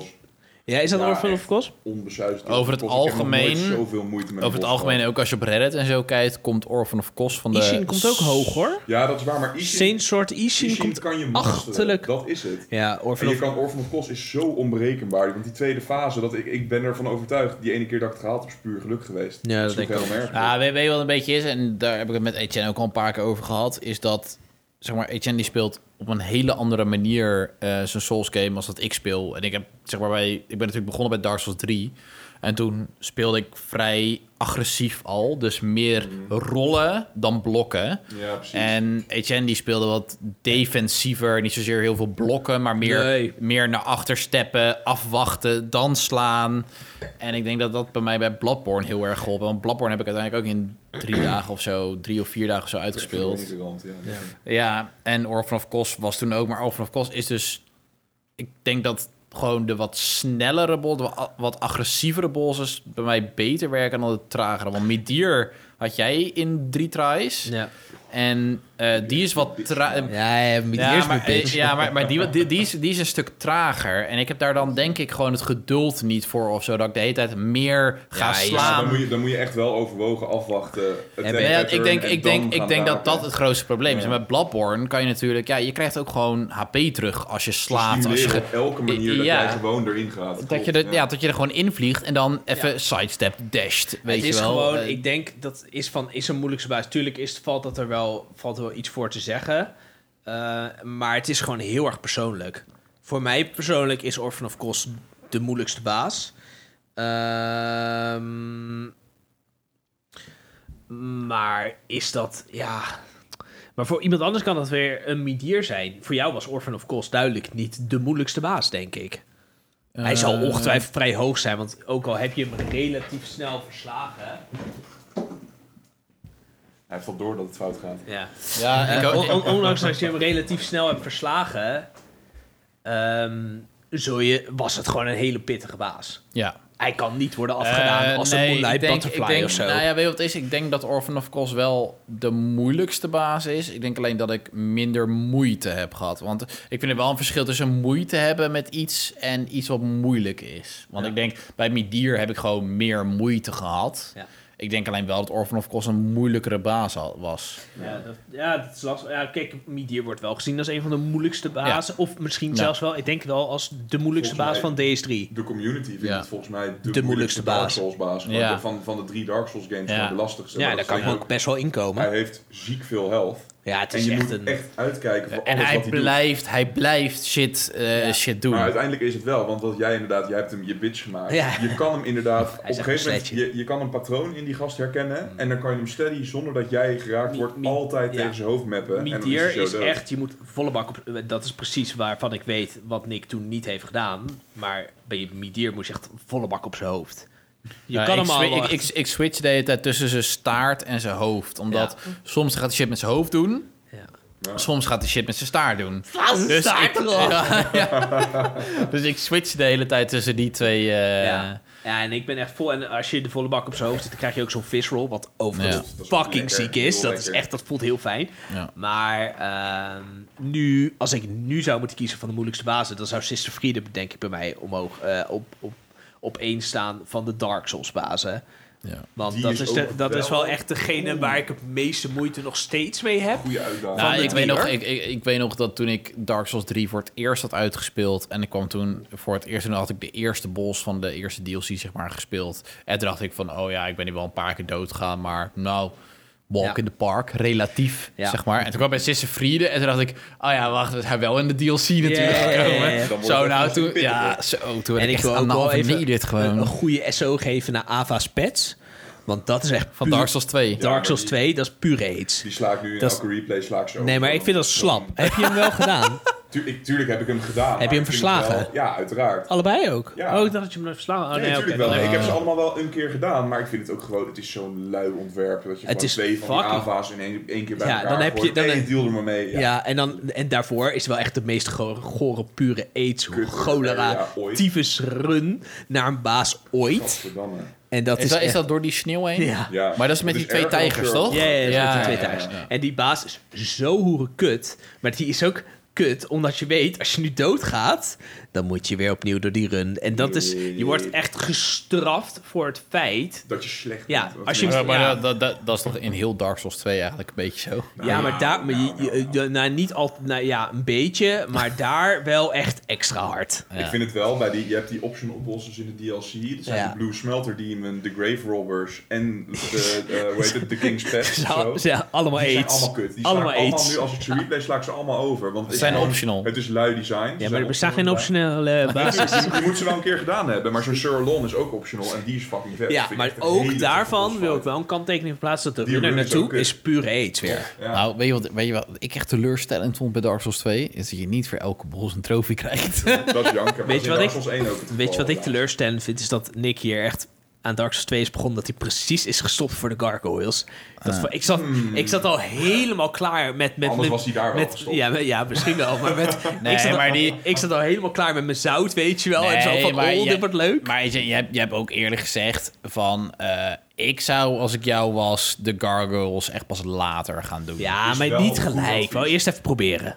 [SPEAKER 3] ja, is dat
[SPEAKER 1] Ja,
[SPEAKER 3] Orphan of
[SPEAKER 1] echt.
[SPEAKER 3] Course?
[SPEAKER 1] Onbesuisd.
[SPEAKER 2] Over het
[SPEAKER 1] Ik heb nog
[SPEAKER 2] algemeen-
[SPEAKER 1] nooit zoveel moeite met
[SPEAKER 2] Over het
[SPEAKER 1] Bos
[SPEAKER 2] algemeen, ook als je op Reddit en zo kijkt, komt Orphan of Kos van de...
[SPEAKER 3] Ishin komt ook hoog, hoor.
[SPEAKER 1] gehad. Ja, dat is waar. Maar Ishin,
[SPEAKER 3] Zijn soort Ishin
[SPEAKER 1] Ishin
[SPEAKER 3] komt...
[SPEAKER 1] kan je
[SPEAKER 3] achterlijk.
[SPEAKER 1] masteren. Dat is het.
[SPEAKER 3] Ja,
[SPEAKER 1] En
[SPEAKER 3] Orphan
[SPEAKER 1] je
[SPEAKER 3] of...
[SPEAKER 1] kan Orphan of Kos is zo onberekenbaar. Want die tweede fase, dat ik, ik ben ervan overtuigd. Die ene keer dat ik het gehaald heb, is puur geluk geweest.
[SPEAKER 3] Ja, dat
[SPEAKER 1] is
[SPEAKER 3] denk ik
[SPEAKER 1] nog
[SPEAKER 3] ook.
[SPEAKER 1] helemaal nergens.
[SPEAKER 2] Ja, weet, weet je wat een beetje is? En daar heb ik het met Etienne ook al een paar keer over gehad. Is dat, zeg maar, Etienne die speelt op een hele andere manier eh, zijn Souls game als dat ik speel. En ik heb, zeg maar, bij, ik ben natuurlijk begonnen bij Dark Souls 3. En toen speelde ik vrij agressief al. Dus meer rollen dan blokken.
[SPEAKER 1] Ja, precies.
[SPEAKER 2] En Etienne die speelde wat defensiever. Niet zozeer heel veel blokken, maar meer,
[SPEAKER 3] Nee.
[SPEAKER 2] meer naar achter steppen, afwachten, dan slaan. En ik denk dat dat bij mij bij Bloodborne heel erg geholpen. Want Bloodborne heb ik uiteindelijk ook in drie dagen of zo, drie of vier dagen of zo uitgespeeld.
[SPEAKER 1] Irritant, ja.
[SPEAKER 2] Ja, en Orphan of Kos was toen ook. Maar Orphan of Kos is dus... Ik denk dat gewoon de wat snellere boss, de wa- wat agressievere bosses... bij mij beter werken dan de tragere. Want Midir had jij in drie tries.
[SPEAKER 3] Ja,
[SPEAKER 2] En eh, die is wat traag.
[SPEAKER 4] Ja, ja
[SPEAKER 2] Ja, maar, eh, ja, maar, maar die, die, die, is, die is een stuk trager. En ik heb daar dan denk ik gewoon het geduld niet voor of zo. Dat ik de hele tijd meer ga
[SPEAKER 4] Ja, ja,
[SPEAKER 1] Ja, dan,
[SPEAKER 2] slaan.
[SPEAKER 1] moet je, dan moet je echt wel overwogen afwachten. eh,
[SPEAKER 2] Ja, ik denk, ik denk, ik denk dat dat het grootste probleem is.
[SPEAKER 1] Ja.
[SPEAKER 2] En met Bloodborne kan je natuurlijk... Ja, je krijgt ook gewoon HP terug als je slaat.
[SPEAKER 1] slaat
[SPEAKER 2] Als je, ge-
[SPEAKER 1] op elke manier dat
[SPEAKER 2] Ja.
[SPEAKER 1] jij gewoon erin gaat.
[SPEAKER 2] dat, je er, ja, dat je er gewoon invliegt en dan even sidestep dashed. Weet
[SPEAKER 3] het is
[SPEAKER 2] je wel.
[SPEAKER 3] gewoon,
[SPEAKER 2] Eh,
[SPEAKER 3] ik denk dat is van is een moeilijkste baas. Tuurlijk is, valt, dat er wel, valt er wel iets voor te zeggen. Eh, maar het is gewoon heel erg persoonlijk. Voor mij persoonlijk is Orphan of Cost de moeilijkste baas. Ehm, maar is dat, ja. Maar voor iemand anders kan dat weer een midier zijn. Voor jou was Orphan of Cost duidelijk niet de moeilijkste baas, denk ik. Hij zal
[SPEAKER 2] eh,
[SPEAKER 3] ongetwijfeld vrij hoog zijn, want ook al heb je hem relatief snel verslagen.
[SPEAKER 1] Hij valt door dat het fout gaat.
[SPEAKER 3] Ja.
[SPEAKER 2] Ja, ik,
[SPEAKER 3] Eh,
[SPEAKER 2] ook-
[SPEAKER 3] on- on- ondanks dat je hem relatief snel hebt verslagen, ehm, zo je, was het gewoon een hele pittige baas.
[SPEAKER 2] Ja.
[SPEAKER 3] Hij kan niet worden afgedaan
[SPEAKER 2] Eh,
[SPEAKER 3] als
[SPEAKER 2] nee,
[SPEAKER 3] een Moonlight
[SPEAKER 2] ik denk-
[SPEAKER 3] Butterfly
[SPEAKER 2] ik denk,
[SPEAKER 3] of zo.
[SPEAKER 2] Nou ja, weet je wat het is? Ik denk dat Orphan of Kos wel de moeilijkste baas is. Ik denk alleen dat ik minder moeite heb gehad. Want ik vind er wel een verschil tussen moeite hebben met iets en iets wat moeilijk is. Want
[SPEAKER 3] Ja.
[SPEAKER 2] ik denk, bij Midir heb ik gewoon meer moeite gehad.
[SPEAKER 3] Ja.
[SPEAKER 2] Ik denk alleen wel dat Orphan of Kos een moeilijkere baas al- was.
[SPEAKER 3] Ja, dat, ja, dat is lastig. Ja, kijk, Midir wordt wel gezien als een van de moeilijkste bazen. Of misschien
[SPEAKER 2] Ja.
[SPEAKER 3] zelfs wel, ik denk wel als de moeilijkste
[SPEAKER 1] Volgens
[SPEAKER 3] baas van DS3.
[SPEAKER 1] De community vindt
[SPEAKER 2] Ja.
[SPEAKER 1] het volgens mij de,
[SPEAKER 3] moeilijkste
[SPEAKER 1] Dark
[SPEAKER 3] baas.
[SPEAKER 1] Souls baas.
[SPEAKER 2] Ja.
[SPEAKER 1] Maar de- Van, van de drie Dark Souls games
[SPEAKER 2] Ja.
[SPEAKER 1] gewoon de lastigste.
[SPEAKER 3] Ja,
[SPEAKER 1] Maar
[SPEAKER 3] daar
[SPEAKER 1] dat
[SPEAKER 3] kan ik
[SPEAKER 1] zijn
[SPEAKER 3] ook best wel inkomen.
[SPEAKER 1] Hij heeft ziek veel health.
[SPEAKER 3] Ja, het
[SPEAKER 1] En
[SPEAKER 3] is
[SPEAKER 1] je
[SPEAKER 3] echt
[SPEAKER 1] moet
[SPEAKER 3] een...
[SPEAKER 1] echt uitkijken voor
[SPEAKER 2] En
[SPEAKER 1] alles
[SPEAKER 2] hij
[SPEAKER 1] wat hij doet.
[SPEAKER 2] blijft, hij blijft shit, eh, shit doen.
[SPEAKER 1] Maar uiteindelijk is het wel, want wat jij inderdaad, jij hebt hem je bitch gemaakt.
[SPEAKER 3] Ja.
[SPEAKER 1] Je kan hem inderdaad, op een
[SPEAKER 3] echt
[SPEAKER 1] gegeven
[SPEAKER 3] een Mm.
[SPEAKER 1] moment, je, je kan een patroon in die gast herkennen. En dan kan je hem steady, zonder dat jij geraakt
[SPEAKER 3] Mi-
[SPEAKER 1] wordt,
[SPEAKER 3] mi-
[SPEAKER 1] altijd
[SPEAKER 3] ja.
[SPEAKER 1] tegen zijn hoofd mappen. en dan
[SPEAKER 3] Midir
[SPEAKER 1] hij
[SPEAKER 3] is
[SPEAKER 1] zo dood.
[SPEAKER 3] echt, je moet volle bak op. Dat is precies waarvan ik weet wat Nick toen niet heeft gedaan. Maar bij Midir moet je echt volle bak op zijn hoofd. Je
[SPEAKER 2] Ja,
[SPEAKER 3] kan
[SPEAKER 2] ik
[SPEAKER 3] hem
[SPEAKER 2] swi-
[SPEAKER 3] al.
[SPEAKER 2] ik, ik, ik switch de hele tijd tussen zijn staart en zijn hoofd. Omdat soms gaat hij shit met zijn hoofd doen.
[SPEAKER 3] Ja.
[SPEAKER 1] Ja.
[SPEAKER 2] Soms gaat hij shit met zijn staart doen. Dus ik, Ja, ja. dus ik switch de hele tijd tussen die twee. eh,
[SPEAKER 3] ja. ja, en ik ben echt vol. En als je de volle bak op zijn hoofd zit, dan krijg je ook zo'n fishroll. Wat overigens
[SPEAKER 2] Ja.
[SPEAKER 1] Dat is
[SPEAKER 3] fucking
[SPEAKER 1] lekker,
[SPEAKER 3] ziek is.
[SPEAKER 1] heel
[SPEAKER 3] Dat, is
[SPEAKER 1] lekker.
[SPEAKER 3] echt, dat voelt heel fijn.
[SPEAKER 2] ja.
[SPEAKER 3] Maar ehm, nu, als ik nu zou moeten kiezen van de moeilijkste bazen, dan zou Sister Friede, denk ik, bij mij omhoog eh, op, op, op één staan van de Dark Souls bazen.
[SPEAKER 2] Ja.
[SPEAKER 3] Want
[SPEAKER 1] Die
[SPEAKER 3] dat,
[SPEAKER 1] is
[SPEAKER 3] is de-
[SPEAKER 1] ook
[SPEAKER 3] dat is wel
[SPEAKER 1] wel-
[SPEAKER 3] echt degene waar ik het meeste moeite nog steeds mee heb.
[SPEAKER 1] Goeie uitdaging.
[SPEAKER 2] Nou,
[SPEAKER 3] de
[SPEAKER 2] ik,
[SPEAKER 3] drie,
[SPEAKER 2] weet nog,
[SPEAKER 3] hoor.
[SPEAKER 2] ik, ik, ik weet nog dat toen ik Dark Souls 3 voor het eerst had uitgespeeld. En ik kwam toen voor het eerst. En had ik de eerste boss van de eerste DLC, zeg maar, gespeeld. En toen dacht ik van, oh ja, ik ben hier wel een paar keer dood gegaan. Maar nou, walk
[SPEAKER 3] Ja.
[SPEAKER 2] in the park, relatief,
[SPEAKER 3] Ja.
[SPEAKER 2] zeg maar. En toen kwam ik bij Sister Friede. En toen dacht ik, oh ja, wacht, we zijn wel in de DLC natuurlijk
[SPEAKER 3] ja, ja,
[SPEAKER 2] gekomen.
[SPEAKER 3] ja, ja.
[SPEAKER 1] Dan wordt
[SPEAKER 2] Zo,
[SPEAKER 1] het
[SPEAKER 2] nou,
[SPEAKER 1] echt
[SPEAKER 2] toen,
[SPEAKER 1] pittig,
[SPEAKER 2] ja,
[SPEAKER 1] hoor.
[SPEAKER 2] zo, toen werd
[SPEAKER 3] en
[SPEAKER 2] ik
[SPEAKER 3] ik
[SPEAKER 2] echt
[SPEAKER 3] wil ook
[SPEAKER 2] aan
[SPEAKER 3] wel even
[SPEAKER 2] dit
[SPEAKER 3] een, een
[SPEAKER 2] gewoon.
[SPEAKER 3] goede SO geven naar Ava's Pets. Want dat is echt
[SPEAKER 2] Van
[SPEAKER 3] puur-
[SPEAKER 2] Dark Souls 2.
[SPEAKER 1] Ja,
[SPEAKER 3] Dark
[SPEAKER 1] maar
[SPEAKER 3] Souls
[SPEAKER 1] die-
[SPEAKER 3] 2, dat is puur aids.
[SPEAKER 1] Die sla ik nu in
[SPEAKER 3] Dat is-
[SPEAKER 1] elke replay sla ik zo.
[SPEAKER 3] Nee, maar ik vind dat slap. Heb je hem wel gedaan?
[SPEAKER 1] Tu- ik- tuurlijk heb ik hem gedaan. maar
[SPEAKER 3] je hem
[SPEAKER 1] ik vind het
[SPEAKER 3] verslagen?
[SPEAKER 1] wel- ja, uiteraard.
[SPEAKER 3] Allebei ook?
[SPEAKER 1] Ja.
[SPEAKER 3] Oh, ik dacht dat je hem verslaan. Oh,
[SPEAKER 1] nee,
[SPEAKER 3] nee, oké.
[SPEAKER 1] natuurlijk wel. Ik heb ze allemaal wel een keer gedaan, maar ik vind het ook gewoon, het is zo'n lui ontwerp. Dat je
[SPEAKER 3] Het
[SPEAKER 1] gewoon
[SPEAKER 3] is
[SPEAKER 1] twee van die
[SPEAKER 3] fucking-
[SPEAKER 1] AVA's in één, één keer bij
[SPEAKER 3] Ja,
[SPEAKER 1] elkaar
[SPEAKER 3] dan heb je-
[SPEAKER 1] gooit.
[SPEAKER 3] dan
[SPEAKER 1] Nee,
[SPEAKER 3] heb-
[SPEAKER 1] deal er maar mee.
[SPEAKER 3] Ja,
[SPEAKER 1] Ja.
[SPEAKER 3] en, dan, en daarvoor is wel echt de meest gore, gore pure aids,
[SPEAKER 1] Kut.
[SPEAKER 3] cholera,
[SPEAKER 1] Ja, ooit.
[SPEAKER 3] tyfus run naar een baas ooit.
[SPEAKER 1] Gadverdamme.
[SPEAKER 3] En dat
[SPEAKER 2] Is,
[SPEAKER 3] is,
[SPEAKER 2] dat, is
[SPEAKER 3] echt-
[SPEAKER 2] dat door die sneeuw heen?
[SPEAKER 3] Ja.
[SPEAKER 1] Ja.
[SPEAKER 2] Maar dat is met
[SPEAKER 1] Het
[SPEAKER 2] die twee
[SPEAKER 1] erger dan
[SPEAKER 2] tijgers,
[SPEAKER 1] Kirby.
[SPEAKER 2] toch?
[SPEAKER 3] Ja, ja,
[SPEAKER 2] Ja,
[SPEAKER 3] ja,
[SPEAKER 2] ja,
[SPEAKER 3] met die
[SPEAKER 2] ja,
[SPEAKER 3] twee thuis.
[SPEAKER 2] ja.
[SPEAKER 3] En die baas is zo hoeren kut. Maar die is ook kut, omdat je weet, als je nu doodgaat, dan moet je weer opnieuw door die run. En dat is, je wordt echt gestraft voor het feit.
[SPEAKER 1] Dat je slecht
[SPEAKER 3] Ja,
[SPEAKER 1] bent. Dat
[SPEAKER 3] als
[SPEAKER 1] je-
[SPEAKER 3] je-
[SPEAKER 2] Ja, maar
[SPEAKER 3] Ja.
[SPEAKER 2] Dat, dat, dat, dat is toch in heel Dark Souls 2 eigenlijk een beetje zo.
[SPEAKER 3] ja, maar daar, maar je- je- je- nou, niet al, nou ja, een beetje, maar daar wel echt extra hard.
[SPEAKER 1] Ik vind het wel, bij die, je hebt die option oplossers in de DLC. Dat zijn
[SPEAKER 3] Ja.
[SPEAKER 1] de Blue Smelter Demon, de Grave Robbers en de, eh, hoe heet het, de King's Pest.
[SPEAKER 3] Ze,
[SPEAKER 1] of zo.
[SPEAKER 3] ze- allemaal
[SPEAKER 1] Die zijn
[SPEAKER 3] aids.
[SPEAKER 1] allemaal kut. Die slaan
[SPEAKER 3] allemaal
[SPEAKER 1] allemaal,
[SPEAKER 3] aids.
[SPEAKER 1] nu, als ik ze replay sla ik ze allemaal over. Want het is
[SPEAKER 2] zijn
[SPEAKER 1] gewoon-
[SPEAKER 2] optional.
[SPEAKER 1] Het is lui design.
[SPEAKER 3] ja, maar er bestaat geen optionele eh, basis.
[SPEAKER 1] Natuurlijk, je, moet- je moet ze wel een keer gedaan hebben, maar zo'n Surlon is ook optional en die is fucking vet.
[SPEAKER 3] Ja,
[SPEAKER 1] Vind ik
[SPEAKER 3] maar
[SPEAKER 1] echt een hele
[SPEAKER 3] ook
[SPEAKER 1] toffe
[SPEAKER 3] daarvan wil ik
[SPEAKER 1] bossfight.
[SPEAKER 3] wel een kanttekening verplaatsen dat de
[SPEAKER 1] Die
[SPEAKER 3] runner
[SPEAKER 1] run is ook
[SPEAKER 3] naartoe
[SPEAKER 1] kut.
[SPEAKER 3] is puur aids weer.
[SPEAKER 1] Ja.
[SPEAKER 2] Nou, weet je, wat, weet je wat ik echt teleurstellend vond bij Dark Souls 2? Is dat je niet voor elke bos een trofee krijgt.
[SPEAKER 1] Dat is janken. maar
[SPEAKER 3] Weet je
[SPEAKER 1] dat is in
[SPEAKER 3] wat
[SPEAKER 1] Dark Souls 1 ook het
[SPEAKER 3] Weet je
[SPEAKER 1] geval,
[SPEAKER 3] wat ik
[SPEAKER 1] ja.
[SPEAKER 3] teleurstellend vind? Is dat Nick hier echt aan Dark Souls 2 is begonnen. Dat hij precies is gestopt voor de gargoyles. Dat
[SPEAKER 2] Ah.
[SPEAKER 3] is van- ik, zat, ik zat al helemaal klaar met... met
[SPEAKER 1] Hmm. Anders
[SPEAKER 3] met,
[SPEAKER 1] was hij daar wel
[SPEAKER 3] met,
[SPEAKER 1] gestopt.
[SPEAKER 3] Ja, maar- ja, misschien wel. Maar, met,
[SPEAKER 2] Nee,
[SPEAKER 3] ik, zat al,
[SPEAKER 2] maar die-
[SPEAKER 3] ik zat al helemaal klaar met mijn zout, weet je wel. en zo
[SPEAKER 2] Nee,
[SPEAKER 3] van,
[SPEAKER 2] maar
[SPEAKER 3] oh,
[SPEAKER 2] je-
[SPEAKER 3] dit wordt leuk.
[SPEAKER 2] Maar je, je, hebt, je hebt ook eerlijk gezegd van... eh, ik zou, als ik jou was, de Gargoyles echt pas later gaan doen.
[SPEAKER 3] Ja,
[SPEAKER 1] is
[SPEAKER 3] maar
[SPEAKER 1] wel
[SPEAKER 3] niet
[SPEAKER 1] een goed
[SPEAKER 3] gelijk.
[SPEAKER 1] advies.
[SPEAKER 3] Wel eerst even proberen.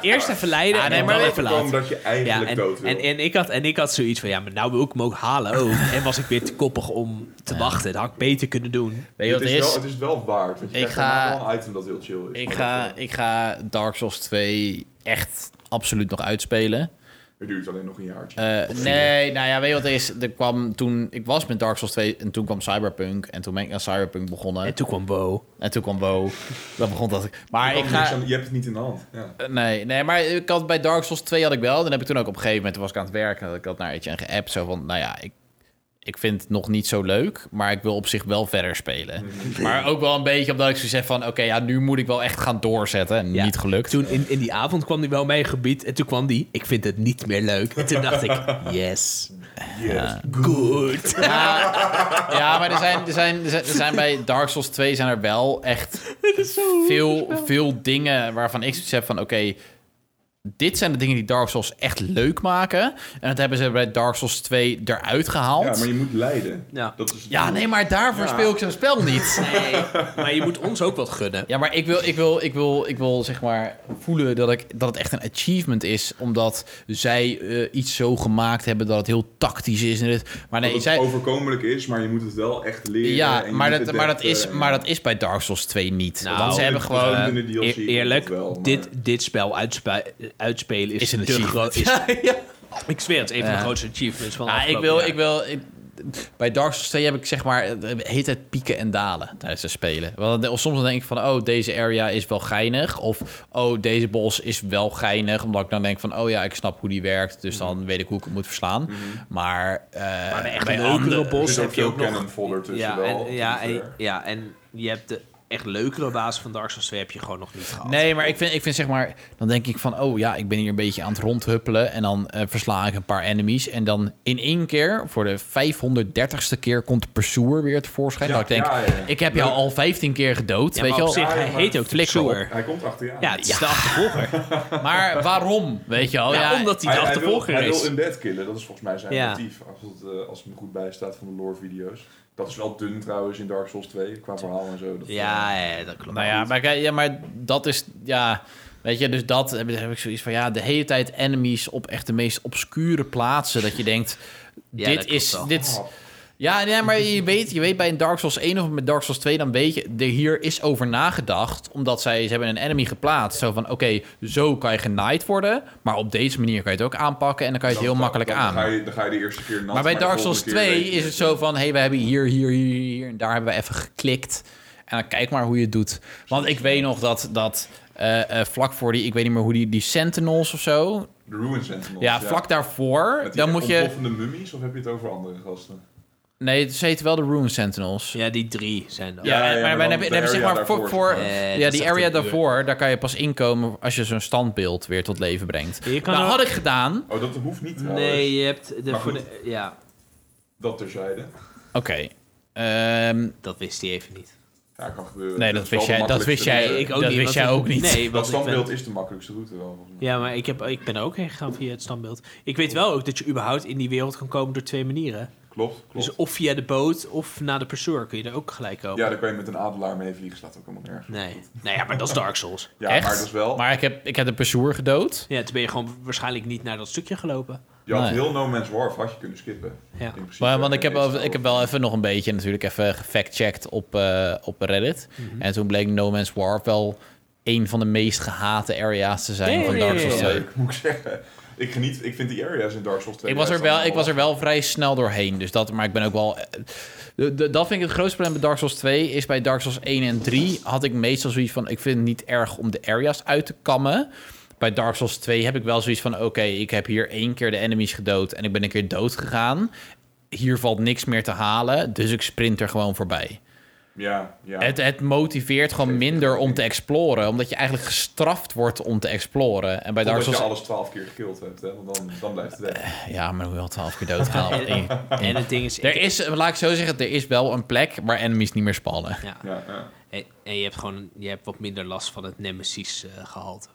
[SPEAKER 3] eerst even leiden
[SPEAKER 2] Ah,
[SPEAKER 3] en
[SPEAKER 2] nee,
[SPEAKER 3] dan
[SPEAKER 2] maar weet
[SPEAKER 3] even
[SPEAKER 1] Voorkomen
[SPEAKER 3] laten.
[SPEAKER 1] dat je
[SPEAKER 3] Ja,
[SPEAKER 1] eigenlijk
[SPEAKER 3] en,
[SPEAKER 1] dood wil.
[SPEAKER 3] en, en, ik had, en ik had zoiets van, ja, maar nou wil ik hem ook halen ook. en was ik weer te koppig om te wachten. Dat had ik beter kunnen doen.
[SPEAKER 2] Weet je wat
[SPEAKER 1] het,
[SPEAKER 2] het
[SPEAKER 1] is
[SPEAKER 2] is?
[SPEAKER 1] Wel, het is wel waard. Want je
[SPEAKER 2] Ik
[SPEAKER 1] krijgt
[SPEAKER 2] ga-
[SPEAKER 1] daarna wel een item dat heel chill is.
[SPEAKER 2] Ik
[SPEAKER 1] Maar dat,
[SPEAKER 2] ga,
[SPEAKER 1] eh,
[SPEAKER 2] ik ga Dark Souls 2 echt absoluut nog uitspelen.
[SPEAKER 1] Het duurt alleen nog een jaartje.
[SPEAKER 2] Eh, nee, nou ja, weet je wat het is? Er kwam toen... Ik was met Dark Souls 2 en toen kwam Cyberpunk. En toen ben ik aan Cyberpunk begonnen.
[SPEAKER 3] En toen kwam Bo.
[SPEAKER 2] En toen kwam WoW. Dan begon dat.
[SPEAKER 1] Je
[SPEAKER 2] Maar
[SPEAKER 1] kan
[SPEAKER 2] ik
[SPEAKER 1] niks
[SPEAKER 2] ga...
[SPEAKER 1] aan- Je hebt het niet in de hand. Ja.
[SPEAKER 2] Nee, nee, maar ik had bij Dark Souls 2 had ik wel. Dan heb ik toen ook op een gegeven moment, toen was ik aan het werken, dat ik dat naar en geappt. Zo van, nou ja, ik, ik vind het nog niet zo leuk, maar ik wil op zich wel verder spelen. Maar ook wel een beetje omdat ik zo zeg van, oké, ja, nu moet ik wel echt gaan doorzetten. En
[SPEAKER 3] Ja.
[SPEAKER 2] niet gelukt.
[SPEAKER 3] Toen in, in die avond kwam hij wel mijn gebied. En toen kwam die, ik vind het niet meer leuk. En toen dacht ik, yes,
[SPEAKER 1] Yes.
[SPEAKER 3] good.
[SPEAKER 2] Ja, ja, maar er zijn, er, zijn, er, zijn, er zijn bij Dark Souls 2 zijn er wel echt veel, veel dingen waarvan ik zoiets heb van... oké, dit zijn de dingen die Dark Souls echt leuk maken. En dat hebben ze bij Dark Souls 2 eruit gehaald.
[SPEAKER 1] Ja, maar je moet leiden.
[SPEAKER 3] Ja.
[SPEAKER 1] Dat is het
[SPEAKER 2] Ja,
[SPEAKER 1] doel.
[SPEAKER 2] nee, maar daarvoor
[SPEAKER 1] Ja.
[SPEAKER 2] speel ik zo'n spel niet.
[SPEAKER 3] Nee, maar je moet ons ook wat gunnen.
[SPEAKER 2] Ja, maar ik wil, ik wil, ik wil, ik wil zeg maar voelen dat, ik, dat het echt een achievement is. Omdat zij eh, iets zo gemaakt hebben dat het heel tactisch is. En dit. Maar nee,
[SPEAKER 1] dat
[SPEAKER 2] zij,
[SPEAKER 1] het overkomelijk is, maar je moet het wel echt leren.
[SPEAKER 2] ja,
[SPEAKER 1] en je
[SPEAKER 2] maar
[SPEAKER 1] moet
[SPEAKER 2] dat,
[SPEAKER 1] het
[SPEAKER 2] maar,
[SPEAKER 1] echt,
[SPEAKER 2] dat is,
[SPEAKER 1] eh,
[SPEAKER 2] maar dat is bij Dark Souls 2 niet.
[SPEAKER 3] Nou,
[SPEAKER 2] Want ze hebben
[SPEAKER 1] dit-
[SPEAKER 2] gewoon...
[SPEAKER 1] dit- in de DLC
[SPEAKER 3] Eer-
[SPEAKER 1] komt dat
[SPEAKER 3] eerlijk,
[SPEAKER 1] wel, maar-
[SPEAKER 3] dit, dit spel uitspe- uitspelen is,
[SPEAKER 2] Is een
[SPEAKER 3] te
[SPEAKER 2] achievement.
[SPEAKER 3] groot. is- Ik zweer, het is een van de
[SPEAKER 2] Ja.
[SPEAKER 3] grootste achievements van
[SPEAKER 2] Ja, Nou, ik
[SPEAKER 3] afgelopen
[SPEAKER 2] wil,
[SPEAKER 3] jaar.
[SPEAKER 2] ik wil. ik- bij Dark Souls 2 heb ik zeg maar eh, de hele tijd pieken en dalen tijdens het spelen. Want dan- of soms dan denk ik van, oh, deze area is wel geinig. Of, oh, deze bos is wel geinig. Omdat ik dan denk van, oh ja, ik snap hoe die werkt. Dus dan weet ik hoe ik het moet verslaan. Maar, eh
[SPEAKER 3] Mhm. Maar de echt
[SPEAKER 2] bij
[SPEAKER 3] leukere
[SPEAKER 2] andere-
[SPEAKER 1] Er
[SPEAKER 3] bos
[SPEAKER 1] zit ook
[SPEAKER 3] heb je
[SPEAKER 1] veel
[SPEAKER 3] ook nog...
[SPEAKER 1] cannon fodder tussen
[SPEAKER 3] Ja,
[SPEAKER 1] wel.
[SPEAKER 3] en, ja,
[SPEAKER 1] Dus, eh,
[SPEAKER 3] en, ja, en je hebt de echt leukere basis van Dark Souls 2 heb je gewoon nog niet gehad.
[SPEAKER 2] Nee, maar ik vind, ik vind zeg maar, dan denk ik van, oh ja, ik ben hier een beetje aan het rondhuppelen. En dan eh, versla ik een paar enemies. En dan in één keer, voor de 530ste keer, komt de pursuer weer tevoorschijn.
[SPEAKER 1] Ja,
[SPEAKER 2] dat ik denk,
[SPEAKER 1] ja, ja.
[SPEAKER 2] ik heb jou al 15 keer gedood,
[SPEAKER 3] Ja,
[SPEAKER 2] weet
[SPEAKER 3] maar
[SPEAKER 2] je
[SPEAKER 3] op
[SPEAKER 2] wel.
[SPEAKER 3] zich, hij
[SPEAKER 1] Ja, maar-
[SPEAKER 3] heet ook
[SPEAKER 2] Flikker op.
[SPEAKER 3] Flicksoer.
[SPEAKER 1] Hij komt achter je aan.
[SPEAKER 3] Ja, het is de achtervolger.
[SPEAKER 2] Maar waarom, weet je wel?
[SPEAKER 3] Ja,
[SPEAKER 2] Ja,
[SPEAKER 1] Hij-
[SPEAKER 3] omdat hij de
[SPEAKER 1] hij wil-
[SPEAKER 3] achtervolger
[SPEAKER 1] Hij
[SPEAKER 3] is.
[SPEAKER 1] wil een bed killen, dat is volgens mij zijn
[SPEAKER 3] Ja.
[SPEAKER 1] motief. Als, het, eh, als het me goed bijstaat van de lore-video's. Dat is wel dun trouwens in Dark Souls 2, qua verhaal en zo. Dat,
[SPEAKER 3] Ja, ja, dat klopt.
[SPEAKER 2] Nou ja, maar, kijk, ja, maar dat is, ja, weet je, dus dat heb, heb ik zoiets van, ja, de hele tijd enemies op echt de meest obscure plaatsen. Dat je denkt,
[SPEAKER 3] Ja, dat
[SPEAKER 2] dit
[SPEAKER 3] klopt
[SPEAKER 2] is,
[SPEAKER 3] wel.
[SPEAKER 2] dit
[SPEAKER 1] Oh,
[SPEAKER 2] is-
[SPEAKER 1] Ah,
[SPEAKER 2] Ja, nee, maar je weet, je weet bij een Dark Souls 1 of met Dark Souls 2, dan weet je, de, hier is over nagedacht. Omdat zij, ze hebben een enemy geplaatst. Zo van, oké, zo kan je genaaid worden. Maar op deze manier kan je het ook aanpakken en dan kan je het heel makkelijk
[SPEAKER 1] dan,
[SPEAKER 2] aan.
[SPEAKER 1] Ga je, dan ga je de eerste keer nat,
[SPEAKER 2] maar bij
[SPEAKER 1] de
[SPEAKER 2] Dark Souls
[SPEAKER 1] volgende keer
[SPEAKER 2] 2
[SPEAKER 1] weet je
[SPEAKER 2] is het zo van, hé, hey, we hebben hier, hier, hier, hier en daar hebben we even geklikt. En dan kijk maar hoe je het doet. Want ik weet nog dat, dat eh, eh, vlak voor die, ik weet niet meer hoe die, die Sentinels of zo.
[SPEAKER 1] De Ruin Sentinels.
[SPEAKER 2] Ja, vlak daarvoor,
[SPEAKER 1] Met die
[SPEAKER 2] dan moet je...
[SPEAKER 1] ontploffende mummies, of heb je het over andere gasten?
[SPEAKER 2] Nee, ze heten wel de Rune Sentinels.
[SPEAKER 3] Ja, die drie zijn dat.
[SPEAKER 2] Ja,
[SPEAKER 1] Ja, ja,
[SPEAKER 2] en-
[SPEAKER 1] maar
[SPEAKER 2] maar dan
[SPEAKER 1] dan
[SPEAKER 2] heb je-
[SPEAKER 1] de
[SPEAKER 2] dan heb je zeg
[SPEAKER 1] area
[SPEAKER 2] maar voor,
[SPEAKER 1] daarvoor,
[SPEAKER 2] voor-
[SPEAKER 1] zeg maar.
[SPEAKER 3] Eh, dat
[SPEAKER 2] ja,
[SPEAKER 3] is
[SPEAKER 2] die
[SPEAKER 3] echt
[SPEAKER 2] area
[SPEAKER 3] heel duur.
[SPEAKER 2] daarvoor, daar kan je pas inkomen als je zo'n standbeeld weer tot leven brengt.
[SPEAKER 3] Je kan
[SPEAKER 2] Dat
[SPEAKER 3] ook-
[SPEAKER 2] had ik gedaan.
[SPEAKER 1] Oh, dat hoeft niet trouwens.
[SPEAKER 3] Nee, je hebt... De,
[SPEAKER 1] Maar
[SPEAKER 3] voor
[SPEAKER 1] goed.
[SPEAKER 3] de- ja,
[SPEAKER 1] Dat terzijde.
[SPEAKER 2] Oké. Ehm,
[SPEAKER 3] dat wist hij even niet.
[SPEAKER 1] Ja, kan gebeuren.
[SPEAKER 2] nee,
[SPEAKER 1] Dat
[SPEAKER 2] dat
[SPEAKER 1] is wel
[SPEAKER 2] wist jij,
[SPEAKER 1] de
[SPEAKER 2] dat wist
[SPEAKER 1] makkelijkste
[SPEAKER 2] jij,
[SPEAKER 1] route.
[SPEAKER 3] Ik ook
[SPEAKER 2] dat
[SPEAKER 3] niet,
[SPEAKER 2] wist
[SPEAKER 3] want
[SPEAKER 2] jij
[SPEAKER 3] ik-
[SPEAKER 2] ook niet.
[SPEAKER 3] Nee,
[SPEAKER 1] Dat
[SPEAKER 3] want ik ben...
[SPEAKER 1] standbeeld is de makkelijkste route wel, volgens mij.
[SPEAKER 3] Ja, maar ik, heb, ik ben er ook heen gegaan via het standbeeld. Ik weet wel ook dat je überhaupt in die wereld kan komen door twee manieren.
[SPEAKER 1] Oh. Klopt, klopt.
[SPEAKER 3] Dus of via de boot of na de pursuer kun je er ook gelijk komen.
[SPEAKER 1] Ja, dan kan je met een adelaar mee vliegen, slaat ook helemaal nergens.
[SPEAKER 3] Nee. Nou ja, maar dat is Dark Souls.
[SPEAKER 1] Ja,
[SPEAKER 2] Echt?
[SPEAKER 1] maar dat is wel...
[SPEAKER 2] Maar ik heb, ik heb de persoer gedood.
[SPEAKER 3] Ja, toen ben je gewoon waarschijnlijk niet naar dat stukje gelopen.
[SPEAKER 1] Je had
[SPEAKER 2] Nee.
[SPEAKER 1] heel No Man's War had je kunnen skippen.
[SPEAKER 3] Ja.
[SPEAKER 1] In principe.
[SPEAKER 2] Maar, want ik
[SPEAKER 1] En
[SPEAKER 2] heb, wel-
[SPEAKER 1] deze
[SPEAKER 2] ik heb wel even nog een beetje natuurlijk even gefact-checked op, eh, op Reddit.
[SPEAKER 3] Mhm.
[SPEAKER 2] En toen bleek No Man's War wel een van de meest gehate area's te zijn
[SPEAKER 3] Nee,
[SPEAKER 2] van
[SPEAKER 3] nee,
[SPEAKER 2] Dark
[SPEAKER 3] nee,
[SPEAKER 2] Souls
[SPEAKER 1] ook.
[SPEAKER 3] ja.
[SPEAKER 2] 2.
[SPEAKER 1] Leuk, moet ik zeggen. Ik geniet, ik vind die areas in Dark Souls 2...
[SPEAKER 2] Ik was, er
[SPEAKER 1] juist
[SPEAKER 2] wel, ik
[SPEAKER 1] allemaal
[SPEAKER 2] was er wel vrij snel doorheen. Dus dat, maar ik ben ook wel. eh, de- de- dat vind ik het grootste probleem bij Dark Souls 2. Is bij Dark Souls 1 en 3 had ik meestal zoiets van: ik vind het niet erg om de areas uit te kammen. Bij Dark Souls 2 heb ik wel zoiets van: oké, ik heb hier één keer de enemies gedood en ik ben een keer dood gegaan. Hier valt niks meer te halen, dus ik sprint er gewoon voorbij.
[SPEAKER 1] Ja, ja.
[SPEAKER 2] Het, het motiveert gewoon
[SPEAKER 1] Geeft
[SPEAKER 2] minder om
[SPEAKER 1] niet.
[SPEAKER 2] te exploren, omdat je eigenlijk gestraft wordt om te exploren. En bij
[SPEAKER 1] Omdat
[SPEAKER 2] Dark
[SPEAKER 1] je
[SPEAKER 2] Souls. Eh.
[SPEAKER 1] alles twaalf keer gekild hebt, hè? want dan, dan blijft het weg.
[SPEAKER 2] Ja, maar dan wil je al 12 keer doodgaan.
[SPEAKER 3] En het ding is... eh,
[SPEAKER 2] Er is, laat ik zo zeggen, er is wel een plek waar enemies niet meer spannen.
[SPEAKER 3] Ja.
[SPEAKER 1] Ja, ja.
[SPEAKER 3] En, eh, en je hebt gewoon je hebt wat minder last van het nemesis eh, gehalte.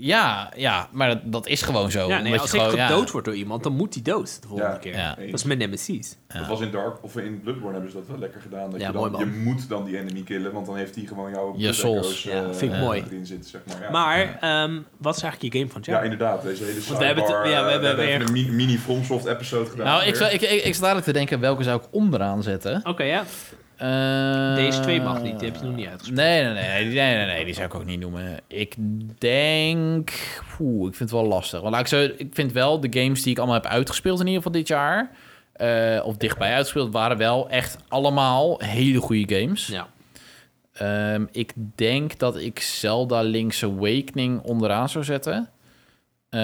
[SPEAKER 2] Ja, ja maar dat, dat is gewoon zo.
[SPEAKER 3] ja, nee,
[SPEAKER 2] omdat
[SPEAKER 3] als
[SPEAKER 2] je
[SPEAKER 3] ik
[SPEAKER 2] gewoon, ja,
[SPEAKER 3] gedood word door iemand, dan moet die dood de volgende
[SPEAKER 1] Ja.
[SPEAKER 3] keer.
[SPEAKER 2] Ja.
[SPEAKER 3] Dat is mijn nemesis.
[SPEAKER 1] Dat was in Dark, of in Bloodborne hebben ze dat wel lekker gedaan. Dat
[SPEAKER 3] Ja,
[SPEAKER 1] je, dan,
[SPEAKER 3] mooi man.
[SPEAKER 1] je moet dan die enemy killen, want dan heeft die gewoon jouw eh,
[SPEAKER 2] Je souls. eh.
[SPEAKER 3] Ja, vind ik mooi.
[SPEAKER 1] erin zitten, zeg maar. Ja.
[SPEAKER 3] Maar ehm, wat is eigenlijk je game van het
[SPEAKER 1] ja,
[SPEAKER 3] jaar?
[SPEAKER 1] inderdaad, deze hele sidebar.
[SPEAKER 3] we hebben het- ja, we
[SPEAKER 1] eh,
[SPEAKER 3] hebben
[SPEAKER 1] even
[SPEAKER 3] weer-
[SPEAKER 1] een mi- mini FromSoft episode gedaan.
[SPEAKER 2] Nou, ik,
[SPEAKER 1] weer.
[SPEAKER 2] zou- ik, ik, ik zat dadelijk te denken welke zou ik onderaan zetten.
[SPEAKER 3] Oké, ja.
[SPEAKER 2] Eh,
[SPEAKER 3] Deze twee mag niet, die heb je nog niet uitgesproken.
[SPEAKER 2] Nee nee nee, die- nee, nee, nee, die zou ik ook niet noemen. Ik denk... Oeh, ik vind het wel lastig. Want laat ik, zo, ik vind wel de games die ik allemaal heb uitgespeeld in ieder geval dit jaar... eh, of dichtbij uitgespeeld, waren wel echt allemaal hele goede games.
[SPEAKER 3] Ja.
[SPEAKER 2] Ehm, ik denk dat ik Zelda Link's Awakening onderaan zou zetten. Eh,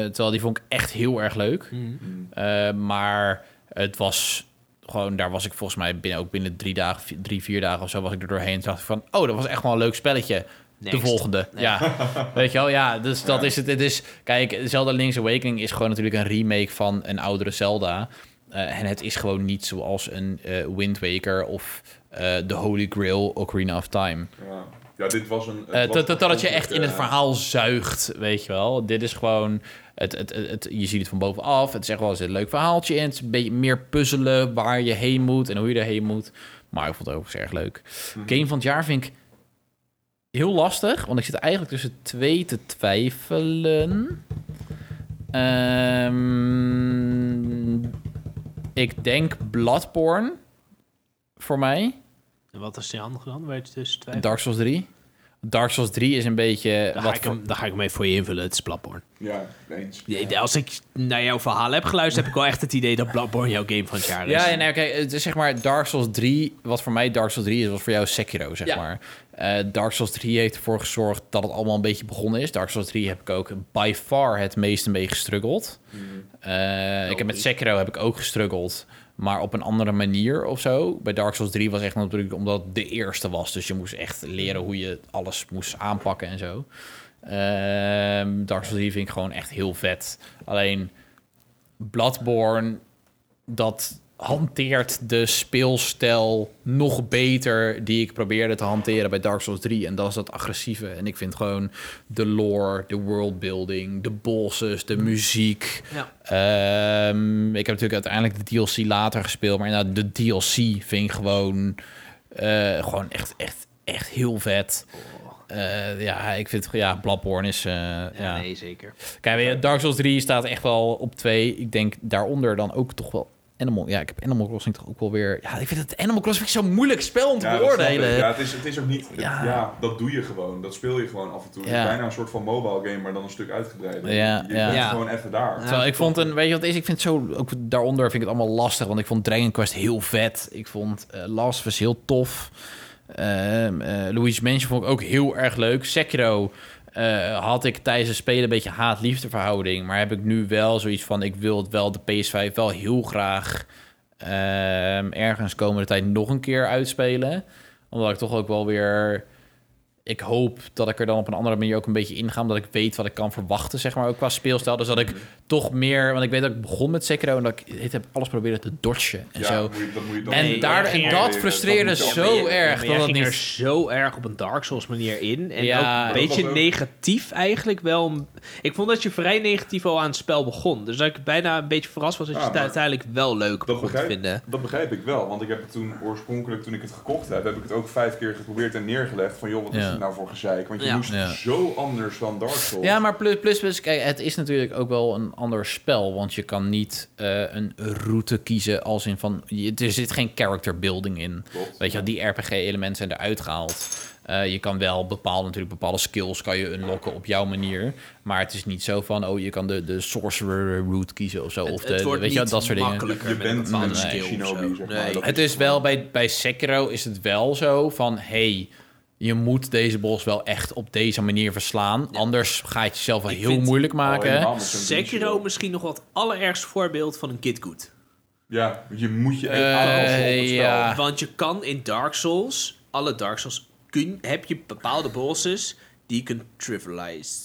[SPEAKER 2] terwijl die vond ik echt heel erg leuk.
[SPEAKER 1] Mm.
[SPEAKER 2] Eh, maar het was gewoon, daar was ik volgens mij binnen, ook binnen drie dagen, vi- drie, vier dagen of zo, was ik er doorheen. Toen dacht ik van, oh, dat was echt wel een leuk spelletje.
[SPEAKER 3] Next.
[SPEAKER 2] De volgende. Ja. Weet je wel, ja, dus dat is het. Het is, kijk, Zelda Link's Awakening is gewoon natuurlijk een remake van een oudere Zelda. Eh, en het is gewoon niet zoals een eh, Wind Waker of eh The Holy Grail Ocarina of Time.
[SPEAKER 1] Ja. Ja, dit was een...
[SPEAKER 2] Eh,
[SPEAKER 1] het was
[SPEAKER 2] tot- Totdat je
[SPEAKER 1] eigenlijk,
[SPEAKER 2] echt in het
[SPEAKER 1] eh,
[SPEAKER 2] verhaal zuigt, weet je wel. Dit is gewoon... Het, het, het, het- je ziet het van bovenaf. Het is echt wel er zit een leuk verhaaltje in. Het is een beetje meer puzzelen waar je heen moet en hoe je erheen moet. Maar ik vond het overigens erg leuk.
[SPEAKER 3] Mhm.
[SPEAKER 2] Game van het jaar vind ik heel lastig. Want ik zit eigenlijk tussen twee te twijfelen. Ehm, ik denk Bloodborne voor mij.
[SPEAKER 3] En wat is die andere dan? Weet je tussen twee?
[SPEAKER 2] Dark Souls 3. Dark Souls 3 is een beetje...
[SPEAKER 3] Daar
[SPEAKER 2] wat
[SPEAKER 3] ga, ik hem, daar ga ik hem even voor je invullen. Het is Bloodborne.
[SPEAKER 1] eh, Ja, eens.
[SPEAKER 3] Nee, Als ik naar jouw verhaal heb geluisterd, heb ik wel echt het idee dat Bloodborne jouw game van het jaar is.
[SPEAKER 2] Ja, ja, nee, kijk, het is zeg maar Dark Souls 3, wat voor mij Dark Souls 3 is, was voor jou Sekiro, zeg
[SPEAKER 3] Ja.
[SPEAKER 2] maar. Eh, Dark Souls 3 heeft ervoor gezorgd dat het allemaal een beetje begonnen is. Dark Souls 3 heb ik ook by far het meeste mee gestruggeld.
[SPEAKER 3] Mhm.
[SPEAKER 2] Eh,
[SPEAKER 3] Oh,
[SPEAKER 2] ik heb met Sekiro heb ik ook gestruggeld, maar op een andere manier of zo. Bij Dark Souls 3 was echt natuurlijk omdat het de eerste was, dus je moest echt leren hoe je alles moest aanpakken en zo. Ehm, Dark Souls 3 vind ik gewoon echt heel vet. Alleen Bloodborne dat hanteert de speelstijl nog beter die ik probeerde te hanteren bij Dark Souls 3. En dat is dat agressieve. En ik vind gewoon de lore, de worldbuilding, de bosses, de muziek.
[SPEAKER 3] Ja.
[SPEAKER 2] Ehm, ik heb natuurlijk uiteindelijk de DLC later gespeeld. Maar inderdaad, de DLC vind ik gewoon, eh, gewoon echt, echt, echt heel vet. Eh, ja, ik vind ja, Bloodborne is... eh, ja.
[SPEAKER 3] nee, zeker.
[SPEAKER 2] Kijk, weet je, Dark Souls 3 staat echt wel op 2. Ik denk daaronder dan ook toch wel Animal... Ja, ik heb Animal Crossing toch ook wel weer... Ja, ik vind het Animal Crossing vind ik zo'n moeilijk spel om te
[SPEAKER 1] Ja, dat snap ik.
[SPEAKER 2] beoordelen.
[SPEAKER 1] Ja, het is, het is ook niet... het-
[SPEAKER 2] Ja.
[SPEAKER 1] ja. dat doe je gewoon. Dat speel je gewoon af en toe. Het
[SPEAKER 2] Ja.
[SPEAKER 1] is bijna een soort van mobile game, maar dan een stuk uitgebreider.
[SPEAKER 2] Ja,
[SPEAKER 1] je
[SPEAKER 2] ja.
[SPEAKER 1] bent
[SPEAKER 3] Ja.
[SPEAKER 1] gewoon even daar.
[SPEAKER 2] Terwijl ik vond een, weet je wat het is? Ik vind het zo, ook daaronder vind ik het allemaal lastig, want ik vond Dragon Quest heel vet. Ik vond eh, Last of Us heel tof. Ehm eh Luigi's Mansion vond ik ook heel erg leuk. Sekiro eh, had ik tijdens het spelen een beetje haat-liefde verhouding, maar heb ik nu wel zoiets van, ik wil het wel de PS5 wel heel graag ehm, ergens komende tijd nog een keer uitspelen, omdat ik toch ook wel weer ik hoop dat ik er dan op een andere manier ook een beetje inga. Omdat ik weet wat ik kan verwachten, zeg maar, ook qua speelstijl. Dus dat ik toch meer... Want ik weet dat ik begon met Sekiro en dat ik het heb alles proberen te dodgen en
[SPEAKER 1] Ja,
[SPEAKER 2] zo.
[SPEAKER 1] moet je- dat moet je dan-
[SPEAKER 2] en
[SPEAKER 1] Nee,
[SPEAKER 2] daar,
[SPEAKER 1] dat
[SPEAKER 2] en
[SPEAKER 1] moet je
[SPEAKER 2] dat
[SPEAKER 1] leren.
[SPEAKER 2] frustreerde
[SPEAKER 1] moet je
[SPEAKER 2] zo
[SPEAKER 1] leren.
[SPEAKER 2] erg.
[SPEAKER 3] Maar
[SPEAKER 2] Dat
[SPEAKER 3] jij
[SPEAKER 2] het
[SPEAKER 3] ging
[SPEAKER 2] niet...
[SPEAKER 3] er zo erg op een Dark Souls manier in. En
[SPEAKER 2] Ja,
[SPEAKER 3] ook een
[SPEAKER 2] dat
[SPEAKER 3] beetje
[SPEAKER 1] was ook-
[SPEAKER 3] negatief eigenlijk wel. Ik vond dat je vrij negatief al aan het spel begon. Dus dat ik bijna een beetje verrast was dat je
[SPEAKER 1] Ja,
[SPEAKER 3] het
[SPEAKER 1] maar-
[SPEAKER 3] uiteindelijk wel leuk
[SPEAKER 1] Dat
[SPEAKER 3] begon te
[SPEAKER 1] begrijp,
[SPEAKER 3] vinden.
[SPEAKER 1] dat begrijp ik wel, want ik heb het toen oorspronkelijk, toen ik het gekocht heb, heb ik het ook vijf keer geprobeerd en neergelegd. Van joh, wat is
[SPEAKER 2] Ja.
[SPEAKER 1] het nou voor gezeik? Want je
[SPEAKER 3] Ja.
[SPEAKER 1] moest
[SPEAKER 2] Ja.
[SPEAKER 1] zo anders dan Dark Souls.
[SPEAKER 2] Ja, maar plus, plus, plus, kijk, het is natuurlijk ook wel een ander spel. Want je kan niet eh, een route kiezen als in van... je- er zit geen character building in.
[SPEAKER 1] Klopt.
[SPEAKER 2] Weet je wel, die RPG-elementen zijn eruit gehaald. Eh, je kan wel bepaalde, natuurlijk bepaalde skills kan je unlocken op jouw manier. Maar het is niet zo van, oh, je kan de, de sorcerer route kiezen of zo. of de,
[SPEAKER 3] het wordt
[SPEAKER 2] weet je wel,
[SPEAKER 3] niet
[SPEAKER 2] dat soort dingen.
[SPEAKER 3] makkelijker
[SPEAKER 1] Je
[SPEAKER 3] met
[SPEAKER 1] bent
[SPEAKER 3] bepaalde
[SPEAKER 1] een
[SPEAKER 3] skill of
[SPEAKER 1] shinobi,
[SPEAKER 3] zo.
[SPEAKER 1] zeg maar.
[SPEAKER 3] Nee.
[SPEAKER 1] Dat-
[SPEAKER 2] Het is wel bij, bij Sekiro is het wel zo van hey, je moet deze bos wel echt op deze manier verslaan. Anders ga je het jezelf wel
[SPEAKER 3] Ik
[SPEAKER 2] heel
[SPEAKER 3] vind-
[SPEAKER 2] moeilijk
[SPEAKER 1] Oh,
[SPEAKER 2] maken.
[SPEAKER 1] helemaal met zo'n
[SPEAKER 3] Sekiro
[SPEAKER 1] dingetje.
[SPEAKER 3] misschien nog wat allerergste voorbeeld van een Kid Good.
[SPEAKER 1] Ja, je moet je echt
[SPEAKER 2] Eh,
[SPEAKER 1] aanpassen op het spel.
[SPEAKER 2] ja.
[SPEAKER 3] Want je kan in Dark Souls, alle Dark Souls, kun, heb je bepaalde bosses die je kunt trivialize.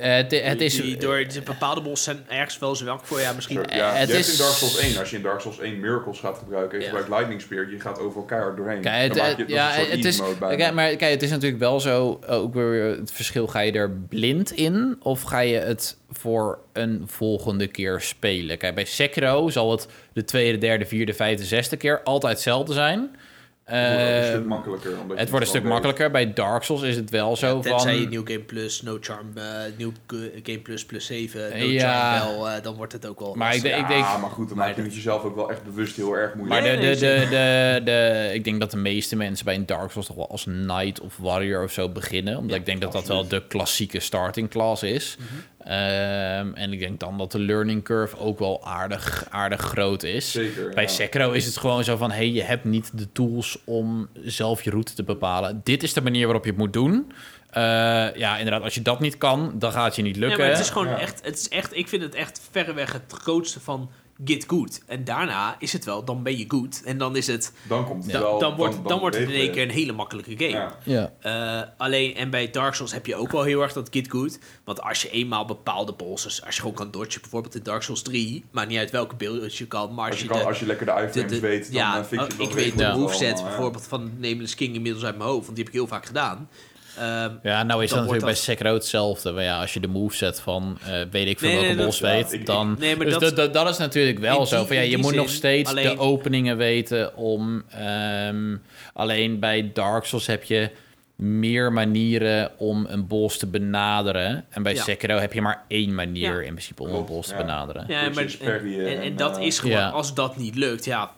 [SPEAKER 2] Eh, het, het is
[SPEAKER 3] Die door de bepaalde bossen zijn ergens wel zwak voor ja, misschien.
[SPEAKER 1] Sorry, ja,
[SPEAKER 2] eh, het
[SPEAKER 1] je
[SPEAKER 2] is-
[SPEAKER 1] hebt in Dark Souls 1, als je in Dark Souls 1 Miracles gaat gebruiken, en je
[SPEAKER 3] Ja.
[SPEAKER 1] gebruikt Lightning Spear, je gaat over elkaar doorheen.
[SPEAKER 2] Kijk, het,
[SPEAKER 1] Dan maak je-
[SPEAKER 2] het-
[SPEAKER 1] dat
[SPEAKER 2] ja,
[SPEAKER 1] een soort
[SPEAKER 2] het is,
[SPEAKER 1] easy mode bijna.
[SPEAKER 2] kijk, maar kijk, het is natuurlijk wel zo, ook weer het verschil, ga je er blind in of ga je het voor een volgende keer spelen? Kijk, bij Sekiro zal het de tweede, derde, vierde, vijfde, zesde keer altijd hetzelfde zijn.
[SPEAKER 1] Het wordt ook een stuk
[SPEAKER 2] Eh,
[SPEAKER 1] makkelijker. omdat je
[SPEAKER 2] het wordt een
[SPEAKER 1] wel
[SPEAKER 2] stuk
[SPEAKER 1] weet.
[SPEAKER 2] makkelijker. Bij Dark Souls is het wel zo van...
[SPEAKER 3] Eh, Tenzij je New Game Plus, No Charm, eh, New G- Game Plus plus 7, No
[SPEAKER 2] Ja.
[SPEAKER 3] Charm wel, eh, dan wordt het ook wel.
[SPEAKER 2] Maar ik,
[SPEAKER 3] lastig.
[SPEAKER 2] denk- ik
[SPEAKER 1] Ja,
[SPEAKER 2] denk...
[SPEAKER 1] maar goed, dan maak je het jezelf ook wel echt bewust heel erg
[SPEAKER 2] Maar
[SPEAKER 1] moeilijk.
[SPEAKER 2] de,
[SPEAKER 3] Nee,
[SPEAKER 2] de,
[SPEAKER 3] nee,
[SPEAKER 2] de, de, de- ik denk dat de meeste mensen bij een Dark Souls toch wel als Knight of Warrior of zo beginnen. Omdat ik denk dat dat wel de klassieke starting class is.
[SPEAKER 3] Mhm.
[SPEAKER 2] Ehm, en ik denk dan dat de learning curve ook wel aardig, aardig groot is.
[SPEAKER 1] Zeker,
[SPEAKER 2] bij
[SPEAKER 1] ja.
[SPEAKER 2] Sekiro is het gewoon zo van, hey, je hebt niet de tools om zelf je route te bepalen. Dit is de manier waarop je het moet doen. Eh, ja, inderdaad, als je dat niet kan, dan gaat het je niet
[SPEAKER 3] Ja,
[SPEAKER 2] lukken.
[SPEAKER 3] maar het is gewoon
[SPEAKER 1] Ja.
[SPEAKER 3] echt, het is echt, ik vind het echt verreweg het grootste van Git Good. En daarna is het wel, dan ben je goed. En dan is het,
[SPEAKER 1] Dan komt het
[SPEAKER 3] dan,
[SPEAKER 1] wel...
[SPEAKER 3] dan wordt, dan, wordt het in één
[SPEAKER 1] regelen
[SPEAKER 3] keer
[SPEAKER 1] je
[SPEAKER 3] een hele makkelijke game.
[SPEAKER 1] Ja.
[SPEAKER 2] ja.
[SPEAKER 3] Eh, alleen, en bij Dark Souls heb je ook wel heel erg dat Git Good. Want als je eenmaal bepaalde bosses, als je gewoon kan dodgen, bijvoorbeeld in Dark Souls 3, maakt niet uit welke beeld je kan, maar als,
[SPEAKER 1] Als je,
[SPEAKER 3] je,
[SPEAKER 1] kan,
[SPEAKER 3] de-
[SPEAKER 1] als je lekker de
[SPEAKER 3] de-
[SPEAKER 1] iframes
[SPEAKER 3] de-
[SPEAKER 1] weet, dan eh, fik je
[SPEAKER 3] oh,
[SPEAKER 1] het wel
[SPEAKER 3] ik weet de
[SPEAKER 1] regel
[SPEAKER 3] moveset
[SPEAKER 1] allemaal, hè.
[SPEAKER 3] bijvoorbeeld van Nameless King inmiddels uit mijn hoofd, want die heb ik heel vaak gedaan. Eh, Ehm,
[SPEAKER 2] Ja, nou is
[SPEAKER 3] Dan
[SPEAKER 2] dat
[SPEAKER 3] wordt
[SPEAKER 2] natuurlijk bij Sekiro hetzelfde. Maar ja, als je de moveset van eh, weet ik veel
[SPEAKER 3] Nee,
[SPEAKER 2] welke
[SPEAKER 3] nee, dat-
[SPEAKER 2] boss
[SPEAKER 1] ja,
[SPEAKER 2] weet,
[SPEAKER 1] ik- ik-
[SPEAKER 2] dan...
[SPEAKER 3] nee, maar
[SPEAKER 2] dus
[SPEAKER 3] dat-
[SPEAKER 2] dat, dat, dat is natuurlijk wel
[SPEAKER 3] in
[SPEAKER 2] zo.
[SPEAKER 3] die-
[SPEAKER 2] Van, ja,
[SPEAKER 3] in
[SPEAKER 2] je
[SPEAKER 3] die
[SPEAKER 2] moet nog
[SPEAKER 3] zin,
[SPEAKER 2] steeds
[SPEAKER 3] alleen-
[SPEAKER 2] de openingen weten om... ehm, alleen bij Dark Souls heb je meer manieren om een boss te benaderen. En bij
[SPEAKER 3] Ja.
[SPEAKER 2] Sekiro heb je maar één manier
[SPEAKER 3] Ja.
[SPEAKER 2] in principe om
[SPEAKER 1] Klopt,
[SPEAKER 2] een boss
[SPEAKER 1] ja.
[SPEAKER 2] te benaderen.
[SPEAKER 3] ja,
[SPEAKER 1] Twitch
[SPEAKER 3] maar,
[SPEAKER 1] is
[SPEAKER 3] en,
[SPEAKER 1] Perry, eh,
[SPEAKER 3] en- en
[SPEAKER 1] en,
[SPEAKER 3] dat
[SPEAKER 1] eh,
[SPEAKER 3] is gewoon,
[SPEAKER 2] ja.
[SPEAKER 3] als dat niet lukt, ja,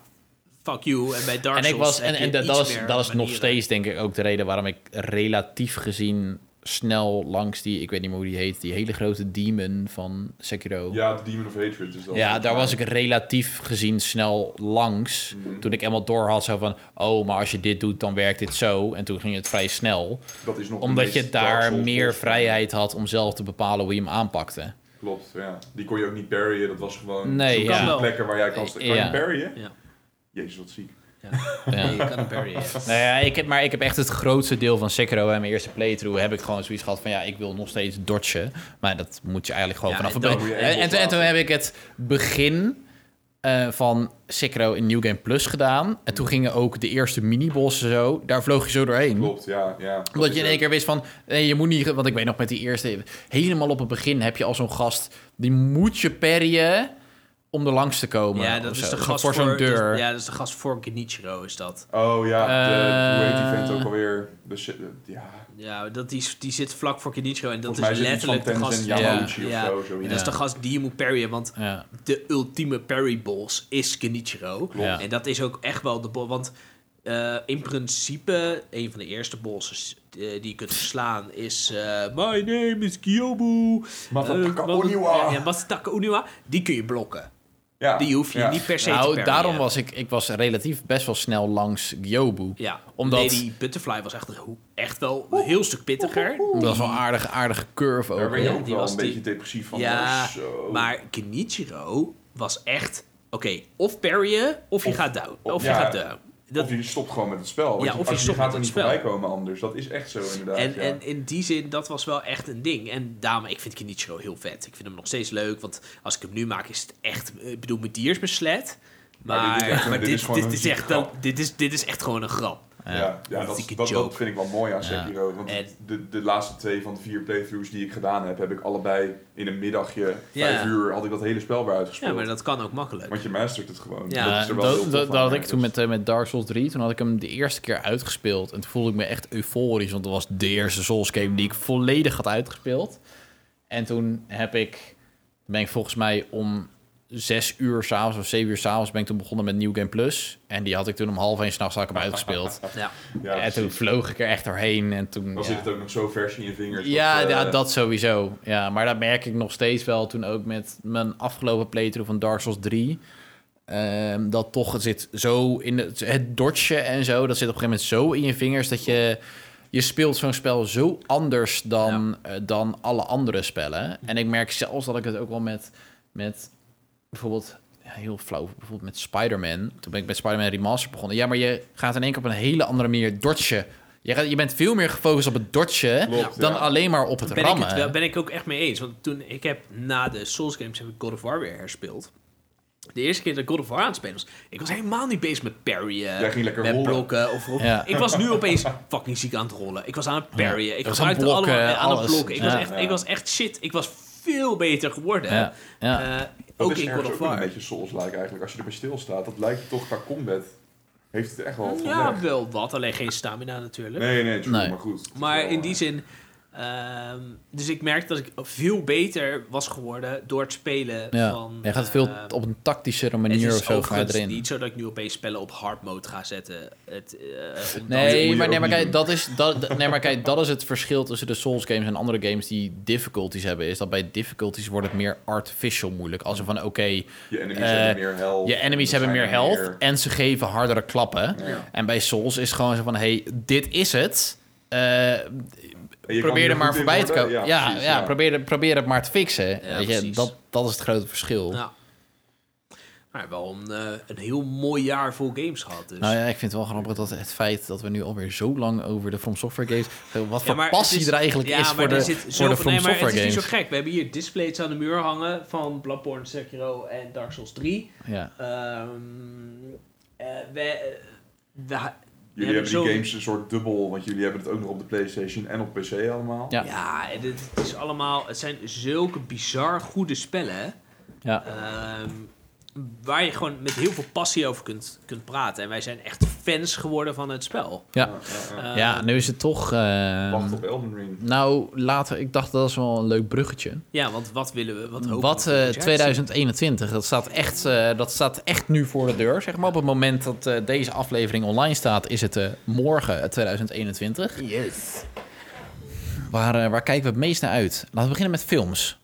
[SPEAKER 3] fuck you. En bij Dark
[SPEAKER 2] En,
[SPEAKER 3] Souls
[SPEAKER 2] ik was,
[SPEAKER 3] heb
[SPEAKER 2] en,
[SPEAKER 3] je
[SPEAKER 2] en dat,
[SPEAKER 3] iets
[SPEAKER 2] dat is,
[SPEAKER 3] meer
[SPEAKER 2] dat is nog
[SPEAKER 3] manieren.
[SPEAKER 2] steeds denk ik ook de reden waarom ik relatief gezien snel langs die, ik weet niet meer hoe die heet, die hele grote demon van Sekiro.
[SPEAKER 1] Ja, de Demon of Hatred is dat.
[SPEAKER 2] Ja, daar was ik relatief gezien snel langs.
[SPEAKER 1] Mhm.
[SPEAKER 2] Toen ik eenmaal door had, zo van... oh, maar als je dit doet, dan werkt dit zo. En toen ging het vrij snel.
[SPEAKER 1] Dat is nog de
[SPEAKER 2] Omdat
[SPEAKER 1] meest
[SPEAKER 2] je
[SPEAKER 1] Dark
[SPEAKER 2] daar
[SPEAKER 1] Souls
[SPEAKER 2] meer
[SPEAKER 1] boss.
[SPEAKER 2] vrijheid had om zelf te bepalen hoe je hem aanpakte.
[SPEAKER 1] Klopt, ja. Die kon je ook niet parryen, dat was gewoon
[SPEAKER 2] Nee,
[SPEAKER 1] zoek
[SPEAKER 2] ja.
[SPEAKER 1] naar
[SPEAKER 3] Kan wel.
[SPEAKER 1] plekken waar jij kan... Kan
[SPEAKER 2] Ja.
[SPEAKER 1] je parryen?
[SPEAKER 3] Ja.
[SPEAKER 1] Jezus, wat ziek.
[SPEAKER 2] Ja.
[SPEAKER 3] Je kan een parry, ja.
[SPEAKER 2] Nou ja, ik heb, maar ik heb echt het grootste deel van Sekiro en mijn eerste playthrough... heb ik gewoon zoiets gehad van, ja, ik wil nog steeds dodgen. Maar dat moet je eigenlijk gewoon
[SPEAKER 3] Ja,
[SPEAKER 2] vanaf
[SPEAKER 3] en
[SPEAKER 2] het
[SPEAKER 3] dan
[SPEAKER 2] begin-
[SPEAKER 1] moet je
[SPEAKER 2] En,
[SPEAKER 1] echt
[SPEAKER 2] en, toen- en toen heb ik het begin eh, van Sekiro in New Game Plus gedaan. En toen gingen ook de eerste minibossen zo. Daar vloog je zo doorheen.
[SPEAKER 3] Hm?
[SPEAKER 1] Klopt, ja. ja.
[SPEAKER 2] Omdat je in één keer wist van, nee, je moet niet... Want ik weet nog met die eerste... Helemaal op het begin heb je al zo'n gast... Die moet je parryen om er langs te komen.
[SPEAKER 3] Ja, dat
[SPEAKER 2] of
[SPEAKER 3] is
[SPEAKER 2] zo.
[SPEAKER 3] de
[SPEAKER 2] Zo
[SPEAKER 3] gast
[SPEAKER 2] Voor zo'n deur.
[SPEAKER 3] ja, dat is de gast voor Genichiro, is dat.
[SPEAKER 1] Oh ja, de, hoe heet die
[SPEAKER 2] Eh.
[SPEAKER 1] vent ook alweer? De, shit- ja,
[SPEAKER 3] Ja, dat, die, die zit vlak voor Genichiro en dat
[SPEAKER 1] volgens mij is
[SPEAKER 3] is
[SPEAKER 1] het iets van
[SPEAKER 3] letterlijk de gast...
[SPEAKER 1] Tenzin
[SPEAKER 2] ja.
[SPEAKER 1] Yamauchi of
[SPEAKER 3] Ja.
[SPEAKER 1] zo. zoiets.
[SPEAKER 3] En dat is
[SPEAKER 2] Ja.
[SPEAKER 3] de gast die je moet parryen, want
[SPEAKER 2] Ja.
[SPEAKER 3] de ultieme parry boss is Genichiro.
[SPEAKER 2] Ja.
[SPEAKER 3] En dat is ook echt wel de boss, want eh, in principe een van de eerste bosses eh, die je kunt verslaan is eh, My name is Kyobu.
[SPEAKER 1] Mafataka
[SPEAKER 3] Eh, wat-
[SPEAKER 1] Oniwa.
[SPEAKER 3] Ja, ja, Masataka Uniwa. Die kun je blokken.
[SPEAKER 1] Ja,
[SPEAKER 3] Die hoef je
[SPEAKER 1] ja.
[SPEAKER 3] niet per se te
[SPEAKER 2] Nou,
[SPEAKER 3] parryen.
[SPEAKER 2] daarom was ik... Ik was relatief best wel snel langs Gyobu.
[SPEAKER 3] Ja,
[SPEAKER 2] Omdat-
[SPEAKER 3] Lady Butterfly was echt, echt wel een heel stuk pittiger.
[SPEAKER 2] Dat was wel een aardige, aardige curve
[SPEAKER 1] Daar
[SPEAKER 2] ook. Eh,
[SPEAKER 1] ben je
[SPEAKER 3] Ja,
[SPEAKER 1] ook
[SPEAKER 3] die
[SPEAKER 1] wel
[SPEAKER 3] was
[SPEAKER 1] een
[SPEAKER 3] die-
[SPEAKER 1] beetje depressief van.
[SPEAKER 3] Ja,
[SPEAKER 1] oh, zo.
[SPEAKER 3] maar Kenichiro was echt... Oké, of parryen, of je
[SPEAKER 1] Of-
[SPEAKER 3] gaat down. Of,
[SPEAKER 1] of-
[SPEAKER 3] je
[SPEAKER 1] ja.
[SPEAKER 3] gaat down. Dat,
[SPEAKER 1] Of je stopt gewoon met het spel. want
[SPEAKER 3] Ja,
[SPEAKER 1] je-
[SPEAKER 3] of je
[SPEAKER 1] als
[SPEAKER 3] stopt
[SPEAKER 1] gaat
[SPEAKER 3] met
[SPEAKER 1] er
[SPEAKER 3] het
[SPEAKER 1] niet
[SPEAKER 3] spel.
[SPEAKER 1] voorbij komen anders. Dat is echt zo inderdaad.
[SPEAKER 3] En,
[SPEAKER 1] ja.
[SPEAKER 3] en in die zin, dat was wel echt een ding. En daarom, ik vind Kenichiro heel vet. Ik vind hem nog steeds leuk, want als ik hem nu maak, is het echt... eh, Ik bedoel, mijn dier is mijn slet.
[SPEAKER 1] Maar dit
[SPEAKER 3] Maar,
[SPEAKER 1] is echt
[SPEAKER 3] maar
[SPEAKER 1] een-
[SPEAKER 3] dit,
[SPEAKER 1] dit is
[SPEAKER 3] dit,
[SPEAKER 1] gewoon een
[SPEAKER 3] is echt
[SPEAKER 1] grap.
[SPEAKER 3] een- dit, is, dit is echt gewoon een grap.
[SPEAKER 1] ja, ja, dat,
[SPEAKER 3] Dikke
[SPEAKER 1] dat,
[SPEAKER 3] joke.
[SPEAKER 1] dat vind ik wel mooi aan Sekiro. Want
[SPEAKER 3] En-
[SPEAKER 1] de, de laatste twee van de vier playthroughs die ik gedaan heb, heb ik allebei in een middagje,
[SPEAKER 3] Ja.
[SPEAKER 1] vijf uur, had ik dat hele spel weer uitgespeeld.
[SPEAKER 3] Ja, maar dat kan ook makkelijk.
[SPEAKER 1] Want je mastert het gewoon.
[SPEAKER 3] Ja,
[SPEAKER 1] dat
[SPEAKER 2] Ja,
[SPEAKER 1] is er
[SPEAKER 2] dat,
[SPEAKER 1] wel heel
[SPEAKER 2] dat,
[SPEAKER 1] tof
[SPEAKER 2] dat
[SPEAKER 1] aan,
[SPEAKER 2] had
[SPEAKER 1] ja,
[SPEAKER 2] ik toen
[SPEAKER 1] dus-
[SPEAKER 2] met, eh, met Dark Souls 3. Toen had ik hem de eerste keer uitgespeeld. En toen voelde ik me echt euforisch. Want dat was de eerste Souls game die ik volledig had uitgespeeld. En toen heb ik... Ben ik volgens mij om zes uur s'avonds of zeven uur s'avonds... ben ik toen begonnen met New Game Plus. En die had ik toen om half één s'nachts had ik hem uitgespeeld.
[SPEAKER 3] Ja.
[SPEAKER 1] Ja,
[SPEAKER 2] en toen
[SPEAKER 1] precies.
[SPEAKER 2] vloog ik er echt doorheen. En toen...
[SPEAKER 1] Dan
[SPEAKER 2] ja.
[SPEAKER 1] zit het ook nog zo vers in je vingers.
[SPEAKER 2] Ja,
[SPEAKER 1] dat, eh,
[SPEAKER 2] ja, dat sowieso. Ja, maar dat merk ik nog steeds wel toen ook met mijn afgelopen playthrough van Dark Souls 3. Ehm, dat toch, het zit zo in het, het dodgen en zo, dat zit op een gegeven moment zo in je vingers dat je... Je speelt zo'n spel zo anders dan, eh, dan alle andere spellen. En ik merk zelfs dat ik het ook wel met, met bijvoorbeeld ja, heel flauw, bijvoorbeeld met Spider-Man. Toen ben ik met Spider-Man Remastered begonnen. Ja, maar je gaat in één keer op een hele andere manier dodgen. Je, gaat, je bent veel meer gefocust op het dodgen
[SPEAKER 1] Klopt,
[SPEAKER 2] dan
[SPEAKER 1] ja.
[SPEAKER 2] alleen maar op het
[SPEAKER 3] ben
[SPEAKER 2] rammen.
[SPEAKER 3] Ik het wel, ben ik ook echt mee eens. Want toen ik heb na de Souls games heb ik God of War weer herspeeld. De eerste keer dat ik God of War aan het spelen was, ik was helemaal niet bezig met parryen,
[SPEAKER 1] Jij ging lekker
[SPEAKER 3] met
[SPEAKER 1] rollen.
[SPEAKER 3] blokken of of-
[SPEAKER 2] Ja.
[SPEAKER 3] Ik was nu opeens fucking ziek aan het rollen. Ik was aan het parryen. Ik
[SPEAKER 2] was aan
[SPEAKER 3] gebruikte
[SPEAKER 2] blokken,
[SPEAKER 3] allemaal eh, aan het
[SPEAKER 2] alles.
[SPEAKER 3] blokken. Ik, was
[SPEAKER 2] Ja.
[SPEAKER 3] echt, ik was echt shit. Ik was veel beter geworden.
[SPEAKER 2] Ja, ja.
[SPEAKER 3] Eh,
[SPEAKER 1] dat
[SPEAKER 3] ook
[SPEAKER 1] is
[SPEAKER 3] in God
[SPEAKER 1] ergens
[SPEAKER 3] of
[SPEAKER 1] ook
[SPEAKER 3] War.
[SPEAKER 1] een beetje Souls-like eigenlijk. Als je erbij stilstaat, dat lijkt toch qua combat. Heeft het echt wel wat van
[SPEAKER 3] Ja,
[SPEAKER 1] weg.
[SPEAKER 3] wel wat. Alleen geen stamina natuurlijk.
[SPEAKER 1] Nee, nee, true,
[SPEAKER 2] Nee.
[SPEAKER 1] maar goed. Het is
[SPEAKER 3] Maar
[SPEAKER 1] wel,
[SPEAKER 3] in die
[SPEAKER 1] eh,
[SPEAKER 3] zin. ehm, dus ik merkte dat ik veel beter was geworden door het spelen
[SPEAKER 2] ja.
[SPEAKER 3] van.
[SPEAKER 2] je gaat veel
[SPEAKER 3] ehm,
[SPEAKER 2] op een tactischere manier
[SPEAKER 3] het
[SPEAKER 2] of zo
[SPEAKER 3] is
[SPEAKER 2] ga je
[SPEAKER 3] overigens
[SPEAKER 2] erin.
[SPEAKER 3] niet zo dat ik nu opeens spellen op hard mode ga zetten. Het, eh, om-
[SPEAKER 1] Dat moet
[SPEAKER 2] Nee,
[SPEAKER 1] je
[SPEAKER 2] maar,
[SPEAKER 1] ook
[SPEAKER 2] nee, maar
[SPEAKER 1] niet
[SPEAKER 2] kijk, dat is, dat, nee, maar kijk, dat is het verschil tussen de Souls games en andere games die difficulties hebben. Is dat bij difficulties wordt het meer artificial moeilijk. Als er van, oké,
[SPEAKER 1] Je enemies
[SPEAKER 2] eh,
[SPEAKER 1] hebben meer health.
[SPEAKER 2] je enemies
[SPEAKER 1] er
[SPEAKER 2] hebben meer
[SPEAKER 1] zijn er
[SPEAKER 2] health en ze geven hardere klappen.
[SPEAKER 1] Ja.
[SPEAKER 2] En bij Souls is het gewoon zo van, hey, dit is het. Eh,
[SPEAKER 1] En je kan
[SPEAKER 2] probeer er
[SPEAKER 1] hier
[SPEAKER 2] maar
[SPEAKER 1] goed in
[SPEAKER 2] voorbij te
[SPEAKER 1] worden.
[SPEAKER 2] komen. Ja, ja,
[SPEAKER 1] precies,
[SPEAKER 2] Probeer, probeer het maar te fixen.
[SPEAKER 3] Ja,
[SPEAKER 2] Weet je,
[SPEAKER 3] precies.
[SPEAKER 2] dat, dat is het grote verschil.
[SPEAKER 3] Ja. Maar wel een, eh, een heel mooi jaar vol games gehad. Dus.
[SPEAKER 2] Nou ja, ik vind het wel grappig dat het feit dat we nu alweer zo lang over de From Software games... Wat
[SPEAKER 3] Ja,
[SPEAKER 2] voor
[SPEAKER 3] maar het
[SPEAKER 2] passie
[SPEAKER 3] is-
[SPEAKER 2] er eigenlijk
[SPEAKER 3] ja,
[SPEAKER 2] is
[SPEAKER 3] maar
[SPEAKER 2] voor de,
[SPEAKER 3] er zit
[SPEAKER 2] voor de
[SPEAKER 3] zoveel-
[SPEAKER 2] From
[SPEAKER 3] nee, maar
[SPEAKER 2] Software
[SPEAKER 3] Het
[SPEAKER 2] games.
[SPEAKER 3] is niet zo gek. We hebben hier displays aan de muur hangen van Bloodborne, Sekiro en Dark Souls 3.
[SPEAKER 2] Ja.
[SPEAKER 3] Ehm, eh, we, eh,
[SPEAKER 1] Jullie
[SPEAKER 3] we ha- heb
[SPEAKER 1] hebben
[SPEAKER 3] ik
[SPEAKER 1] die
[SPEAKER 3] zo-
[SPEAKER 1] games een soort dubbel, want jullie hebben het ook nog op de PlayStation en op PC allemaal.
[SPEAKER 5] Ja.
[SPEAKER 3] Ja, en het, het is allemaal, het zijn zulke bizar goede spellen.
[SPEAKER 2] Ja.
[SPEAKER 3] Ehm, waar je gewoon met heel veel passie over kunt, kunt praten. En wij zijn echt fans geworden van het spel.
[SPEAKER 2] Ja.
[SPEAKER 1] ja.
[SPEAKER 3] Ehm,
[SPEAKER 2] ja, nu is het toch... eh,
[SPEAKER 1] Wacht op Elden Ring.
[SPEAKER 2] nou, later, ik dacht dat is wel een leuk bruggetje.
[SPEAKER 3] ja, want wat willen we? Wat hopen
[SPEAKER 2] Wat
[SPEAKER 3] we?
[SPEAKER 2] eh,
[SPEAKER 3] volgend jaar te zien?
[SPEAKER 2] 2021, dat staat, echt, eh, dat staat echt nu voor de deur. Zeg maar. Op het moment dat eh, deze aflevering online staat, is het eh, morgen eh, 2021.
[SPEAKER 3] Yes.
[SPEAKER 2] Waar, eh, waar kijken we het meest naar uit? Laten we beginnen met films.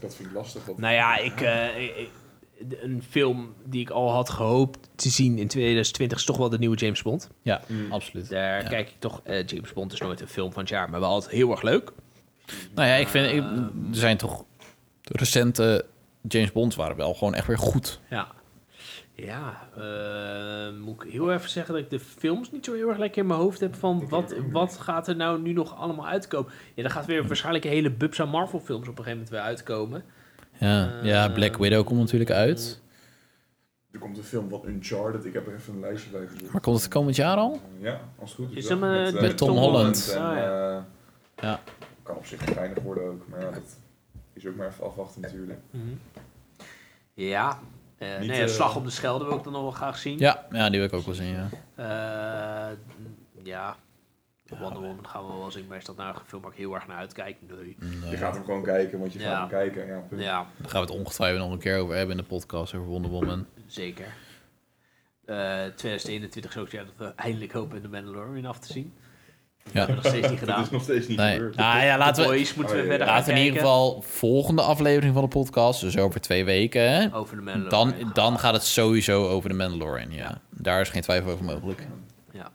[SPEAKER 1] Dat vind ik lastig. want-
[SPEAKER 3] Nou ja, ik, eh, ik- ik- de- een film die ik al had gehoopt te zien in 2020 is toch wel de nieuwe James Bond.
[SPEAKER 2] Ja,
[SPEAKER 3] Mm.
[SPEAKER 2] absoluut.
[SPEAKER 3] Daar kijk ik toch. eh, James Bond is nooit een film van het jaar, maar wel altijd heel erg leuk.
[SPEAKER 2] Nou ja, ik vind, ik- er zijn toch de recente James Bonds waren wel gewoon echt weer goed.
[SPEAKER 3] Ja. Ja, eh, moet ik heel even zeggen dat ik de films niet zo heel erg lekker in mijn hoofd heb van wat, wat gaat er nou nu nog allemaal uitkomen. Ja, er gaat weer waarschijnlijk een hele bubs aan Marvel films op een gegeven moment weer uitkomen.
[SPEAKER 2] Ja, ja Black Widow komt natuurlijk uit.
[SPEAKER 1] Er komt een film van Uncharted, ik heb er even een lijstje bij gezien.
[SPEAKER 2] Maar komt het komend jaar al?
[SPEAKER 1] Ja, als het goed
[SPEAKER 3] Is
[SPEAKER 1] wel.
[SPEAKER 3] hem, eh,
[SPEAKER 1] eh,
[SPEAKER 2] Met Tom Holland.
[SPEAKER 1] En,
[SPEAKER 3] Ah,
[SPEAKER 1] eh,
[SPEAKER 2] Ja.
[SPEAKER 1] Kan op zich geinig worden ook, maar ja, dat is ook maar even afwachten natuurlijk.
[SPEAKER 3] Ja. Eh,
[SPEAKER 1] Niet,
[SPEAKER 3] nee, ja,
[SPEAKER 1] eh,
[SPEAKER 3] Slag op de Schelde wil ik dan nog wel graag zien.
[SPEAKER 2] Ja, ja, die wil ik ook wel zien. Ja.
[SPEAKER 3] Eh, n- ja. Wonder Woman gaan we wel zien, maar is dat nou een film waar ik heel erg naar uitkijk? Nee.
[SPEAKER 1] Je gaat hem gewoon kijken, want je
[SPEAKER 3] Ja.
[SPEAKER 1] gaat hem kijken. Ja, punt.
[SPEAKER 3] Ja,
[SPEAKER 2] Daar gaan we het ongetwijfeld nog een keer over hebben in de podcast over Wonder Woman.
[SPEAKER 3] zeker. Eh, 2021 is ook het jaar dat we eindelijk hopen de Mandalorian af te zien.
[SPEAKER 2] Ja.
[SPEAKER 3] Dat hebben we nog steeds niet
[SPEAKER 1] Dat
[SPEAKER 3] gedaan.
[SPEAKER 1] is nog steeds niet
[SPEAKER 2] Nee.
[SPEAKER 1] gebeurd.
[SPEAKER 2] Nou ja,
[SPEAKER 3] Laten
[SPEAKER 2] laten we,
[SPEAKER 3] boys moeten we
[SPEAKER 1] Oh, ja, ja.
[SPEAKER 3] verder gaan
[SPEAKER 2] Laten we in ieder
[SPEAKER 3] kijken.
[SPEAKER 2] geval volgende aflevering van de podcast, dus over twee weken, hè,
[SPEAKER 3] Over de Mandalorian.
[SPEAKER 2] dan, dan gaat het sowieso over de Mandalorian. Ja. Daar is geen twijfel over mogelijk.
[SPEAKER 3] Ja.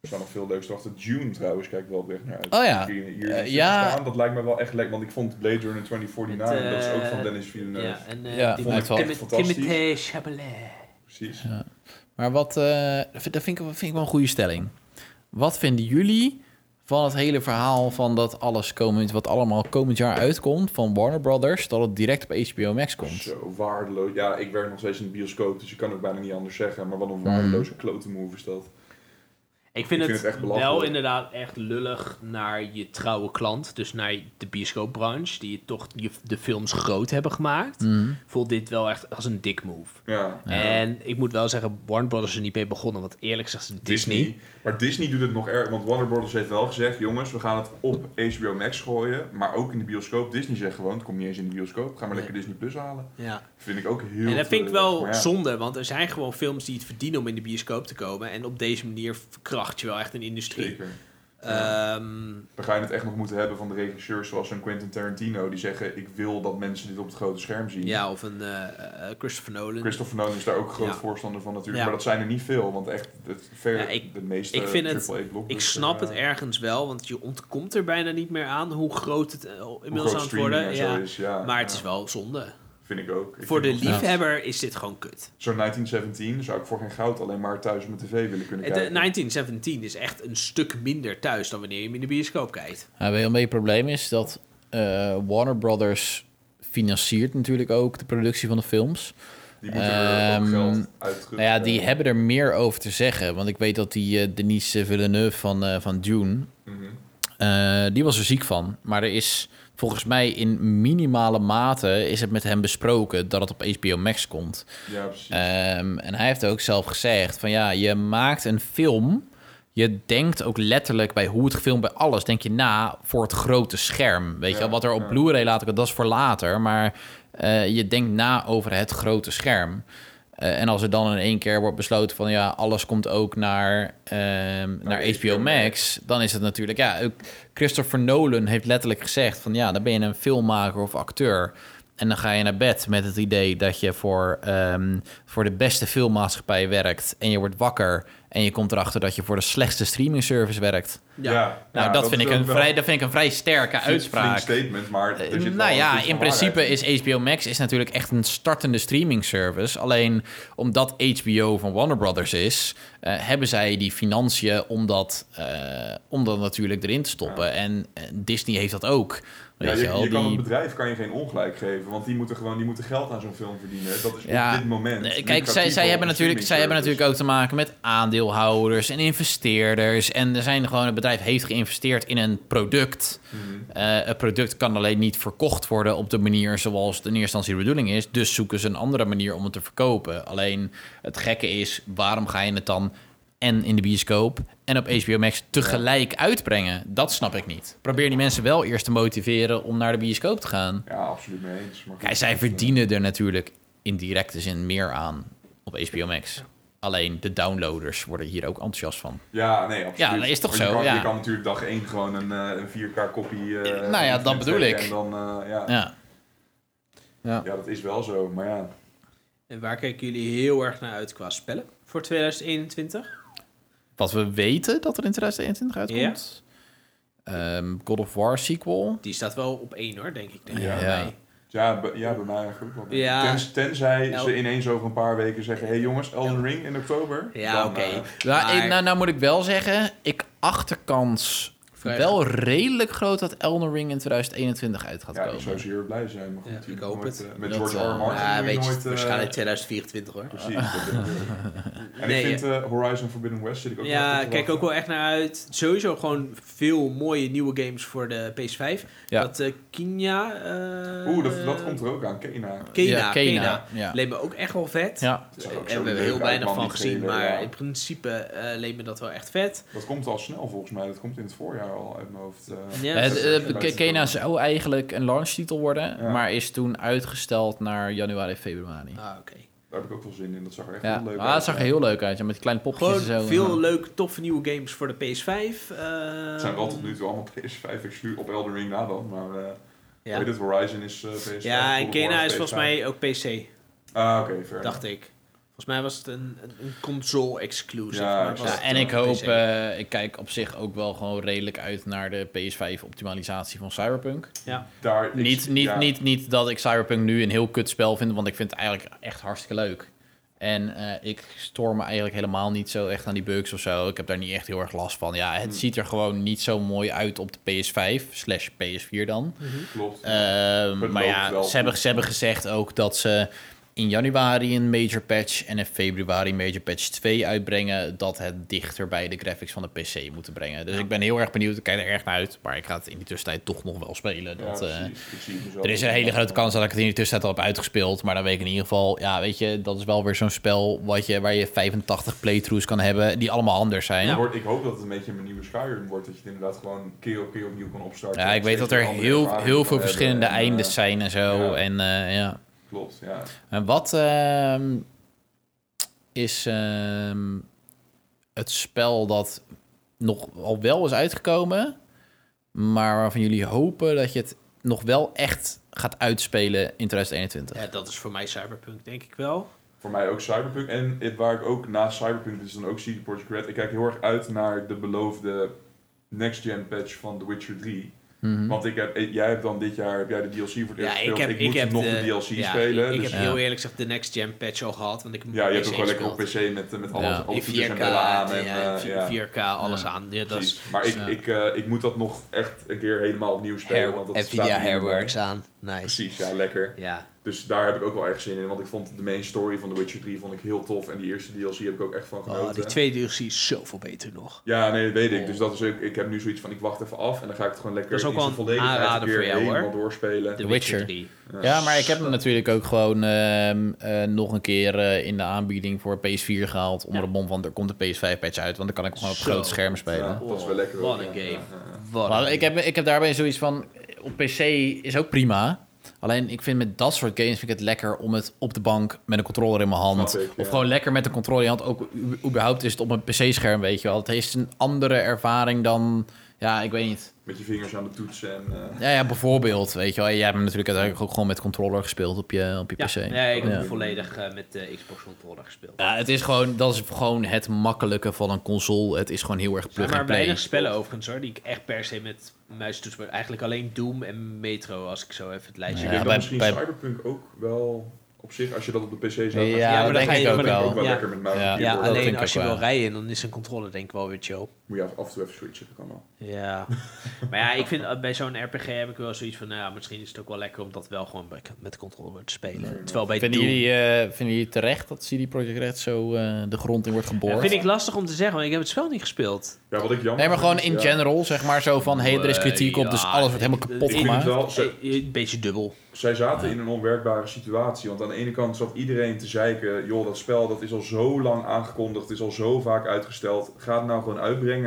[SPEAKER 1] Er staan nog veel leuks te wachten. June trouwens, kijk ik wel weer naar uit.
[SPEAKER 2] Oh ja.
[SPEAKER 1] Hier, hier
[SPEAKER 2] Eh,
[SPEAKER 1] zitten
[SPEAKER 2] ja.
[SPEAKER 1] staan, dat lijkt me wel echt lekker, want ik vond Blade Runner 2049,
[SPEAKER 3] Met, eh,
[SPEAKER 1] dat is ook van Dennis Villeneuve.
[SPEAKER 3] ja, en eh
[SPEAKER 2] Ja,
[SPEAKER 3] die
[SPEAKER 2] vond ik wel
[SPEAKER 3] Tim-
[SPEAKER 1] echt fantastisch.
[SPEAKER 3] Timothée Chalamet.
[SPEAKER 1] Precies.
[SPEAKER 2] Maar wat, eh, dat dat vind ik, vind ik wel een goede stelling. Wat vinden jullie van het hele verhaal van dat alles komend, wat allemaal komend jaar uitkomt van Warner Brothers, dat het direct op HBO Max komt?
[SPEAKER 1] Zo waardeloos. Ja, ik werk nog steeds in de bioscoop, dus je kan ook bijna niet anders zeggen. Maar wat
[SPEAKER 2] Mm.
[SPEAKER 1] een waardeloze klote move is dat.
[SPEAKER 3] Ik vind,
[SPEAKER 1] Ik vind
[SPEAKER 3] het,
[SPEAKER 1] het echt belachelijk.
[SPEAKER 3] wel inderdaad echt lullig naar je trouwe klant. Dus naar de bioscoopbranche, die toch je- de films groot hebben gemaakt.
[SPEAKER 2] Mhm.
[SPEAKER 3] Voelt dit wel echt als een dick move.
[SPEAKER 1] Ja.
[SPEAKER 3] En ik moet wel zeggen, Warner Brothers is niet mee begonnen. Want eerlijk gezegd, Disney.
[SPEAKER 1] Disney. Maar Disney doet het nog erg, want Warner Brothers heeft wel gezegd: jongens, we gaan het op HBO Max gooien, maar ook in de bioscoop. Disney zegt gewoon: het komt niet eens in de bioscoop, ga maar lekker Disney Plus halen.
[SPEAKER 3] Ja.
[SPEAKER 1] Vind ik ook heel
[SPEAKER 3] En dat vind ik
[SPEAKER 1] treurig,
[SPEAKER 3] wel
[SPEAKER 1] maar ja.
[SPEAKER 3] zonde, want er zijn gewoon films die het verdienen om in de bioscoop te komen. En op deze manier verkracht je wel echt een industrie.
[SPEAKER 1] Zeker.
[SPEAKER 3] Ehm,
[SPEAKER 1] Dan ga je het echt nog moeten hebben van de regisseurs zoals een Quentin Tarantino, die zeggen: ik wil dat mensen dit op het grote scherm zien.
[SPEAKER 3] ja, of een eh, eh, Christopher Nolan.
[SPEAKER 1] Christopher Nolan is daar ook groot
[SPEAKER 3] Ja.
[SPEAKER 1] voorstander van natuurlijk,
[SPEAKER 3] Ja.
[SPEAKER 1] maar dat zijn er niet veel, want echt het, ver,
[SPEAKER 3] Ja, ik-
[SPEAKER 1] de meeste
[SPEAKER 3] ik vind het-
[SPEAKER 1] AAA
[SPEAKER 3] ik snap het
[SPEAKER 1] blockbusters, eh,
[SPEAKER 3] ergens wel, want je ontkomt er bijna niet meer aan hoe groot het eh,
[SPEAKER 1] eh,
[SPEAKER 3] inmiddels
[SPEAKER 1] hoe
[SPEAKER 3] aan
[SPEAKER 1] groot
[SPEAKER 3] het worden
[SPEAKER 1] streaming en zo
[SPEAKER 3] ja.
[SPEAKER 1] is. Ja,
[SPEAKER 3] Maar het
[SPEAKER 1] ja.
[SPEAKER 3] is wel zonde.
[SPEAKER 1] Vind ik ook. Ik
[SPEAKER 3] Voor de
[SPEAKER 1] vind het-
[SPEAKER 3] liefhebber is dit gewoon kut.
[SPEAKER 1] Zo'n 1917 zou ik voor geen goud alleen maar thuis op mijn tv willen kunnen
[SPEAKER 3] Het, eh,
[SPEAKER 1] kijken.
[SPEAKER 3] 1917 is echt een stuk minder thuis dan wanneer je hem in de bioscoop kijkt.
[SPEAKER 2] Nou, weet je wat een probleem is? Dat eh, Warner Brothers financiert natuurlijk ook de productie van de films.
[SPEAKER 1] Die moeten er ook
[SPEAKER 2] Ehm,
[SPEAKER 1] geld uit
[SPEAKER 2] Nou ja, die hebben er meer over te zeggen. Want ik weet dat die eh, Denise Villeneuve van, eh, van Dune...
[SPEAKER 1] Mhm.
[SPEAKER 2] eh, die was er ziek van. Maar er is volgens mij in minimale mate... is het met hem besproken dat het op HBO Max komt.
[SPEAKER 1] Ja, precies.
[SPEAKER 2] Ehm, en hij heeft ook zelf gezegd van ja, je maakt een film. Je denkt ook letterlijk bij hoe het gefilmd bij alles. Denk je na voor het grote scherm. Weet je
[SPEAKER 1] Ja,
[SPEAKER 2] wel, wat er op
[SPEAKER 1] ja.
[SPEAKER 2] Blu-ray later, dat is voor later. Maar eh, je denkt na over het grote scherm. Eh, en als er dan in één keer wordt besloten van ja, alles komt ook naar, ehm, naar
[SPEAKER 1] HBO
[SPEAKER 2] HBO Max. Dan is het natuurlijk, ja, ook Christopher Nolan heeft letterlijk gezegd van ja, dan ben je een filmmaker of acteur. En dan ga je naar bed met het idee dat je voor, ehm, voor de beste filmmaatschappij werkt. En je wordt wakker en je komt erachter dat je voor de slechtste streaming service werkt.
[SPEAKER 1] ja.
[SPEAKER 2] Nou,
[SPEAKER 1] ja,
[SPEAKER 2] dat, vind
[SPEAKER 1] is
[SPEAKER 2] ik
[SPEAKER 1] ook
[SPEAKER 2] een
[SPEAKER 1] wel
[SPEAKER 2] vrij, dat vind ik een vrij sterke
[SPEAKER 1] een flink
[SPEAKER 2] uitspraak.
[SPEAKER 1] statement, maar er
[SPEAKER 2] Eh,
[SPEAKER 1] zit wel
[SPEAKER 2] nou
[SPEAKER 1] een
[SPEAKER 2] ja,
[SPEAKER 1] punt van
[SPEAKER 2] in principe
[SPEAKER 1] waarheid
[SPEAKER 2] is HBO Max is natuurlijk echt een startende streaming service. Alleen omdat HBO van Warner Brothers is, eh, hebben zij die financiën om dat, eh, om dat natuurlijk erin te stoppen. En eh, Disney heeft dat ook.
[SPEAKER 1] Ja,
[SPEAKER 2] Weet
[SPEAKER 1] je,
[SPEAKER 2] je wel,
[SPEAKER 1] je kan
[SPEAKER 2] die-
[SPEAKER 1] het bedrijf kan je geen ongelijk geven, want die moeten gewoon die moeten geld aan zo'n film verdienen. Dat is
[SPEAKER 2] Ja.
[SPEAKER 1] op dit moment.
[SPEAKER 2] Nee, Kijk,
[SPEAKER 1] lucratief
[SPEAKER 2] zij,
[SPEAKER 1] voor
[SPEAKER 2] zij, hebben
[SPEAKER 1] een
[SPEAKER 2] natuurlijk, zij hebben
[SPEAKER 1] streaming
[SPEAKER 2] natuurlijk ook te maken met aandeelhouders en investeerders. En er zijn gewoon, het bedrijf heeft geïnvesteerd in een product.
[SPEAKER 1] service. Mhm.
[SPEAKER 2] Eh, het product kan alleen niet verkocht worden op de manier zoals het in eerste instantie de bedoeling is. Dus zoeken ze een andere manier om het te verkopen. Alleen het gekke is, waarom ga je het dan en in de bioscoop en op HBO Max tegelijk uitbrengen? Dat snap ik niet. Probeer die mensen wel eerst te motiveren om naar de bioscoop te gaan.
[SPEAKER 1] Ja, absoluut mee eens. Maar goed,
[SPEAKER 2] Kijk, zij verdienen er natuurlijk in directe zin meer aan op HBO Max. Alleen de downloaders worden hier ook enthousiast van.
[SPEAKER 1] Ja, nee, absoluut.
[SPEAKER 2] Ja, dat is toch
[SPEAKER 1] Maar je
[SPEAKER 2] zo,
[SPEAKER 1] Kan,
[SPEAKER 2] ja.
[SPEAKER 1] Je kan natuurlijk dag 1 gewoon een, eh, een 4K-kopie.
[SPEAKER 2] Nou ja, dat bedoel ik.
[SPEAKER 1] En dan, eh, ja, ja.
[SPEAKER 2] Ja.
[SPEAKER 1] dat is wel zo. Maar ja,
[SPEAKER 3] En waar kijken jullie heel erg naar uit qua spellen voor 2021?
[SPEAKER 2] Wat we weten dat er in 2021 uitkomt. Ehm, God of War sequel.
[SPEAKER 3] Die staat wel op één hoor, denk ik.
[SPEAKER 1] Ja.
[SPEAKER 2] Ja.
[SPEAKER 1] ja, bij- ja bij mij eigenlijk ook wel.
[SPEAKER 3] Ja.
[SPEAKER 1] Tens- tenzij
[SPEAKER 3] Nou.
[SPEAKER 1] ze ineens over een paar weken zeggen: hé hey, jongens, Elden Ring in oktober.
[SPEAKER 3] Ja,
[SPEAKER 1] Dan,
[SPEAKER 3] oké.
[SPEAKER 1] eh,
[SPEAKER 2] Ja,
[SPEAKER 3] Maar-
[SPEAKER 2] ik- nou, nou moet ik wel zeggen, ik achterkans
[SPEAKER 3] Vrij
[SPEAKER 2] wel redelijk groot dat Elden Ring in 2021 uit gaat
[SPEAKER 1] ja, ik zou
[SPEAKER 2] komen.
[SPEAKER 1] zeer blij zijn. Maar goed,
[SPEAKER 3] Ja,
[SPEAKER 1] natuurlijk
[SPEAKER 3] ik hoop
[SPEAKER 1] nooit,
[SPEAKER 3] het.
[SPEAKER 1] eh, met
[SPEAKER 2] Dat,
[SPEAKER 1] George
[SPEAKER 2] eh,
[SPEAKER 1] R. R. Martin.
[SPEAKER 3] Ja,
[SPEAKER 1] doe je
[SPEAKER 3] weet je,
[SPEAKER 1] nooit, eh,
[SPEAKER 3] waarschijnlijk 2024 hoor.
[SPEAKER 1] Precies. dat denk ik ook. en
[SPEAKER 3] Nee,
[SPEAKER 1] ik vind eh, Horizon Forbidden West zit ik ook wel
[SPEAKER 3] Ja,
[SPEAKER 1] echt op te
[SPEAKER 3] kijk ook
[SPEAKER 1] wachten.
[SPEAKER 3] wel echt naar uit. Sowieso gewoon veel mooie nieuwe games voor de PS5.
[SPEAKER 2] Ja.
[SPEAKER 3] Dat eh Kina... eh,
[SPEAKER 1] Oeh, dat, dat komt er ook aan. Kena.
[SPEAKER 3] Kena,
[SPEAKER 2] Ja,
[SPEAKER 3] Kena.
[SPEAKER 2] Ja.
[SPEAKER 3] Leek me ook echt wel vet.
[SPEAKER 2] Ja.
[SPEAKER 1] Dat zag er ook zo
[SPEAKER 3] Daar hebben we
[SPEAKER 1] leuk
[SPEAKER 3] heel
[SPEAKER 1] uit,
[SPEAKER 3] weinig
[SPEAKER 1] man,
[SPEAKER 3] van
[SPEAKER 1] die
[SPEAKER 3] gezien,
[SPEAKER 1] trailer,
[SPEAKER 3] maar
[SPEAKER 1] ja.
[SPEAKER 3] in principe eh leek me dat wel echt vet.
[SPEAKER 1] Dat komt al snel volgens mij. Dat komt in het voorjaar al uit mijn hoofd. eh.
[SPEAKER 3] Ja,
[SPEAKER 2] Ja, het, eh,
[SPEAKER 1] dat-
[SPEAKER 2] Ke- Kena zou eigenlijk een launchtitel worden,
[SPEAKER 1] Ja.
[SPEAKER 2] maar is toen uitgesteld naar januari, februari.
[SPEAKER 3] Ah, oké.
[SPEAKER 1] Daar heb ik ook wel zin in. Dat zag er echt
[SPEAKER 2] Ja,
[SPEAKER 1] heel leuk
[SPEAKER 2] ah,
[SPEAKER 1] uit.
[SPEAKER 2] het zag er heel leuk uit, ja, met die kleine popjes en
[SPEAKER 3] Gewoon
[SPEAKER 2] zo.
[SPEAKER 3] veel leuke, toffe nieuwe games voor de PS5. eh,
[SPEAKER 1] Het zijn wel tot nu toe allemaal PS5 exclu op Elden Ring na dan. Maar eh,
[SPEAKER 3] Ja.
[SPEAKER 1] weet het, Horizon is eh, PS5.
[SPEAKER 3] Ja,
[SPEAKER 1] God
[SPEAKER 3] en
[SPEAKER 1] of
[SPEAKER 3] Kena
[SPEAKER 1] War
[SPEAKER 3] is volgens
[SPEAKER 1] PS5.
[SPEAKER 3] mij ook PC,
[SPEAKER 1] Ah, oké, ver.
[SPEAKER 3] dacht ik. Volgens mij was het een, een- een console-exclusive.
[SPEAKER 1] Ja,
[SPEAKER 3] maar het
[SPEAKER 1] ja,
[SPEAKER 3] was
[SPEAKER 2] Ja,
[SPEAKER 3] het
[SPEAKER 2] en
[SPEAKER 3] wel
[SPEAKER 2] ik
[SPEAKER 3] een
[SPEAKER 2] hoop,
[SPEAKER 3] PC.
[SPEAKER 2] eh, ik kijk op zich ook wel gewoon redelijk uit naar de PS5-optimalisatie van Cyberpunk.
[SPEAKER 1] Daar, ik-
[SPEAKER 2] Niet, niet,
[SPEAKER 1] ja.
[SPEAKER 2] niet, niet dat ik Cyberpunk nu een heel kut spel vind, want ik vind het eigenlijk echt hartstikke leuk. En eh, ik stoor me eigenlijk helemaal niet zo echt aan die bugs of zo. Ik heb daar niet echt heel erg last van. Ja, het
[SPEAKER 1] Hm.
[SPEAKER 2] ziet er gewoon niet zo mooi uit op de PS5, slash PS4 dan.
[SPEAKER 1] Hmm. Klopt.
[SPEAKER 2] Ehm,
[SPEAKER 1] Het
[SPEAKER 2] maar
[SPEAKER 1] loopt
[SPEAKER 2] ja,
[SPEAKER 1] wel
[SPEAKER 2] ze hebben,
[SPEAKER 1] goed.
[SPEAKER 2] ze hebben gezegd ook dat ze in januari een major patch en in februari major patch 2 uitbrengen. Dat het dichter bij de graphics van de PC moeten brengen. Dus ik ben heel erg benieuwd. Ik kijk er erg naar uit. Maar ik ga het in die tussentijd toch nog wel spelen.
[SPEAKER 1] Ja,
[SPEAKER 2] Dat, eh,
[SPEAKER 1] precies. Ik zie het mezelf
[SPEAKER 2] er is een
[SPEAKER 1] ook
[SPEAKER 2] hele
[SPEAKER 1] wel.
[SPEAKER 2] grote kans dat ik het in de tussentijd al heb uitgespeeld. Maar dan weet ik in ieder geval, ja, weet je, dat is wel weer zo'n spel wat je, waar je 85 playthroughs kan hebben. Die allemaal anders
[SPEAKER 1] Ik
[SPEAKER 2] zijn.
[SPEAKER 3] Nou.
[SPEAKER 2] Ja,
[SPEAKER 1] hoor- Ik hoop dat het een beetje een nieuwe Skyrim wordt. Dat je het inderdaad gewoon keer op keer opnieuw kan opstarten.
[SPEAKER 2] ik weet
[SPEAKER 1] Steeds
[SPEAKER 2] dat er
[SPEAKER 1] weer andere
[SPEAKER 2] heel,
[SPEAKER 1] ervaringen
[SPEAKER 2] heel
[SPEAKER 1] kan
[SPEAKER 2] veel
[SPEAKER 1] hebben
[SPEAKER 2] verschillende
[SPEAKER 1] en, eh,
[SPEAKER 2] eindes zijn en zo.
[SPEAKER 1] ja.
[SPEAKER 2] En eh, ja.
[SPEAKER 1] Klopt, ja.
[SPEAKER 2] En wat ehm, is ehm, het spel dat nog al wel is uitgekomen, maar waarvan jullie hopen dat je het nog wel echt gaat uitspelen in 2021?
[SPEAKER 3] Ja, dat is voor mij Cyberpunk, denk ik wel.
[SPEAKER 1] Voor mij ook Cyberpunk. En het- waar ik ook na Cyberpunk, dus dan ook CD Projekt Red, ik kijk heel erg uit naar de beloofde next-gen patch van The Witcher 3.
[SPEAKER 2] Mhm.
[SPEAKER 1] Want ik heb, eh, jij hebt dan dit jaar heb jij de DLC voor het eerst
[SPEAKER 3] Ja, ik
[SPEAKER 1] gespeeld.
[SPEAKER 3] heb,
[SPEAKER 1] ik,
[SPEAKER 3] ik
[SPEAKER 1] moet
[SPEAKER 3] heb
[SPEAKER 1] nog de,
[SPEAKER 3] de
[SPEAKER 1] DLC
[SPEAKER 3] ja,
[SPEAKER 1] spelen.
[SPEAKER 3] Ik, ik
[SPEAKER 1] dus-
[SPEAKER 3] heb
[SPEAKER 2] Ja.
[SPEAKER 3] heel eerlijk gezegd de Next Gen patch al gehad. Want ik heb
[SPEAKER 1] ja, je hebt
[SPEAKER 3] hem
[SPEAKER 1] ook
[SPEAKER 3] op
[SPEAKER 1] wel
[SPEAKER 3] PC
[SPEAKER 1] lekker op
[SPEAKER 3] gespeeld.
[SPEAKER 1] PC met, eh, met alles,
[SPEAKER 2] Ja.
[SPEAKER 1] alle toeters
[SPEAKER 3] In
[SPEAKER 1] en
[SPEAKER 3] 4K,
[SPEAKER 1] bellen aan. En,
[SPEAKER 3] ja,
[SPEAKER 1] eh, ja,
[SPEAKER 3] 4K, alles aan. Ja, dat is
[SPEAKER 1] precies. Maar ik,
[SPEAKER 2] ja.
[SPEAKER 1] ik, eh, ik moet dat nog echt een keer helemaal opnieuw spelen.
[SPEAKER 3] Hair,
[SPEAKER 1] want dat staat er
[SPEAKER 3] Nvidia
[SPEAKER 1] niet meer bij.
[SPEAKER 3] Hairworks aan. Nice.
[SPEAKER 1] Precies, ja, lekker.
[SPEAKER 3] Ja,
[SPEAKER 1] Dus daar heb ik ook wel echt zin in. Want ik vond de main story van The Witcher 3 vond ik heel tof. En die eerste DLC heb ik ook echt van genoten.
[SPEAKER 3] oh, die twee DLC is zoveel beter nog.
[SPEAKER 1] Ja, nee, dat weet ik. Dus dat is ook, ik heb nu zoiets van, ik wacht even af en dan ga ik het gewoon lekker
[SPEAKER 3] Dat is ook
[SPEAKER 1] in zijn
[SPEAKER 3] wel een
[SPEAKER 1] volledigheid een
[SPEAKER 3] aanrader
[SPEAKER 1] keer
[SPEAKER 3] voor jou,
[SPEAKER 1] helemaal
[SPEAKER 3] hoor.
[SPEAKER 1] doorspelen.
[SPEAKER 3] The
[SPEAKER 2] Witcher.
[SPEAKER 3] Witcher 3.
[SPEAKER 2] Ja, maar ik heb hem natuurlijk ook gewoon ehm, eh, nog een keer eh, in de aanbieding voor PS4 gehaald. Onder
[SPEAKER 3] Ja.
[SPEAKER 2] de bom van er komt een PS5-patch uit, want dan kan ik hem gewoon op
[SPEAKER 3] Zo.
[SPEAKER 2] groot scherm spelen.
[SPEAKER 1] Ja, Oh, dat is wel lekker.
[SPEAKER 3] Oh, Wat
[SPEAKER 1] hoor.
[SPEAKER 3] een
[SPEAKER 1] Ja,
[SPEAKER 3] game.
[SPEAKER 1] ja, ja.
[SPEAKER 3] Wat
[SPEAKER 2] Maar ik heb, ik heb daarbij zoiets van, op PC is ook prima. Alleen ik vind met dat soort games vind ik het lekker om het op de bank met een controller in mijn hand.
[SPEAKER 1] Snap ik, ja.
[SPEAKER 2] Of gewoon lekker met een controller in je hand. Ook u- überhaupt is het op een PC-scherm, weet je wel. Het is een andere ervaring dan, ja, ik weet niet.
[SPEAKER 1] Met je vingers aan de toets en... eh,
[SPEAKER 2] Ja, ja bijvoorbeeld, weet je wel. Jij hebt hem natuurlijk uiteindelijk ook gewoon met controller gespeeld op je, op je
[SPEAKER 3] Ja,
[SPEAKER 2] PC.
[SPEAKER 3] nee, ik heb
[SPEAKER 2] Ja.
[SPEAKER 3] hem volledig eh, met de Xbox controller gespeeld.
[SPEAKER 2] Ja, het is gewoon, dat is gewoon het makkelijke van een console. Het is gewoon heel erg
[SPEAKER 3] Er
[SPEAKER 2] plug
[SPEAKER 3] zijn maar
[SPEAKER 2] and play.
[SPEAKER 3] weinig spellen overigens hoor, die ik echt per se met muis toetsen. Eigenlijk alleen Doom en Metro, als ik zo even het lijstje
[SPEAKER 1] ik
[SPEAKER 2] Ja,
[SPEAKER 1] denk dat
[SPEAKER 2] bij-
[SPEAKER 1] misschien
[SPEAKER 2] bij-
[SPEAKER 1] Cyberpunk ook wel op op zich, als je dat op de PC zou
[SPEAKER 6] Ja,
[SPEAKER 1] gaan spelen,
[SPEAKER 6] dat
[SPEAKER 3] maar dan
[SPEAKER 6] denk
[SPEAKER 3] ga je
[SPEAKER 6] ik ook
[SPEAKER 1] ben ik
[SPEAKER 6] wel.
[SPEAKER 1] ook wel
[SPEAKER 3] Ja.
[SPEAKER 1] lekker met muis en
[SPEAKER 6] Ja.
[SPEAKER 3] Ja,
[SPEAKER 1] keyboard.
[SPEAKER 6] denk
[SPEAKER 3] alleen
[SPEAKER 6] ik
[SPEAKER 3] als je
[SPEAKER 6] ook
[SPEAKER 3] wil
[SPEAKER 6] wel.
[SPEAKER 3] rijden, dan is een controller denk ik wel weer chill.
[SPEAKER 1] Moet je af en toe even switchen, dat kan wel.
[SPEAKER 3] Ja. maar ja, ik vind eh, bij zo'n RPG heb ik wel zoiets van, nou ja, misschien is het ook wel lekker om dat wel gewoon bij- met de controller te spelen. Terwijl bij
[SPEAKER 2] Vinden
[SPEAKER 3] Doom-
[SPEAKER 2] jullie, eh, vinden jullie terecht dat CD Projekt Red zo eh, de grond in wordt
[SPEAKER 3] Ja,
[SPEAKER 2] geboord?
[SPEAKER 3] vind ik lastig om te zeggen, want ik heb het spel niet gespeeld.
[SPEAKER 1] Ja, wat ik jammer
[SPEAKER 2] Nee, maar gewoon
[SPEAKER 1] vind,
[SPEAKER 2] in
[SPEAKER 1] Dus ja,
[SPEAKER 2] general, zeg maar zo van... hé, hey, er is kritiek op, dus
[SPEAKER 3] Ja,
[SPEAKER 2] alles wordt helemaal kapot
[SPEAKER 1] Ik vind het
[SPEAKER 2] gemaakt.
[SPEAKER 1] wel, ze-
[SPEAKER 3] Eh, Een beetje dubbel.
[SPEAKER 1] zij zaten in een onwerkbare situatie. Want aan de ene kant zat iedereen te zeiken: joh, dat spel dat is al zo lang aangekondigd, is al zo vaak uitgesteld. Ga het nou gewoon uitbrengen.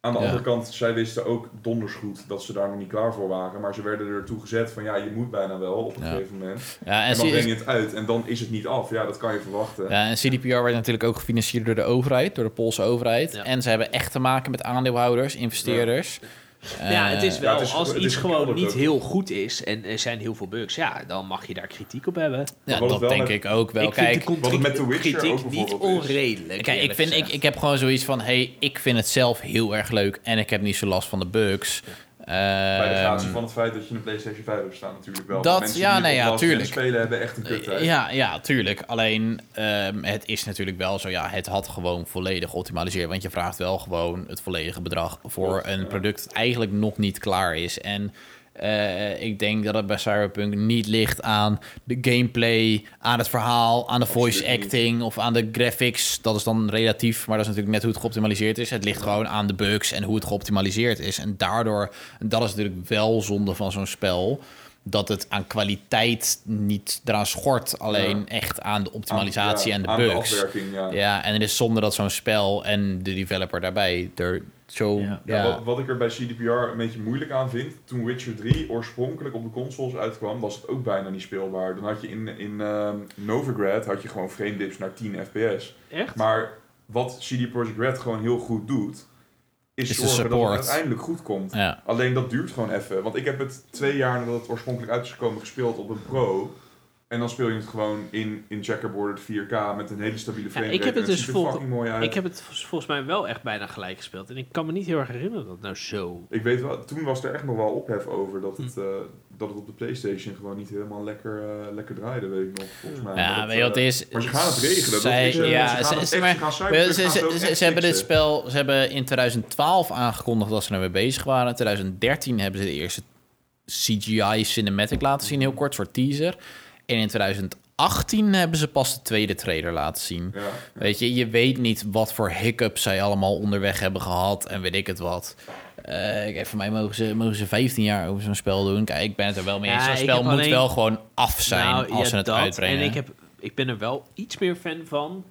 [SPEAKER 1] Aan de
[SPEAKER 2] Ja.
[SPEAKER 1] andere kant, zij wisten ook donders goed dat ze daar nog niet klaar voor waren. Maar ze werden ertoe gezet van ja, je moet bijna wel op een
[SPEAKER 2] Ja.
[SPEAKER 1] gegeven moment.
[SPEAKER 2] Ja, en,
[SPEAKER 1] En dan breng
[SPEAKER 2] C-
[SPEAKER 1] je het uit en dan is het niet af. Ja, dat kan je verwachten.
[SPEAKER 2] ja, en CDPR werd natuurlijk ook gefinancierd door de overheid, door de Poolse overheid.
[SPEAKER 3] Ja.
[SPEAKER 2] En ze hebben echt te maken met aandeelhouders, investeerders. Eh,
[SPEAKER 3] ja, het is wel,
[SPEAKER 1] het is-
[SPEAKER 3] als
[SPEAKER 1] het is
[SPEAKER 3] iets gewoon
[SPEAKER 1] gekaderd
[SPEAKER 3] niet
[SPEAKER 1] ook.
[SPEAKER 3] heel goed is en er zijn heel veel bugs, ja, dan mag je daar kritiek op hebben.
[SPEAKER 2] ja,
[SPEAKER 1] Wat het
[SPEAKER 2] dat
[SPEAKER 1] wel
[SPEAKER 2] denk
[SPEAKER 1] met-
[SPEAKER 2] ik ook wel.
[SPEAKER 3] ik
[SPEAKER 2] Kijk,
[SPEAKER 3] vind de
[SPEAKER 1] Wat het met The Witcher
[SPEAKER 3] kritiek
[SPEAKER 1] ook
[SPEAKER 3] niet
[SPEAKER 1] bijvoorbeeld is.
[SPEAKER 3] onredelijk.
[SPEAKER 2] Kijk, ik,
[SPEAKER 3] eerlijk
[SPEAKER 2] vind, ik,
[SPEAKER 3] gezegd.
[SPEAKER 2] ik heb gewoon zoiets van... hey, ik vind het zelf heel erg leuk en ik heb niet zo last van de bugs.
[SPEAKER 1] Bij de gratie
[SPEAKER 2] Ehm,
[SPEAKER 1] van het feit dat je een PlayStation 5 hebt staan, natuurlijk wel.
[SPEAKER 2] Dat-
[SPEAKER 1] Want mensen
[SPEAKER 2] ja,
[SPEAKER 1] die
[SPEAKER 2] nee,
[SPEAKER 1] op
[SPEAKER 2] ja,
[SPEAKER 1] last en
[SPEAKER 2] tuurlijk.
[SPEAKER 1] spelen hebben echt een kut tijd.
[SPEAKER 2] Eh, Ja, ja, tuurlijk. Alleen ehm, het is natuurlijk wel zo. Ja, het had gewoon volledig geoptimaliseerd. Want je vraagt wel gewoon het volledige bedrag voor
[SPEAKER 1] Klopt,
[SPEAKER 2] een
[SPEAKER 1] ja.
[SPEAKER 2] product dat eigenlijk nog niet klaar is. En eh, ik denk dat het bij Cyberpunk niet ligt aan de gameplay, aan het verhaal, aan de voice
[SPEAKER 1] Absoluut niet.
[SPEAKER 2] acting of aan de graphics. Dat is dan relatief, maar dat is natuurlijk net hoe het geoptimaliseerd is. Het ligt gewoon aan de bugs en hoe het geoptimaliseerd is. En daardoor, en dat is natuurlijk wel zonde van zo'n spel. Dat het aan kwaliteit niet eraan schort, alleen
[SPEAKER 1] Ja.
[SPEAKER 2] echt aan de optimalisatie
[SPEAKER 1] Aan-
[SPEAKER 2] en de
[SPEAKER 1] ja, Aan de
[SPEAKER 2] bugs.
[SPEAKER 1] afwerking, ja.
[SPEAKER 2] ja, en het is zonde dat zo'n spel en de developer daarbij er zo. Ja,
[SPEAKER 3] Ja.
[SPEAKER 1] Ja, Wat, wat ik er bij CDPR een beetje moeilijk aan vind, toen Witcher 3 oorspronkelijk op de consoles uitkwam, was het ook bijna niet speelbaar. Dan had je in, in ehm, Novigrad had je gewoon frame dips naar 10 fps.
[SPEAKER 3] Echt?
[SPEAKER 1] Maar wat CD Projekt Red gewoon heel goed doet, is,
[SPEAKER 2] Is de
[SPEAKER 1] zorgen dat het
[SPEAKER 2] support.
[SPEAKER 1] uiteindelijk goed komt.
[SPEAKER 2] ja.
[SPEAKER 1] Alleen dat duurt gewoon even. Want ik heb het twee jaar nadat het oorspronkelijk uit is gekomen gespeeld op een pro. En dan speel je het gewoon in, in checkerboarded 4K met een hele stabiele frame rate.
[SPEAKER 3] ik heb
[SPEAKER 1] en
[SPEAKER 3] het dus
[SPEAKER 1] ziet er
[SPEAKER 3] vol-
[SPEAKER 1] fucking mooi uit.
[SPEAKER 3] Ik heb het vol- volgens mij wel echt bijna gelijk gespeeld. En ik kan me niet heel erg herinneren dat het nou zo...
[SPEAKER 1] Ik weet wel, toen was er echt nog wel ophef over dat
[SPEAKER 2] Hm.
[SPEAKER 1] het, eh, dat het op de Playstation gewoon niet helemaal lekker, eh, lekker draaide, weet ik nog, volgens mij. Maar
[SPEAKER 2] Ja,
[SPEAKER 1] dat,
[SPEAKER 2] weet je wat het
[SPEAKER 1] eh,
[SPEAKER 2] is?
[SPEAKER 1] Maar ze gaan het regelen. dat
[SPEAKER 2] Zij-
[SPEAKER 1] is, eh,
[SPEAKER 2] ja,
[SPEAKER 1] ze
[SPEAKER 2] ze-
[SPEAKER 1] gaan het
[SPEAKER 2] ze-
[SPEAKER 1] echt-
[SPEAKER 2] maar-
[SPEAKER 1] ze gaan
[SPEAKER 2] Ze,
[SPEAKER 1] Cyberpunk gaan
[SPEAKER 2] ze-
[SPEAKER 1] ook
[SPEAKER 2] ze-
[SPEAKER 1] echt
[SPEAKER 2] ze hebben dus dit
[SPEAKER 1] fixen.
[SPEAKER 2] spel, ze hebben in 2012 aangekondigd dat ze ermee bezig waren. In 2013 hebben ze de eerste CGI cinematic laten zien, heel kort, een soort teaser. En in 2018 hebben ze pas de tweede trailer laten zien.
[SPEAKER 1] Ja.
[SPEAKER 2] Weet je, je weet niet wat voor hiccups zij allemaal onderweg hebben gehad en weet ik het wat. Eh, kijk, voor mij mogen ze, mogen ze 15 jaar over zo'n spel doen. Kijk, ik ben het er wel mee eens.
[SPEAKER 3] Ja,
[SPEAKER 2] zo'n
[SPEAKER 3] ik
[SPEAKER 2] spel
[SPEAKER 3] heb
[SPEAKER 2] moet
[SPEAKER 3] alleen-
[SPEAKER 2] wel gewoon af zijn
[SPEAKER 3] Nou,
[SPEAKER 2] als
[SPEAKER 3] ja,
[SPEAKER 2] ze het
[SPEAKER 3] dat.
[SPEAKER 2] uitbrengen.
[SPEAKER 3] En ik, heb, ik ben er wel iets meer fan van.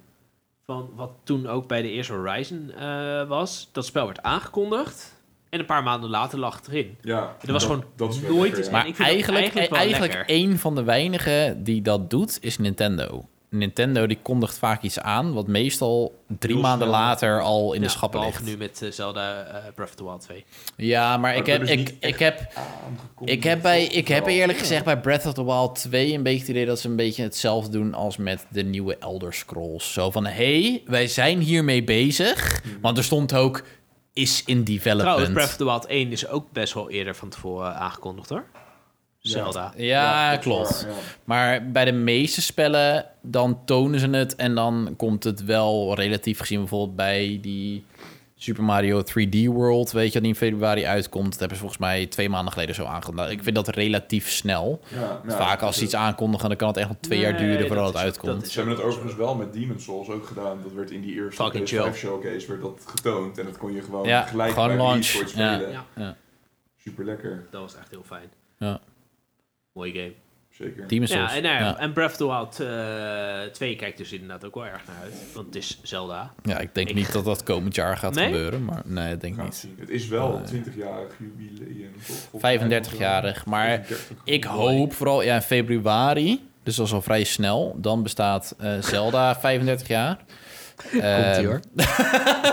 [SPEAKER 3] Van wat toen ook bij de eerste Horizon eh, was. Dat spel werd aangekondigd. En een paar maanden later lag het erin.
[SPEAKER 1] Ja,
[SPEAKER 3] Er was gewoon
[SPEAKER 1] is wel
[SPEAKER 3] nooit
[SPEAKER 1] lekker,
[SPEAKER 3] iets-
[SPEAKER 1] ja.
[SPEAKER 2] Maar
[SPEAKER 3] ik vind dat
[SPEAKER 2] eigenlijk,
[SPEAKER 3] eigenlijk
[SPEAKER 2] eigenlijk,
[SPEAKER 3] wel lekker.
[SPEAKER 2] één van de weinigen die dat doet, is Nintendo. Nintendo die kondigt vaak iets aan, wat meestal drie
[SPEAKER 1] Heel
[SPEAKER 2] maanden
[SPEAKER 1] snel.
[SPEAKER 2] later al in
[SPEAKER 3] Ja,
[SPEAKER 2] de schappen
[SPEAKER 3] behalve
[SPEAKER 2] ligt.
[SPEAKER 3] nu met eh, Zelda eh, Breath of the Wild 2.
[SPEAKER 2] Ja, maar ik
[SPEAKER 1] dat
[SPEAKER 2] heb,
[SPEAKER 1] is
[SPEAKER 2] ik,
[SPEAKER 1] niet
[SPEAKER 2] ik
[SPEAKER 1] echt
[SPEAKER 2] heb, ik heb, bij, ik heb eerlijk gezegd bij Breath of the Wild 2 een beetje het idee dat ze een beetje hetzelfde doen als met de nieuwe Elder Scrolls. Zo van, hé, hey, wij zijn hiermee bezig. Want er stond ook, is in
[SPEAKER 3] Hmm. Trouwens, Breath of
[SPEAKER 2] development.
[SPEAKER 3] the Wild 1 is ook best wel eerder van tevoren aangekondigd hoor. Zelda.
[SPEAKER 2] Ja,
[SPEAKER 1] dat is waar,
[SPEAKER 2] klopt.
[SPEAKER 1] ja.
[SPEAKER 2] Maar bij de meeste spellen, dan tonen ze het en dan komt het wel relatief gezien bijvoorbeeld bij die Super Mario 3D World, weet je, dat die in februari uitkomt. Dat hebben ze volgens mij twee maanden geleden zo aangekondigd. Nou, Ik vind dat relatief snel.
[SPEAKER 1] Ja, ja,
[SPEAKER 2] Vaak als
[SPEAKER 1] dat-
[SPEAKER 2] ze iets aankondigen, dan kan het echt nog twee jaar
[SPEAKER 3] Nee,
[SPEAKER 2] duren
[SPEAKER 3] dat
[SPEAKER 2] voordat
[SPEAKER 3] is
[SPEAKER 2] het
[SPEAKER 3] ook-
[SPEAKER 2] uitkomt.
[SPEAKER 3] dat is
[SPEAKER 1] Ze hebben het overigens wel met Demon's Souls ook gedaan. Dat werd in die eerste
[SPEAKER 3] Fucking
[SPEAKER 1] PS5
[SPEAKER 3] chill.
[SPEAKER 1] showcase werd dat getoond. En dat kon je gewoon
[SPEAKER 2] Ja,
[SPEAKER 1] gelijk
[SPEAKER 2] gewoon
[SPEAKER 1] bij
[SPEAKER 2] launch.
[SPEAKER 1] launch.
[SPEAKER 2] Ja.
[SPEAKER 1] spelen.
[SPEAKER 3] Ja.
[SPEAKER 2] Ja.
[SPEAKER 1] Super lekker,
[SPEAKER 3] Dat was echt heel fijn.
[SPEAKER 2] Ja.
[SPEAKER 3] Mooie game.
[SPEAKER 1] zeker.
[SPEAKER 2] Demon's Souls.
[SPEAKER 3] Ja, en, nou ja,
[SPEAKER 2] Ja.
[SPEAKER 3] en Breath of the Wild eh, 2 kijkt dus inderdaad ook wel erg naar uit. Want het is Zelda.
[SPEAKER 2] Ja, ik denk
[SPEAKER 3] Ik-
[SPEAKER 2] niet dat dat komend jaar gaat
[SPEAKER 3] Nee?
[SPEAKER 2] gebeuren, maar nee, ik denk
[SPEAKER 1] We gaan het
[SPEAKER 2] niet.
[SPEAKER 1] zien. Het is wel
[SPEAKER 2] Eh,
[SPEAKER 1] 20-jarig jubileum. toch? Volgens mij moet het wel-
[SPEAKER 2] 35-jarig, maar
[SPEAKER 1] 35.
[SPEAKER 2] Ik hoop vooral ja, in februari, dus dat is al vrij snel. Dan bestaat eh, Zelda 35 jaar. Ehm,
[SPEAKER 3] hoor.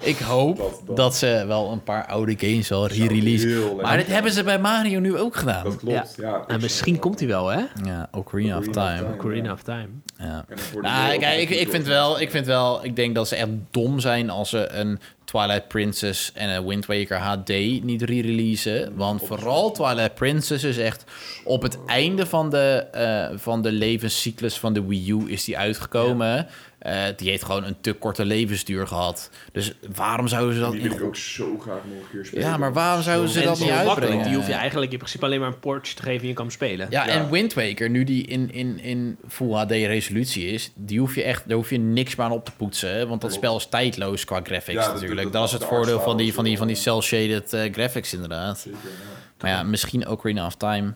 [SPEAKER 2] ik hoop
[SPEAKER 1] Dat-
[SPEAKER 2] dat,
[SPEAKER 1] dat-
[SPEAKER 2] ze wel een paar oude games wel
[SPEAKER 1] heel
[SPEAKER 2] re-release. Maar
[SPEAKER 1] leuk.
[SPEAKER 2] dit hebben ze bij Mario nu ook gedaan.
[SPEAKER 1] Dat klopt, ja.
[SPEAKER 3] En Ah, misschien komt hij wel, hè?
[SPEAKER 2] Ja, Ocarina of
[SPEAKER 1] Ocarina of
[SPEAKER 2] Time.
[SPEAKER 1] Time.
[SPEAKER 3] Corina of Time.
[SPEAKER 2] Ja.
[SPEAKER 1] En dan worden
[SPEAKER 2] Nou,
[SPEAKER 1] we ook
[SPEAKER 2] kijk, ik,
[SPEAKER 1] natuurlijk
[SPEAKER 2] ik, vind
[SPEAKER 1] door-
[SPEAKER 2] wel, ik vind wel, ik denk dat ze echt dom zijn als ze een Twilight Princess en een Wind Waker HD niet re-releasen. Want vooral Twilight Princess is echt op het einde van de, eh, van de levenscyclus van de Wii U is die uitgekomen. Eh, die heeft gewoon een te korte levensduur gehad. Dus waarom zouden ze dat
[SPEAKER 1] Die wil ik
[SPEAKER 2] in...
[SPEAKER 1] ook zo graag nog een keer spelen.
[SPEAKER 2] Ja, maar waarom zouden ze
[SPEAKER 3] En
[SPEAKER 2] dat
[SPEAKER 3] het is
[SPEAKER 2] niet
[SPEAKER 3] heel
[SPEAKER 2] uitbrengen?
[SPEAKER 3] makkelijk. Die hoef je eigenlijk in principe alleen maar een portje te geven en je kan hem spelen.
[SPEAKER 2] Ja,
[SPEAKER 1] Ja.
[SPEAKER 2] en Wind Waker, nu die in, in, in Full HD resolutie is, die hoef je echt, daar hoef je niks meer aan op te poetsen. hè, Want dat
[SPEAKER 1] Klopt.
[SPEAKER 2] spel is tijdloos qua graphics
[SPEAKER 1] Ja, dat-
[SPEAKER 2] natuurlijk.
[SPEAKER 1] dat-
[SPEAKER 2] Dat, is
[SPEAKER 1] dat-
[SPEAKER 2] het
[SPEAKER 1] de
[SPEAKER 2] voordeel
[SPEAKER 1] artstyle
[SPEAKER 2] van die,
[SPEAKER 1] is
[SPEAKER 2] van die, van die
[SPEAKER 1] wel,
[SPEAKER 2] cel-shaded eh, graphics inderdaad.
[SPEAKER 1] Zeker, ja.
[SPEAKER 2] Maar ja, misschien Ocarina of Time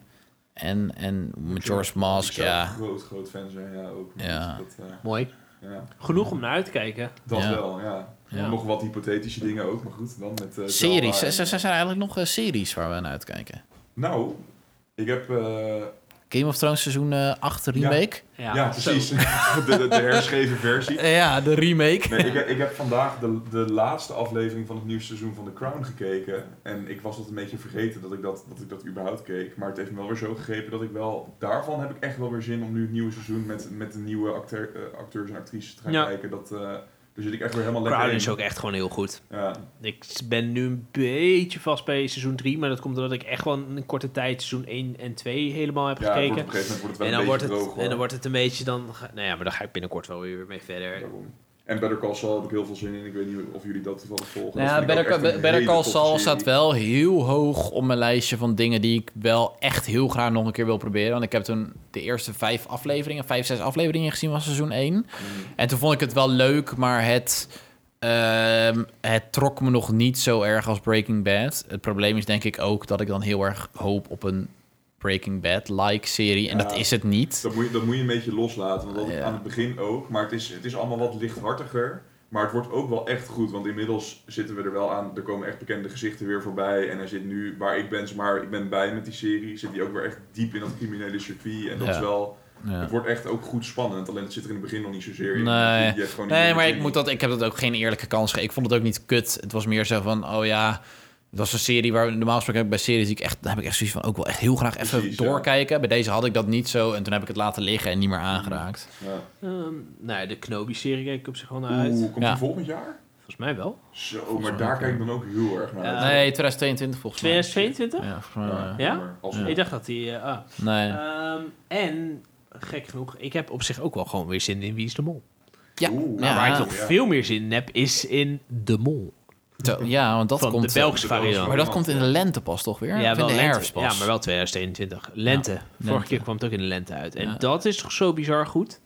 [SPEAKER 2] en, en Majora's Mask,
[SPEAKER 1] Ik zou
[SPEAKER 2] ja.
[SPEAKER 1] groot, groot fan zijn, ja, ook. maar
[SPEAKER 2] Ja.
[SPEAKER 1] Dat, eh,
[SPEAKER 3] Mooi.
[SPEAKER 1] ja.
[SPEAKER 7] Genoeg om naar uit te kijken.
[SPEAKER 1] dat
[SPEAKER 2] Ja.
[SPEAKER 1] wel, ja.
[SPEAKER 2] Ja.
[SPEAKER 1] Nog wat hypothetische dingen ook, maar goed, dan met... eh,
[SPEAKER 2] Series,
[SPEAKER 1] Zelda
[SPEAKER 2] ze
[SPEAKER 1] en-
[SPEAKER 2] ze- ze zijn eigenlijk nog eh, series waar we naar uitkijken.
[SPEAKER 1] Nou, ik heb... eh,
[SPEAKER 2] Game of Thrones seizoen eh, 8 remake.
[SPEAKER 1] ja,
[SPEAKER 7] Ja,
[SPEAKER 1] precies.
[SPEAKER 7] zo.
[SPEAKER 1] de, de, de herschreven versie.
[SPEAKER 2] Ja, de remake.
[SPEAKER 1] Nee, ik, ik heb vandaag de, de laatste aflevering van het nieuwe seizoen van The Crown gekeken. En ik was dat een beetje vergeten dat ik dat, dat ik dat überhaupt keek. Maar het heeft me wel weer zo gegrepen dat ik wel... Daarvan heb ik echt wel weer zin om nu het nieuwe seizoen met, met de nieuwe acteur, eh, acteurs en actrices te gaan
[SPEAKER 7] Ja.
[SPEAKER 1] kijken. Dat, eh, daar zit ik echt weer helemaal lekker
[SPEAKER 3] Crown
[SPEAKER 1] in.
[SPEAKER 3] is ook echt gewoon heel goed.
[SPEAKER 1] Ja.
[SPEAKER 3] Ik ben nu een beetje vast bij seizoen 3, maar dat komt omdat ik echt wel in een korte tijd seizoen 1 en 2 helemaal heb
[SPEAKER 1] Ja, het wordt
[SPEAKER 3] gekeken.
[SPEAKER 1] op een gegeven moment wordt het wel
[SPEAKER 3] En
[SPEAKER 1] een
[SPEAKER 3] dan, wordt
[SPEAKER 1] beetje
[SPEAKER 3] het,
[SPEAKER 1] droog. hoor.
[SPEAKER 3] en dan wordt het een beetje dan... ga- Nou ja, maar daar ga ik binnenkort wel weer mee verder.
[SPEAKER 1] Daarom. En Better Call Saul heb ik heel veel zin in. Ik weet niet of jullie dat toevallig volgen. Dat
[SPEAKER 2] Nou ja,
[SPEAKER 1] vind ik
[SPEAKER 2] Better,
[SPEAKER 1] ook echt
[SPEAKER 2] Call-
[SPEAKER 1] een
[SPEAKER 2] Better
[SPEAKER 1] hele
[SPEAKER 2] Call
[SPEAKER 1] toffe
[SPEAKER 2] Saul
[SPEAKER 1] serie.
[SPEAKER 2] staat wel heel hoog op mijn lijstje van dingen die ik wel echt heel graag nog een keer wil proberen. Want ik heb toen de eerste vijf afleveringen, vijf, zes afleveringen gezien van seizoen
[SPEAKER 1] Mm.
[SPEAKER 2] 1. En toen vond ik het wel leuk, maar het, ehm, het trok me nog niet zo erg als Breaking Bad. Het probleem is denk ik ook dat ik dan heel erg hoop op een Breaking Bad-like serie. En
[SPEAKER 1] Ja.
[SPEAKER 2] dat is het niet.
[SPEAKER 1] Dat moet, je, dat moet je een beetje loslaten. Want dat had ik
[SPEAKER 2] Ja.
[SPEAKER 1] aan het begin ook. Maar het is, het is allemaal wat lichthartiger. Maar het wordt ook wel echt goed. Want inmiddels zitten we er wel aan. Er komen echt bekende gezichten weer voorbij. En hij zit nu waar ik ben. Maar ik ben bij met die serie. Zit hij ook weer echt diep in dat criminele circuit. En dat
[SPEAKER 2] Ja.
[SPEAKER 1] is wel.
[SPEAKER 2] Ja.
[SPEAKER 1] Het wordt echt ook goed spannend. Alleen het zit er in het begin nog niet zozeer in. Je
[SPEAKER 2] Nee.
[SPEAKER 1] hebt gewoon die
[SPEAKER 2] Nee,
[SPEAKER 1] nieuwe
[SPEAKER 2] maar ik,
[SPEAKER 1] serie.
[SPEAKER 2] moet dat, ik heb dat ook geen eerlijke kans gegeven. Ik vond het ook niet kut. Het was meer zo van, oh ja... Het was een serie waar normaal gesproken heb ik bij series die ik echt... daar heb ik echt zoiets van ook wel echt heel graag even
[SPEAKER 1] Precies, ja.
[SPEAKER 2] doorkijken. Bij deze had ik dat niet zo. En toen heb ik het laten liggen en niet meer aangeraakt.
[SPEAKER 1] Ja.
[SPEAKER 3] Ehm, nou ja, de Knobi-serie kijk ik op zich wel naar uit.
[SPEAKER 1] Oeh, komt
[SPEAKER 2] Ja.
[SPEAKER 1] die volgend jaar?
[SPEAKER 3] Volgens mij wel.
[SPEAKER 1] Zo, maar daar kijk ik dan ook heel erg naar.
[SPEAKER 3] Ja.
[SPEAKER 1] uit.
[SPEAKER 2] nee, 2022 volgens mij.
[SPEAKER 3] 2022?
[SPEAKER 2] Ja, volgens mij wel, ja.
[SPEAKER 3] Ja?
[SPEAKER 1] maar als-
[SPEAKER 3] Ik dacht dat die... eh, ah.
[SPEAKER 2] Nee.
[SPEAKER 3] Ehm, en, gek genoeg, ik heb op zich ook wel gewoon weer zin in Wie is de Mol.
[SPEAKER 2] Ja,
[SPEAKER 1] Oeh,
[SPEAKER 2] ja,
[SPEAKER 3] Maar waar ik
[SPEAKER 2] ja.
[SPEAKER 3] nog veel meer zin in heb, is in De Mol.
[SPEAKER 2] Zo, ja, want dat
[SPEAKER 3] Van
[SPEAKER 2] komt...
[SPEAKER 3] de Belgische
[SPEAKER 1] de Belgische
[SPEAKER 3] variant.
[SPEAKER 2] maar dat komt in de lente pas toch weer? Of in de
[SPEAKER 3] lente.
[SPEAKER 2] herfst pas.
[SPEAKER 3] Ja, maar wel 2021. Lente. Vorige
[SPEAKER 2] lente.
[SPEAKER 3] keer kwam het ook in de lente uit. En
[SPEAKER 2] Ja.
[SPEAKER 3] dat is toch zo bizar goed.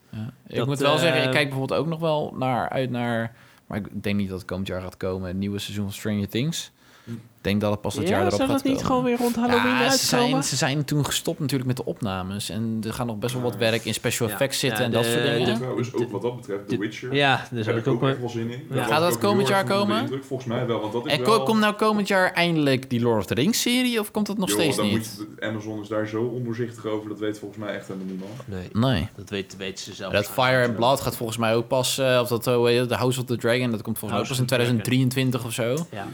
[SPEAKER 2] Ik
[SPEAKER 3] Dat,
[SPEAKER 2] moet wel
[SPEAKER 3] eh,
[SPEAKER 2] zeggen, ik kijk bijvoorbeeld ook nog wel naar, uit naar... Maar ik denk niet dat het komend jaar gaat komen. Het nieuwe seizoen van Stranger Things.
[SPEAKER 3] Hm.
[SPEAKER 2] Ik denk dat het pas dat
[SPEAKER 3] ja,
[SPEAKER 2] jaar erop
[SPEAKER 3] zou
[SPEAKER 2] gaat
[SPEAKER 3] dat niet
[SPEAKER 2] komen.
[SPEAKER 3] gewoon weer rond Halloween
[SPEAKER 2] ja, ze zijn,
[SPEAKER 3] uitkomen?
[SPEAKER 2] ze zijn toen gestopt natuurlijk met de opnames. En er gaan nog best wel wat werk in special
[SPEAKER 3] Ja.
[SPEAKER 2] effects zitten
[SPEAKER 3] Ja,
[SPEAKER 2] en
[SPEAKER 3] de-
[SPEAKER 2] dat soort
[SPEAKER 1] Ja,
[SPEAKER 2] dingen.
[SPEAKER 1] trouwens, ook wat dat betreft, The
[SPEAKER 3] Dit-
[SPEAKER 1] Witcher.
[SPEAKER 3] Ja, dus
[SPEAKER 1] Daar
[SPEAKER 3] heb
[SPEAKER 1] heb
[SPEAKER 3] ik ook
[SPEAKER 1] echt
[SPEAKER 3] maar...
[SPEAKER 1] wel zin in.
[SPEAKER 3] Ja.
[SPEAKER 1] was
[SPEAKER 2] Gaat
[SPEAKER 1] ik
[SPEAKER 2] dat
[SPEAKER 1] ook heel
[SPEAKER 2] komend jaar
[SPEAKER 1] erg van onder de
[SPEAKER 2] komen?
[SPEAKER 1] indruk. Volgens mij wel, want dat is
[SPEAKER 2] En ko-
[SPEAKER 1] wel...
[SPEAKER 2] komt nou komend jaar eindelijk die Lord of the Rings serie? Of komt dat nog
[SPEAKER 1] Joh,
[SPEAKER 2] steeds
[SPEAKER 1] dan
[SPEAKER 2] niet?
[SPEAKER 1] Moet je- Amazon is daar zo ondoorzichtig over, dat weet volgens mij echt helemaal niemand.
[SPEAKER 3] Nee,
[SPEAKER 2] Nee.
[SPEAKER 3] dat weet, weet ze zelf.
[SPEAKER 2] Dat Fire and Blood gaat volgens mij ook pas... eh, of dat, eh, hoe heet het, de House of the Dragon, dat komt volgens mij ook pas in
[SPEAKER 3] House of the Dragon.
[SPEAKER 2] 2023 of zo.
[SPEAKER 3] Ja.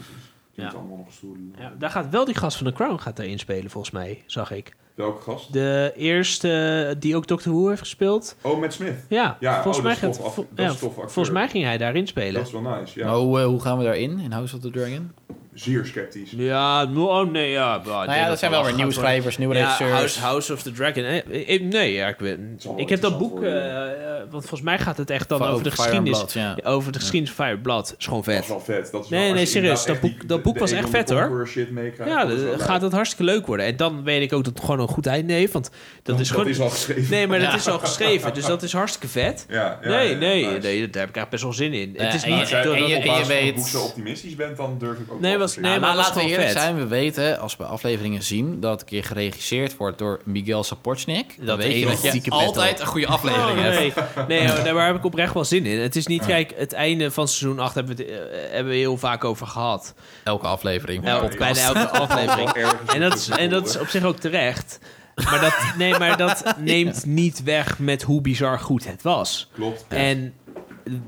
[SPEAKER 1] Je
[SPEAKER 3] Ja.
[SPEAKER 1] moet allemaal nog stoer doen.
[SPEAKER 3] Ja, daar gaat wel die gast van de Crown gaat daarin spelen, volgens mij, zag ik.
[SPEAKER 1] Welke gast?
[SPEAKER 3] De eerste die ook Doctor Who heeft gespeeld.
[SPEAKER 1] Oh, Matt Smith.
[SPEAKER 3] Ja,
[SPEAKER 1] Ja,
[SPEAKER 3] volgens,
[SPEAKER 1] oh,
[SPEAKER 3] mij
[SPEAKER 1] dat is
[SPEAKER 3] gaat,
[SPEAKER 1] tof af-
[SPEAKER 3] vol-
[SPEAKER 1] dat is
[SPEAKER 3] ja,
[SPEAKER 1] tof acteur.
[SPEAKER 3] volgens mij ging hij daarin spelen.
[SPEAKER 1] Dat is wel nice, ja.
[SPEAKER 2] Nou, eh, hoe gaan we daarin, in House of the Dragon?
[SPEAKER 1] Zeer sceptisch.
[SPEAKER 3] Ja, no- oh nee, ja. bah, ik denk
[SPEAKER 2] Nou ja, dat zijn wel weer
[SPEAKER 3] gaat
[SPEAKER 2] nieuwe
[SPEAKER 3] worden.
[SPEAKER 2] schrijvers, nieuwe
[SPEAKER 3] Ja,
[SPEAKER 2] regisseurs.
[SPEAKER 3] House, House of the Dragon. eh, eh, Nee, ja, ik, weet,
[SPEAKER 1] zal wel
[SPEAKER 3] ik heb dat
[SPEAKER 1] interessant
[SPEAKER 3] boek,
[SPEAKER 1] worden.
[SPEAKER 3] eh, eh, want volgens mij gaat het echt dan
[SPEAKER 2] Van-
[SPEAKER 3] over de
[SPEAKER 2] over Fire and
[SPEAKER 3] geschiedenis.
[SPEAKER 2] Blood, ja.
[SPEAKER 3] Over de geschiedenis van Fireblad. Is gewoon
[SPEAKER 1] Dat is
[SPEAKER 3] vet.
[SPEAKER 1] wel vet. Dat is
[SPEAKER 3] Nee,
[SPEAKER 1] wel- als
[SPEAKER 3] nee,
[SPEAKER 1] je
[SPEAKER 3] serieus,
[SPEAKER 1] inderdaad
[SPEAKER 3] dat
[SPEAKER 1] echt
[SPEAKER 3] boek-
[SPEAKER 1] die-
[SPEAKER 3] dat
[SPEAKER 1] de-
[SPEAKER 3] boek
[SPEAKER 1] de
[SPEAKER 3] was
[SPEAKER 1] Aegon
[SPEAKER 3] echt
[SPEAKER 1] de
[SPEAKER 3] vet, hoor.
[SPEAKER 1] Conqueror shit meekrijgt,
[SPEAKER 3] Ja,
[SPEAKER 1] dat is wel
[SPEAKER 3] dan
[SPEAKER 1] leuk.
[SPEAKER 3] gaat het hartstikke leuk worden. En dan weet ik ook dat het gewoon een goed einde heeft. Want dat is gewoon.
[SPEAKER 1] Dat is al geschreven.
[SPEAKER 3] Nee, maar dat is al geschreven. Dus dat is hartstikke vet.
[SPEAKER 1] Ja, ja,
[SPEAKER 3] nee,
[SPEAKER 1] ja,
[SPEAKER 3] nee,
[SPEAKER 1] nice. Nou,
[SPEAKER 3] nee, daar heb ik echt best wel zin in.
[SPEAKER 2] Ja,
[SPEAKER 3] het is
[SPEAKER 2] en
[SPEAKER 3] niet
[SPEAKER 2] je-
[SPEAKER 3] echt
[SPEAKER 1] Als jij-
[SPEAKER 3] door
[SPEAKER 2] en
[SPEAKER 3] dat
[SPEAKER 2] je-
[SPEAKER 1] op
[SPEAKER 3] boek-
[SPEAKER 1] basis
[SPEAKER 2] weet-
[SPEAKER 1] van het boek zo optimistisch bent, dan durf ik ook
[SPEAKER 3] Nee,
[SPEAKER 1] wel
[SPEAKER 3] was-
[SPEAKER 1] te
[SPEAKER 3] nee,
[SPEAKER 1] zeggen.
[SPEAKER 2] Nou,
[SPEAKER 3] maar
[SPEAKER 2] maar
[SPEAKER 3] dat is
[SPEAKER 2] laten we
[SPEAKER 3] gewoon
[SPEAKER 2] eerlijk
[SPEAKER 3] vet.
[SPEAKER 2] zijn. We weten, als we afleveringen zien, dat het een keer geregisseerd wordt door Miguel Sapochnik. Dan
[SPEAKER 3] Dat
[SPEAKER 2] weet
[SPEAKER 3] heeft
[SPEAKER 2] je
[SPEAKER 3] een
[SPEAKER 2] dat je
[SPEAKER 3] zieke pet
[SPEAKER 2] altijd een goede aflevering
[SPEAKER 3] Oh,
[SPEAKER 2] hebt.
[SPEAKER 3] nee, nee hoor, daar heb ik oprecht wel zin in. Het is niet, kijk, het einde van seizoen 8 hebben we, het, eh, hebben we heel vaak over gehad.
[SPEAKER 2] Elke aflevering.
[SPEAKER 3] El-
[SPEAKER 1] ik-
[SPEAKER 3] bijna elke aflevering.
[SPEAKER 1] Ergens
[SPEAKER 3] En dat, is, en dat is op zich ook terecht. Maar dat, nee, maar dat neemt niet weg met hoe bizar goed het was.
[SPEAKER 1] Klopt.
[SPEAKER 3] En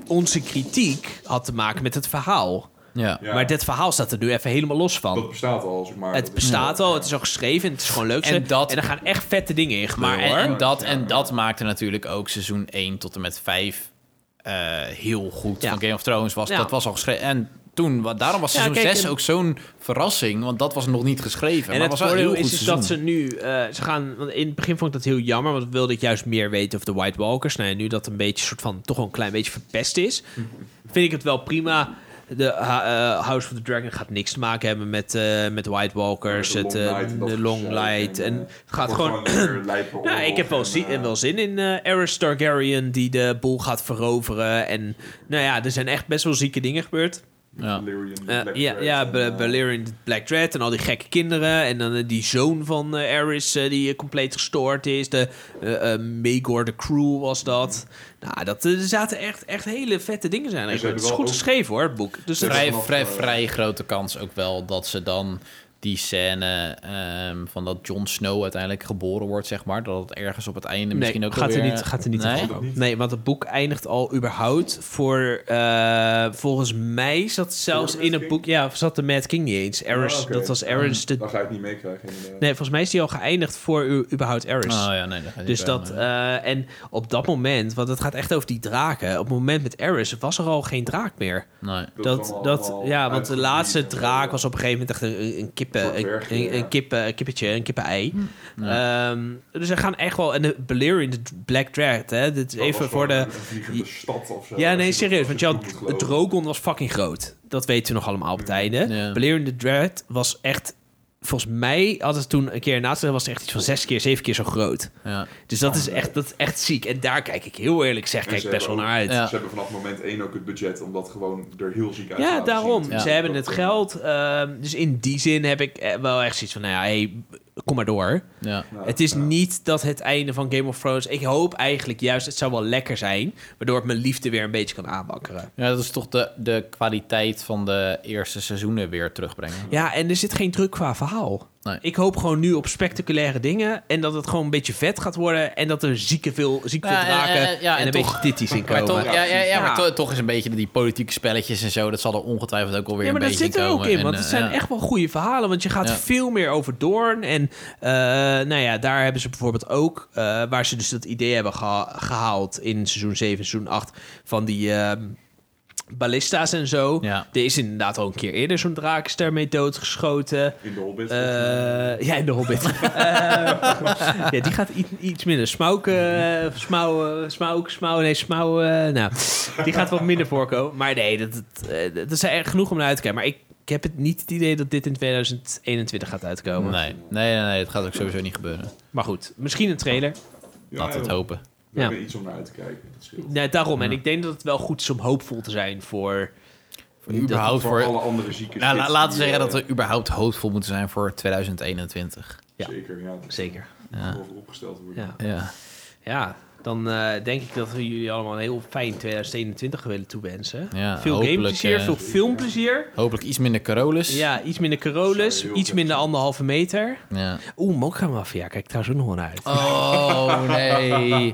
[SPEAKER 3] onze kritiek had te maken met het verhaal.
[SPEAKER 2] Ja.
[SPEAKER 1] Ja.
[SPEAKER 3] Maar dit verhaal staat er nu even helemaal los van.
[SPEAKER 1] Dat bestaat al, zeg maar.
[SPEAKER 3] het bestaat al, het is al geschreven, en het is gewoon leuk.
[SPEAKER 2] En
[SPEAKER 3] En,
[SPEAKER 2] dat-
[SPEAKER 3] en er gaan echt vette dingen in
[SPEAKER 2] Maar
[SPEAKER 3] gebeuren,
[SPEAKER 2] en,
[SPEAKER 3] hoor.
[SPEAKER 2] en dat, en dat maakte natuurlijk ook seizoen 1 tot en met 5 eh, heel goed.
[SPEAKER 3] Ja.
[SPEAKER 2] Van Game of Thrones was
[SPEAKER 3] Ja.
[SPEAKER 2] dat was al geschreven. En toen, wa- daarom was
[SPEAKER 3] Ja,
[SPEAKER 2] seizoen
[SPEAKER 3] kijk,
[SPEAKER 2] 6
[SPEAKER 3] en-
[SPEAKER 2] ook zo'n verrassing, want dat was nog niet geschreven.
[SPEAKER 3] En
[SPEAKER 2] maar was
[SPEAKER 3] het
[SPEAKER 2] wel een
[SPEAKER 3] voordeel
[SPEAKER 2] heel
[SPEAKER 3] is,
[SPEAKER 2] goed
[SPEAKER 3] is dat ze
[SPEAKER 2] seizoen.
[SPEAKER 3] nu... eh, ze gaan, want in het begin vond ik dat heel jammer, want wilde ik juist meer weten over de White Walkers. Nou, en nu dat een beetje soort van toch wel een klein beetje verpest is, vind ik het wel prima. De ha- eh, House of the Dragon gaat niks te maken hebben met, eh met de White Walkers,
[SPEAKER 1] Met
[SPEAKER 3] het, eh, de Long Light. En, het gaat gewoon... Nou, ik heb wel, zi- wel zin in eh Aerys Targaryen die de boel gaat veroveren. En nou ja, er zijn echt best wel zieke dingen gebeurd.
[SPEAKER 2] Ja.
[SPEAKER 3] Eh, ja, ja Ba- Balerion Black Dread en al die gekke kinderen. En dan eh, die zoon van eh Aerys eh, die eh, compleet gestoord is. De eh eh, Maegor the Cruel was dat. Nou, dat, eh, er zaten echt, echt hele vette dingen zijn. er
[SPEAKER 1] En ze
[SPEAKER 3] gebeurd. Het
[SPEAKER 1] hebben
[SPEAKER 3] is goed
[SPEAKER 1] wel ook-
[SPEAKER 3] geschreven hoor, het boek. Dus dat-
[SPEAKER 2] Vrij,
[SPEAKER 1] nog,
[SPEAKER 2] vrij,
[SPEAKER 1] eh,
[SPEAKER 2] vrij grote kans ook wel dat ze dan die scène ehm, van dat Jon Snow uiteindelijk geboren wordt, zeg maar. Dat het ergens op het einde misschien
[SPEAKER 3] nee,
[SPEAKER 2] ook
[SPEAKER 3] gaat er
[SPEAKER 2] alweer-
[SPEAKER 3] niet, gaat er niet
[SPEAKER 2] nee?
[SPEAKER 3] over. Nee, want het boek eindigt al überhaupt voor... eh, volgens mij zat zelfs
[SPEAKER 1] de
[SPEAKER 3] in
[SPEAKER 1] Mad
[SPEAKER 3] het
[SPEAKER 1] King?
[SPEAKER 3] boek... Ja, zat de Mad King niet eens. Aerys,
[SPEAKER 1] Ah, oké.
[SPEAKER 3] Dat was Aerys de...
[SPEAKER 1] Dan ga je het niet meekrijgen. inderdaad.
[SPEAKER 3] Nee, volgens mij is die al geëindigd voor u- überhaupt Aerys.
[SPEAKER 2] Oh ja, nee. dat gaat
[SPEAKER 3] Dus
[SPEAKER 2] niet wel,
[SPEAKER 3] dat,
[SPEAKER 2] nee.
[SPEAKER 3] eh, en op dat moment, want het gaat echt over die draken. Op het moment met Eris was er al geen draak meer.
[SPEAKER 2] Nee.
[SPEAKER 1] is
[SPEAKER 3] Dat,
[SPEAKER 1] allemaal-
[SPEAKER 3] dat,
[SPEAKER 1] allemaal
[SPEAKER 3] ja, want de
[SPEAKER 1] uitgegroeid
[SPEAKER 3] laatste
[SPEAKER 1] en zo.
[SPEAKER 3] draak was op een gegeven moment echt een, een, kippen,
[SPEAKER 1] eh, Een
[SPEAKER 3] een,
[SPEAKER 1] soort dwergje,
[SPEAKER 3] een,
[SPEAKER 1] ja.
[SPEAKER 3] een kippen, een kippetje, een kippenei. Ehm, dus er gaan echt wel, en de Balerion, de Black Dragon, hè, dit is
[SPEAKER 1] Dat
[SPEAKER 3] even
[SPEAKER 1] was
[SPEAKER 3] voor
[SPEAKER 1] gewoon
[SPEAKER 3] de...
[SPEAKER 1] Een vliegende stad of zo.
[SPEAKER 3] Ja,
[SPEAKER 1] Als
[SPEAKER 3] nee,
[SPEAKER 1] je dat-
[SPEAKER 3] serieus,
[SPEAKER 1] als
[SPEAKER 3] want
[SPEAKER 1] je
[SPEAKER 3] je
[SPEAKER 1] het
[SPEAKER 3] had,
[SPEAKER 1] goed moet
[SPEAKER 3] het
[SPEAKER 1] geloven.
[SPEAKER 3] Drogon was fucking groot. Dat weten we nog allemaal op
[SPEAKER 1] Hm.
[SPEAKER 3] het einde.
[SPEAKER 2] Ja.
[SPEAKER 3] Balerion the Dread was echt, volgens mij, had het toen een keer naast was het echt iets van zes keer, zeven keer zo groot.
[SPEAKER 2] Ja.
[SPEAKER 3] Dus dat
[SPEAKER 2] Oh,
[SPEAKER 3] is, echt, dat is echt ziek. En daar kijk ik heel eerlijk zeg,
[SPEAKER 1] En
[SPEAKER 3] kijk
[SPEAKER 1] ze
[SPEAKER 3] ik best wel
[SPEAKER 1] hebben
[SPEAKER 3] naar uit.
[SPEAKER 2] Ja.
[SPEAKER 3] Ja,
[SPEAKER 1] Ze hebben vanaf moment 1 ook het budget om dat gewoon er heel ziek uit te laten
[SPEAKER 3] daarom.
[SPEAKER 1] zien.
[SPEAKER 2] Ja.
[SPEAKER 3] Ze hebben het geld. ehm, dus in die zin heb ik eh, wel echt zoiets van, nou ja, hey, kom maar door.
[SPEAKER 2] Ja.
[SPEAKER 1] Ja,
[SPEAKER 3] het is
[SPEAKER 1] ja.
[SPEAKER 3] niet dat het einde van Game of Thrones... Ik hoop eigenlijk juist, het zou wel lekker zijn... waardoor het mijn liefde weer een beetje kan aanwakkeren.
[SPEAKER 2] ja, dat is toch de, de kwaliteit van de eerste seizoenen weer terugbrengen.
[SPEAKER 3] Ja, en er zit geen druk qua verhaal.
[SPEAKER 2] Nee.
[SPEAKER 3] Ik hoop gewoon nu op spectaculaire dingen... en dat het gewoon een beetje vet gaat worden... en dat er zieke veel, ziek veel
[SPEAKER 2] Ja, en-
[SPEAKER 3] draken en,
[SPEAKER 2] en- ja, en
[SPEAKER 3] een
[SPEAKER 2] toch-
[SPEAKER 3] beetje titties in
[SPEAKER 2] Maar
[SPEAKER 3] komen.
[SPEAKER 2] toch, ja, ja, ja,
[SPEAKER 3] Ja.
[SPEAKER 2] maar to- toch is een beetje die politieke spelletjes en zo. Dat zal er ongetwijfeld ook alweer
[SPEAKER 3] Ja, maar
[SPEAKER 2] een
[SPEAKER 3] dat
[SPEAKER 2] beetje
[SPEAKER 3] zit er
[SPEAKER 2] komen.
[SPEAKER 3] ook in,
[SPEAKER 2] En,
[SPEAKER 3] want
[SPEAKER 2] eh,
[SPEAKER 3] het zijn
[SPEAKER 2] ja.
[SPEAKER 3] echt wel goede verhalen. Want je gaat
[SPEAKER 2] Ja.
[SPEAKER 3] veel meer over Doorn. En eh, nou ja, daar hebben ze bijvoorbeeld ook, eh, waar ze dus dat idee hebben geha- gehaald in seizoen 7 en seizoen 8 van die ehm, ballista's en zo.
[SPEAKER 2] Ja.
[SPEAKER 3] Er is inderdaad al een keer eerder zo'n draakster mee doodgeschoten.
[SPEAKER 1] In de Hobbit.
[SPEAKER 3] Eh, ja, in de Hobbit. Eh, ja, die gaat iets, iets minder eh, smauken. Smouwen, smouwen, smouwen, nee, smouwen. Nou, die gaat wat minder voorkomen. Maar nee, dat, dat, eh, dat is echt genoeg om naar uit te kijken. Maar ik, ik heb het niet het idee dat dit in 2021 gaat uitkomen.
[SPEAKER 2] Nee, nee, nee, nee, dat gaat ook sowieso niet gebeuren.
[SPEAKER 3] Maar goed, misschien een trailer.
[SPEAKER 2] Laten we het hopen.
[SPEAKER 1] We
[SPEAKER 3] Ja.
[SPEAKER 1] hebben iets om naar uit te kijken. Dat scheelt.
[SPEAKER 3] Nee, daarom. En ik denk dat het wel goed is om hoopvol te zijn voor...
[SPEAKER 2] Überhaupt
[SPEAKER 1] Voor,
[SPEAKER 2] voor,
[SPEAKER 1] alle andere zieken.
[SPEAKER 2] nou, la-
[SPEAKER 1] kids
[SPEAKER 2] laten we
[SPEAKER 1] die,
[SPEAKER 2] zeggen
[SPEAKER 1] eh,
[SPEAKER 2] dat we überhaupt hoopvol moeten zijn voor 2021.
[SPEAKER 3] Ja.
[SPEAKER 1] eh, Zeker, ja. Dat
[SPEAKER 3] Zeker.
[SPEAKER 1] moet wel opgesteld worden.
[SPEAKER 3] Ja,
[SPEAKER 2] Ja.
[SPEAKER 3] ja dan eh, denk ik dat we jullie allemaal een heel fijn 2021 willen toewensen.
[SPEAKER 2] Ja,
[SPEAKER 3] veel
[SPEAKER 2] hopelijk,
[SPEAKER 3] gameplezier,
[SPEAKER 2] eh,
[SPEAKER 3] veel filmplezier.
[SPEAKER 2] Hopelijk iets minder Carolus.
[SPEAKER 3] Ja, iets minder
[SPEAKER 1] Zou
[SPEAKER 3] Carolus,
[SPEAKER 1] heel
[SPEAKER 3] iets
[SPEAKER 1] vet
[SPEAKER 3] minder
[SPEAKER 1] zijn.
[SPEAKER 3] anderhalve meter.
[SPEAKER 2] Ja.
[SPEAKER 3] Oeh, Mokka Mafia, kijk trouwens ook nog wel naar uit.
[SPEAKER 2] Oh, nee.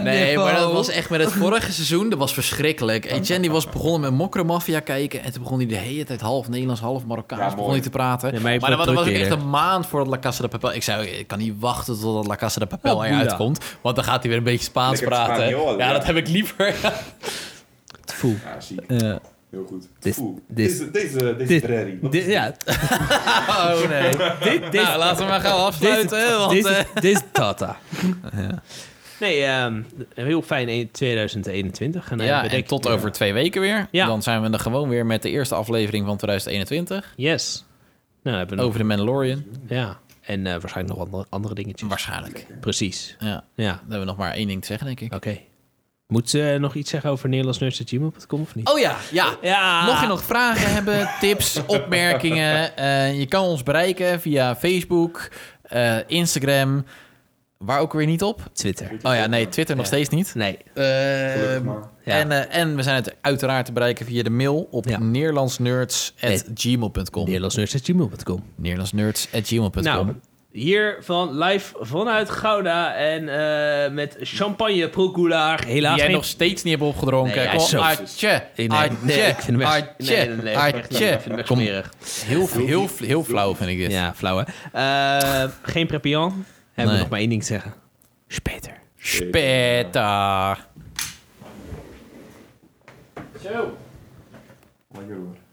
[SPEAKER 2] Nee, maar dat was echt met het vorige seizoen. Dat was verschrikkelijk. Etienne die was begonnen met Mokro Mafia kijken. En toen begon hij de hele tijd half Nederlands, half Marokkaans
[SPEAKER 1] Ja,
[SPEAKER 2] begon
[SPEAKER 1] mooi.
[SPEAKER 2] hij te praten.
[SPEAKER 3] Ja, maar
[SPEAKER 2] maar
[SPEAKER 3] ik
[SPEAKER 2] dat
[SPEAKER 3] word
[SPEAKER 2] was- dat was ook
[SPEAKER 3] druk
[SPEAKER 2] echt
[SPEAKER 3] eerder.
[SPEAKER 2] een maand voordat La Casa de Papel... Ik zei, ik kan niet wachten totdat La Casa de Papel
[SPEAKER 3] Oh,
[SPEAKER 2] eruit
[SPEAKER 3] boeia.
[SPEAKER 2] komt. Want dan gaat hij weer een beetje Spaans
[SPEAKER 1] Lekker
[SPEAKER 2] praten.
[SPEAKER 1] Spanjool,
[SPEAKER 2] ja,
[SPEAKER 1] ja.
[SPEAKER 2] dat heb ik liever.
[SPEAKER 3] Foe.
[SPEAKER 1] Ja, ziek.
[SPEAKER 3] Ja.
[SPEAKER 1] Heel goed.
[SPEAKER 3] Dit-
[SPEAKER 1] Oeh,
[SPEAKER 3] dit-
[SPEAKER 1] Deze, deze, deze
[SPEAKER 3] dit-
[SPEAKER 1] Drerry. Wat
[SPEAKER 3] Dit,
[SPEAKER 1] is dit?
[SPEAKER 3] ja,
[SPEAKER 2] Oh, nee.
[SPEAKER 3] dit, dit,
[SPEAKER 2] Nou, laten we maar gaan
[SPEAKER 3] dit,
[SPEAKER 2] afsluiten. want,
[SPEAKER 3] dit,
[SPEAKER 2] eh,
[SPEAKER 3] dit is Tata. Nee, ehm, een heel fijn een- 2021. En, eh,
[SPEAKER 2] ja,
[SPEAKER 3] we
[SPEAKER 2] en
[SPEAKER 3] denken-
[SPEAKER 2] tot over twee weken weer.
[SPEAKER 3] Ja.
[SPEAKER 2] Dan zijn we er gewoon weer met de eerste aflevering van 2021.
[SPEAKER 3] Yes. Nou, hebben we nog,
[SPEAKER 2] Over de Mandalorian.
[SPEAKER 3] ja. En eh, waarschijnlijk nog andere, andere dingetjes.
[SPEAKER 2] Waarschijnlijk.
[SPEAKER 3] Precies.
[SPEAKER 2] Ja.
[SPEAKER 3] Ja,
[SPEAKER 2] Dan hebben we nog maar één ding te zeggen, denk ik.
[SPEAKER 3] oké. Moet ze nog iets zeggen over nederlandsnerds.gmail.com of niet?
[SPEAKER 2] Oh ja, ja.
[SPEAKER 3] ja.
[SPEAKER 2] Mocht je nog vragen hebben, tips, opmerkingen, eh, je kan ons bereiken via Facebook, eh, Instagram. Waar ook weer niet op?
[SPEAKER 3] Twitter.
[SPEAKER 2] Oh ja, nee, Twitter nog
[SPEAKER 3] Ja.
[SPEAKER 2] steeds niet.
[SPEAKER 3] Nee.
[SPEAKER 2] Eh,
[SPEAKER 1] Gelukkig maar.
[SPEAKER 3] Ja.
[SPEAKER 2] en, eh, en we zijn het uiteraard te bereiken via de mail op
[SPEAKER 3] Ja.
[SPEAKER 2] neerlandsnerds.gmail.com.
[SPEAKER 3] Nederlandsnerds.gmail.com.
[SPEAKER 2] Neerlandsnerds.gmail.com.
[SPEAKER 3] Nou,
[SPEAKER 8] Hier van live vanuit Gouda en eh, met champagne proculaar.
[SPEAKER 2] Die
[SPEAKER 8] Helaas
[SPEAKER 2] jij
[SPEAKER 8] geen-
[SPEAKER 2] nog steeds niet hebt opgedronken.
[SPEAKER 3] Nee, hij
[SPEAKER 2] Kom,
[SPEAKER 3] is zo-
[SPEAKER 2] Atje,
[SPEAKER 3] Ik, nee,
[SPEAKER 2] atje,
[SPEAKER 3] nee, ik vind hem echt...
[SPEAKER 2] atje,
[SPEAKER 3] nee, nee, nee, echt niet.
[SPEAKER 2] atje.
[SPEAKER 3] Ik vind hem echt
[SPEAKER 2] Kom,
[SPEAKER 3] smerig.
[SPEAKER 2] heel, heel, heel flauw vind ik dit.
[SPEAKER 3] Ja, flauw hè. Eh, geen Perpignan. Hebben we
[SPEAKER 2] Nee.
[SPEAKER 3] nog maar één ding te zeggen. Speter.
[SPEAKER 2] Spetta.
[SPEAKER 1] Lekker hoor.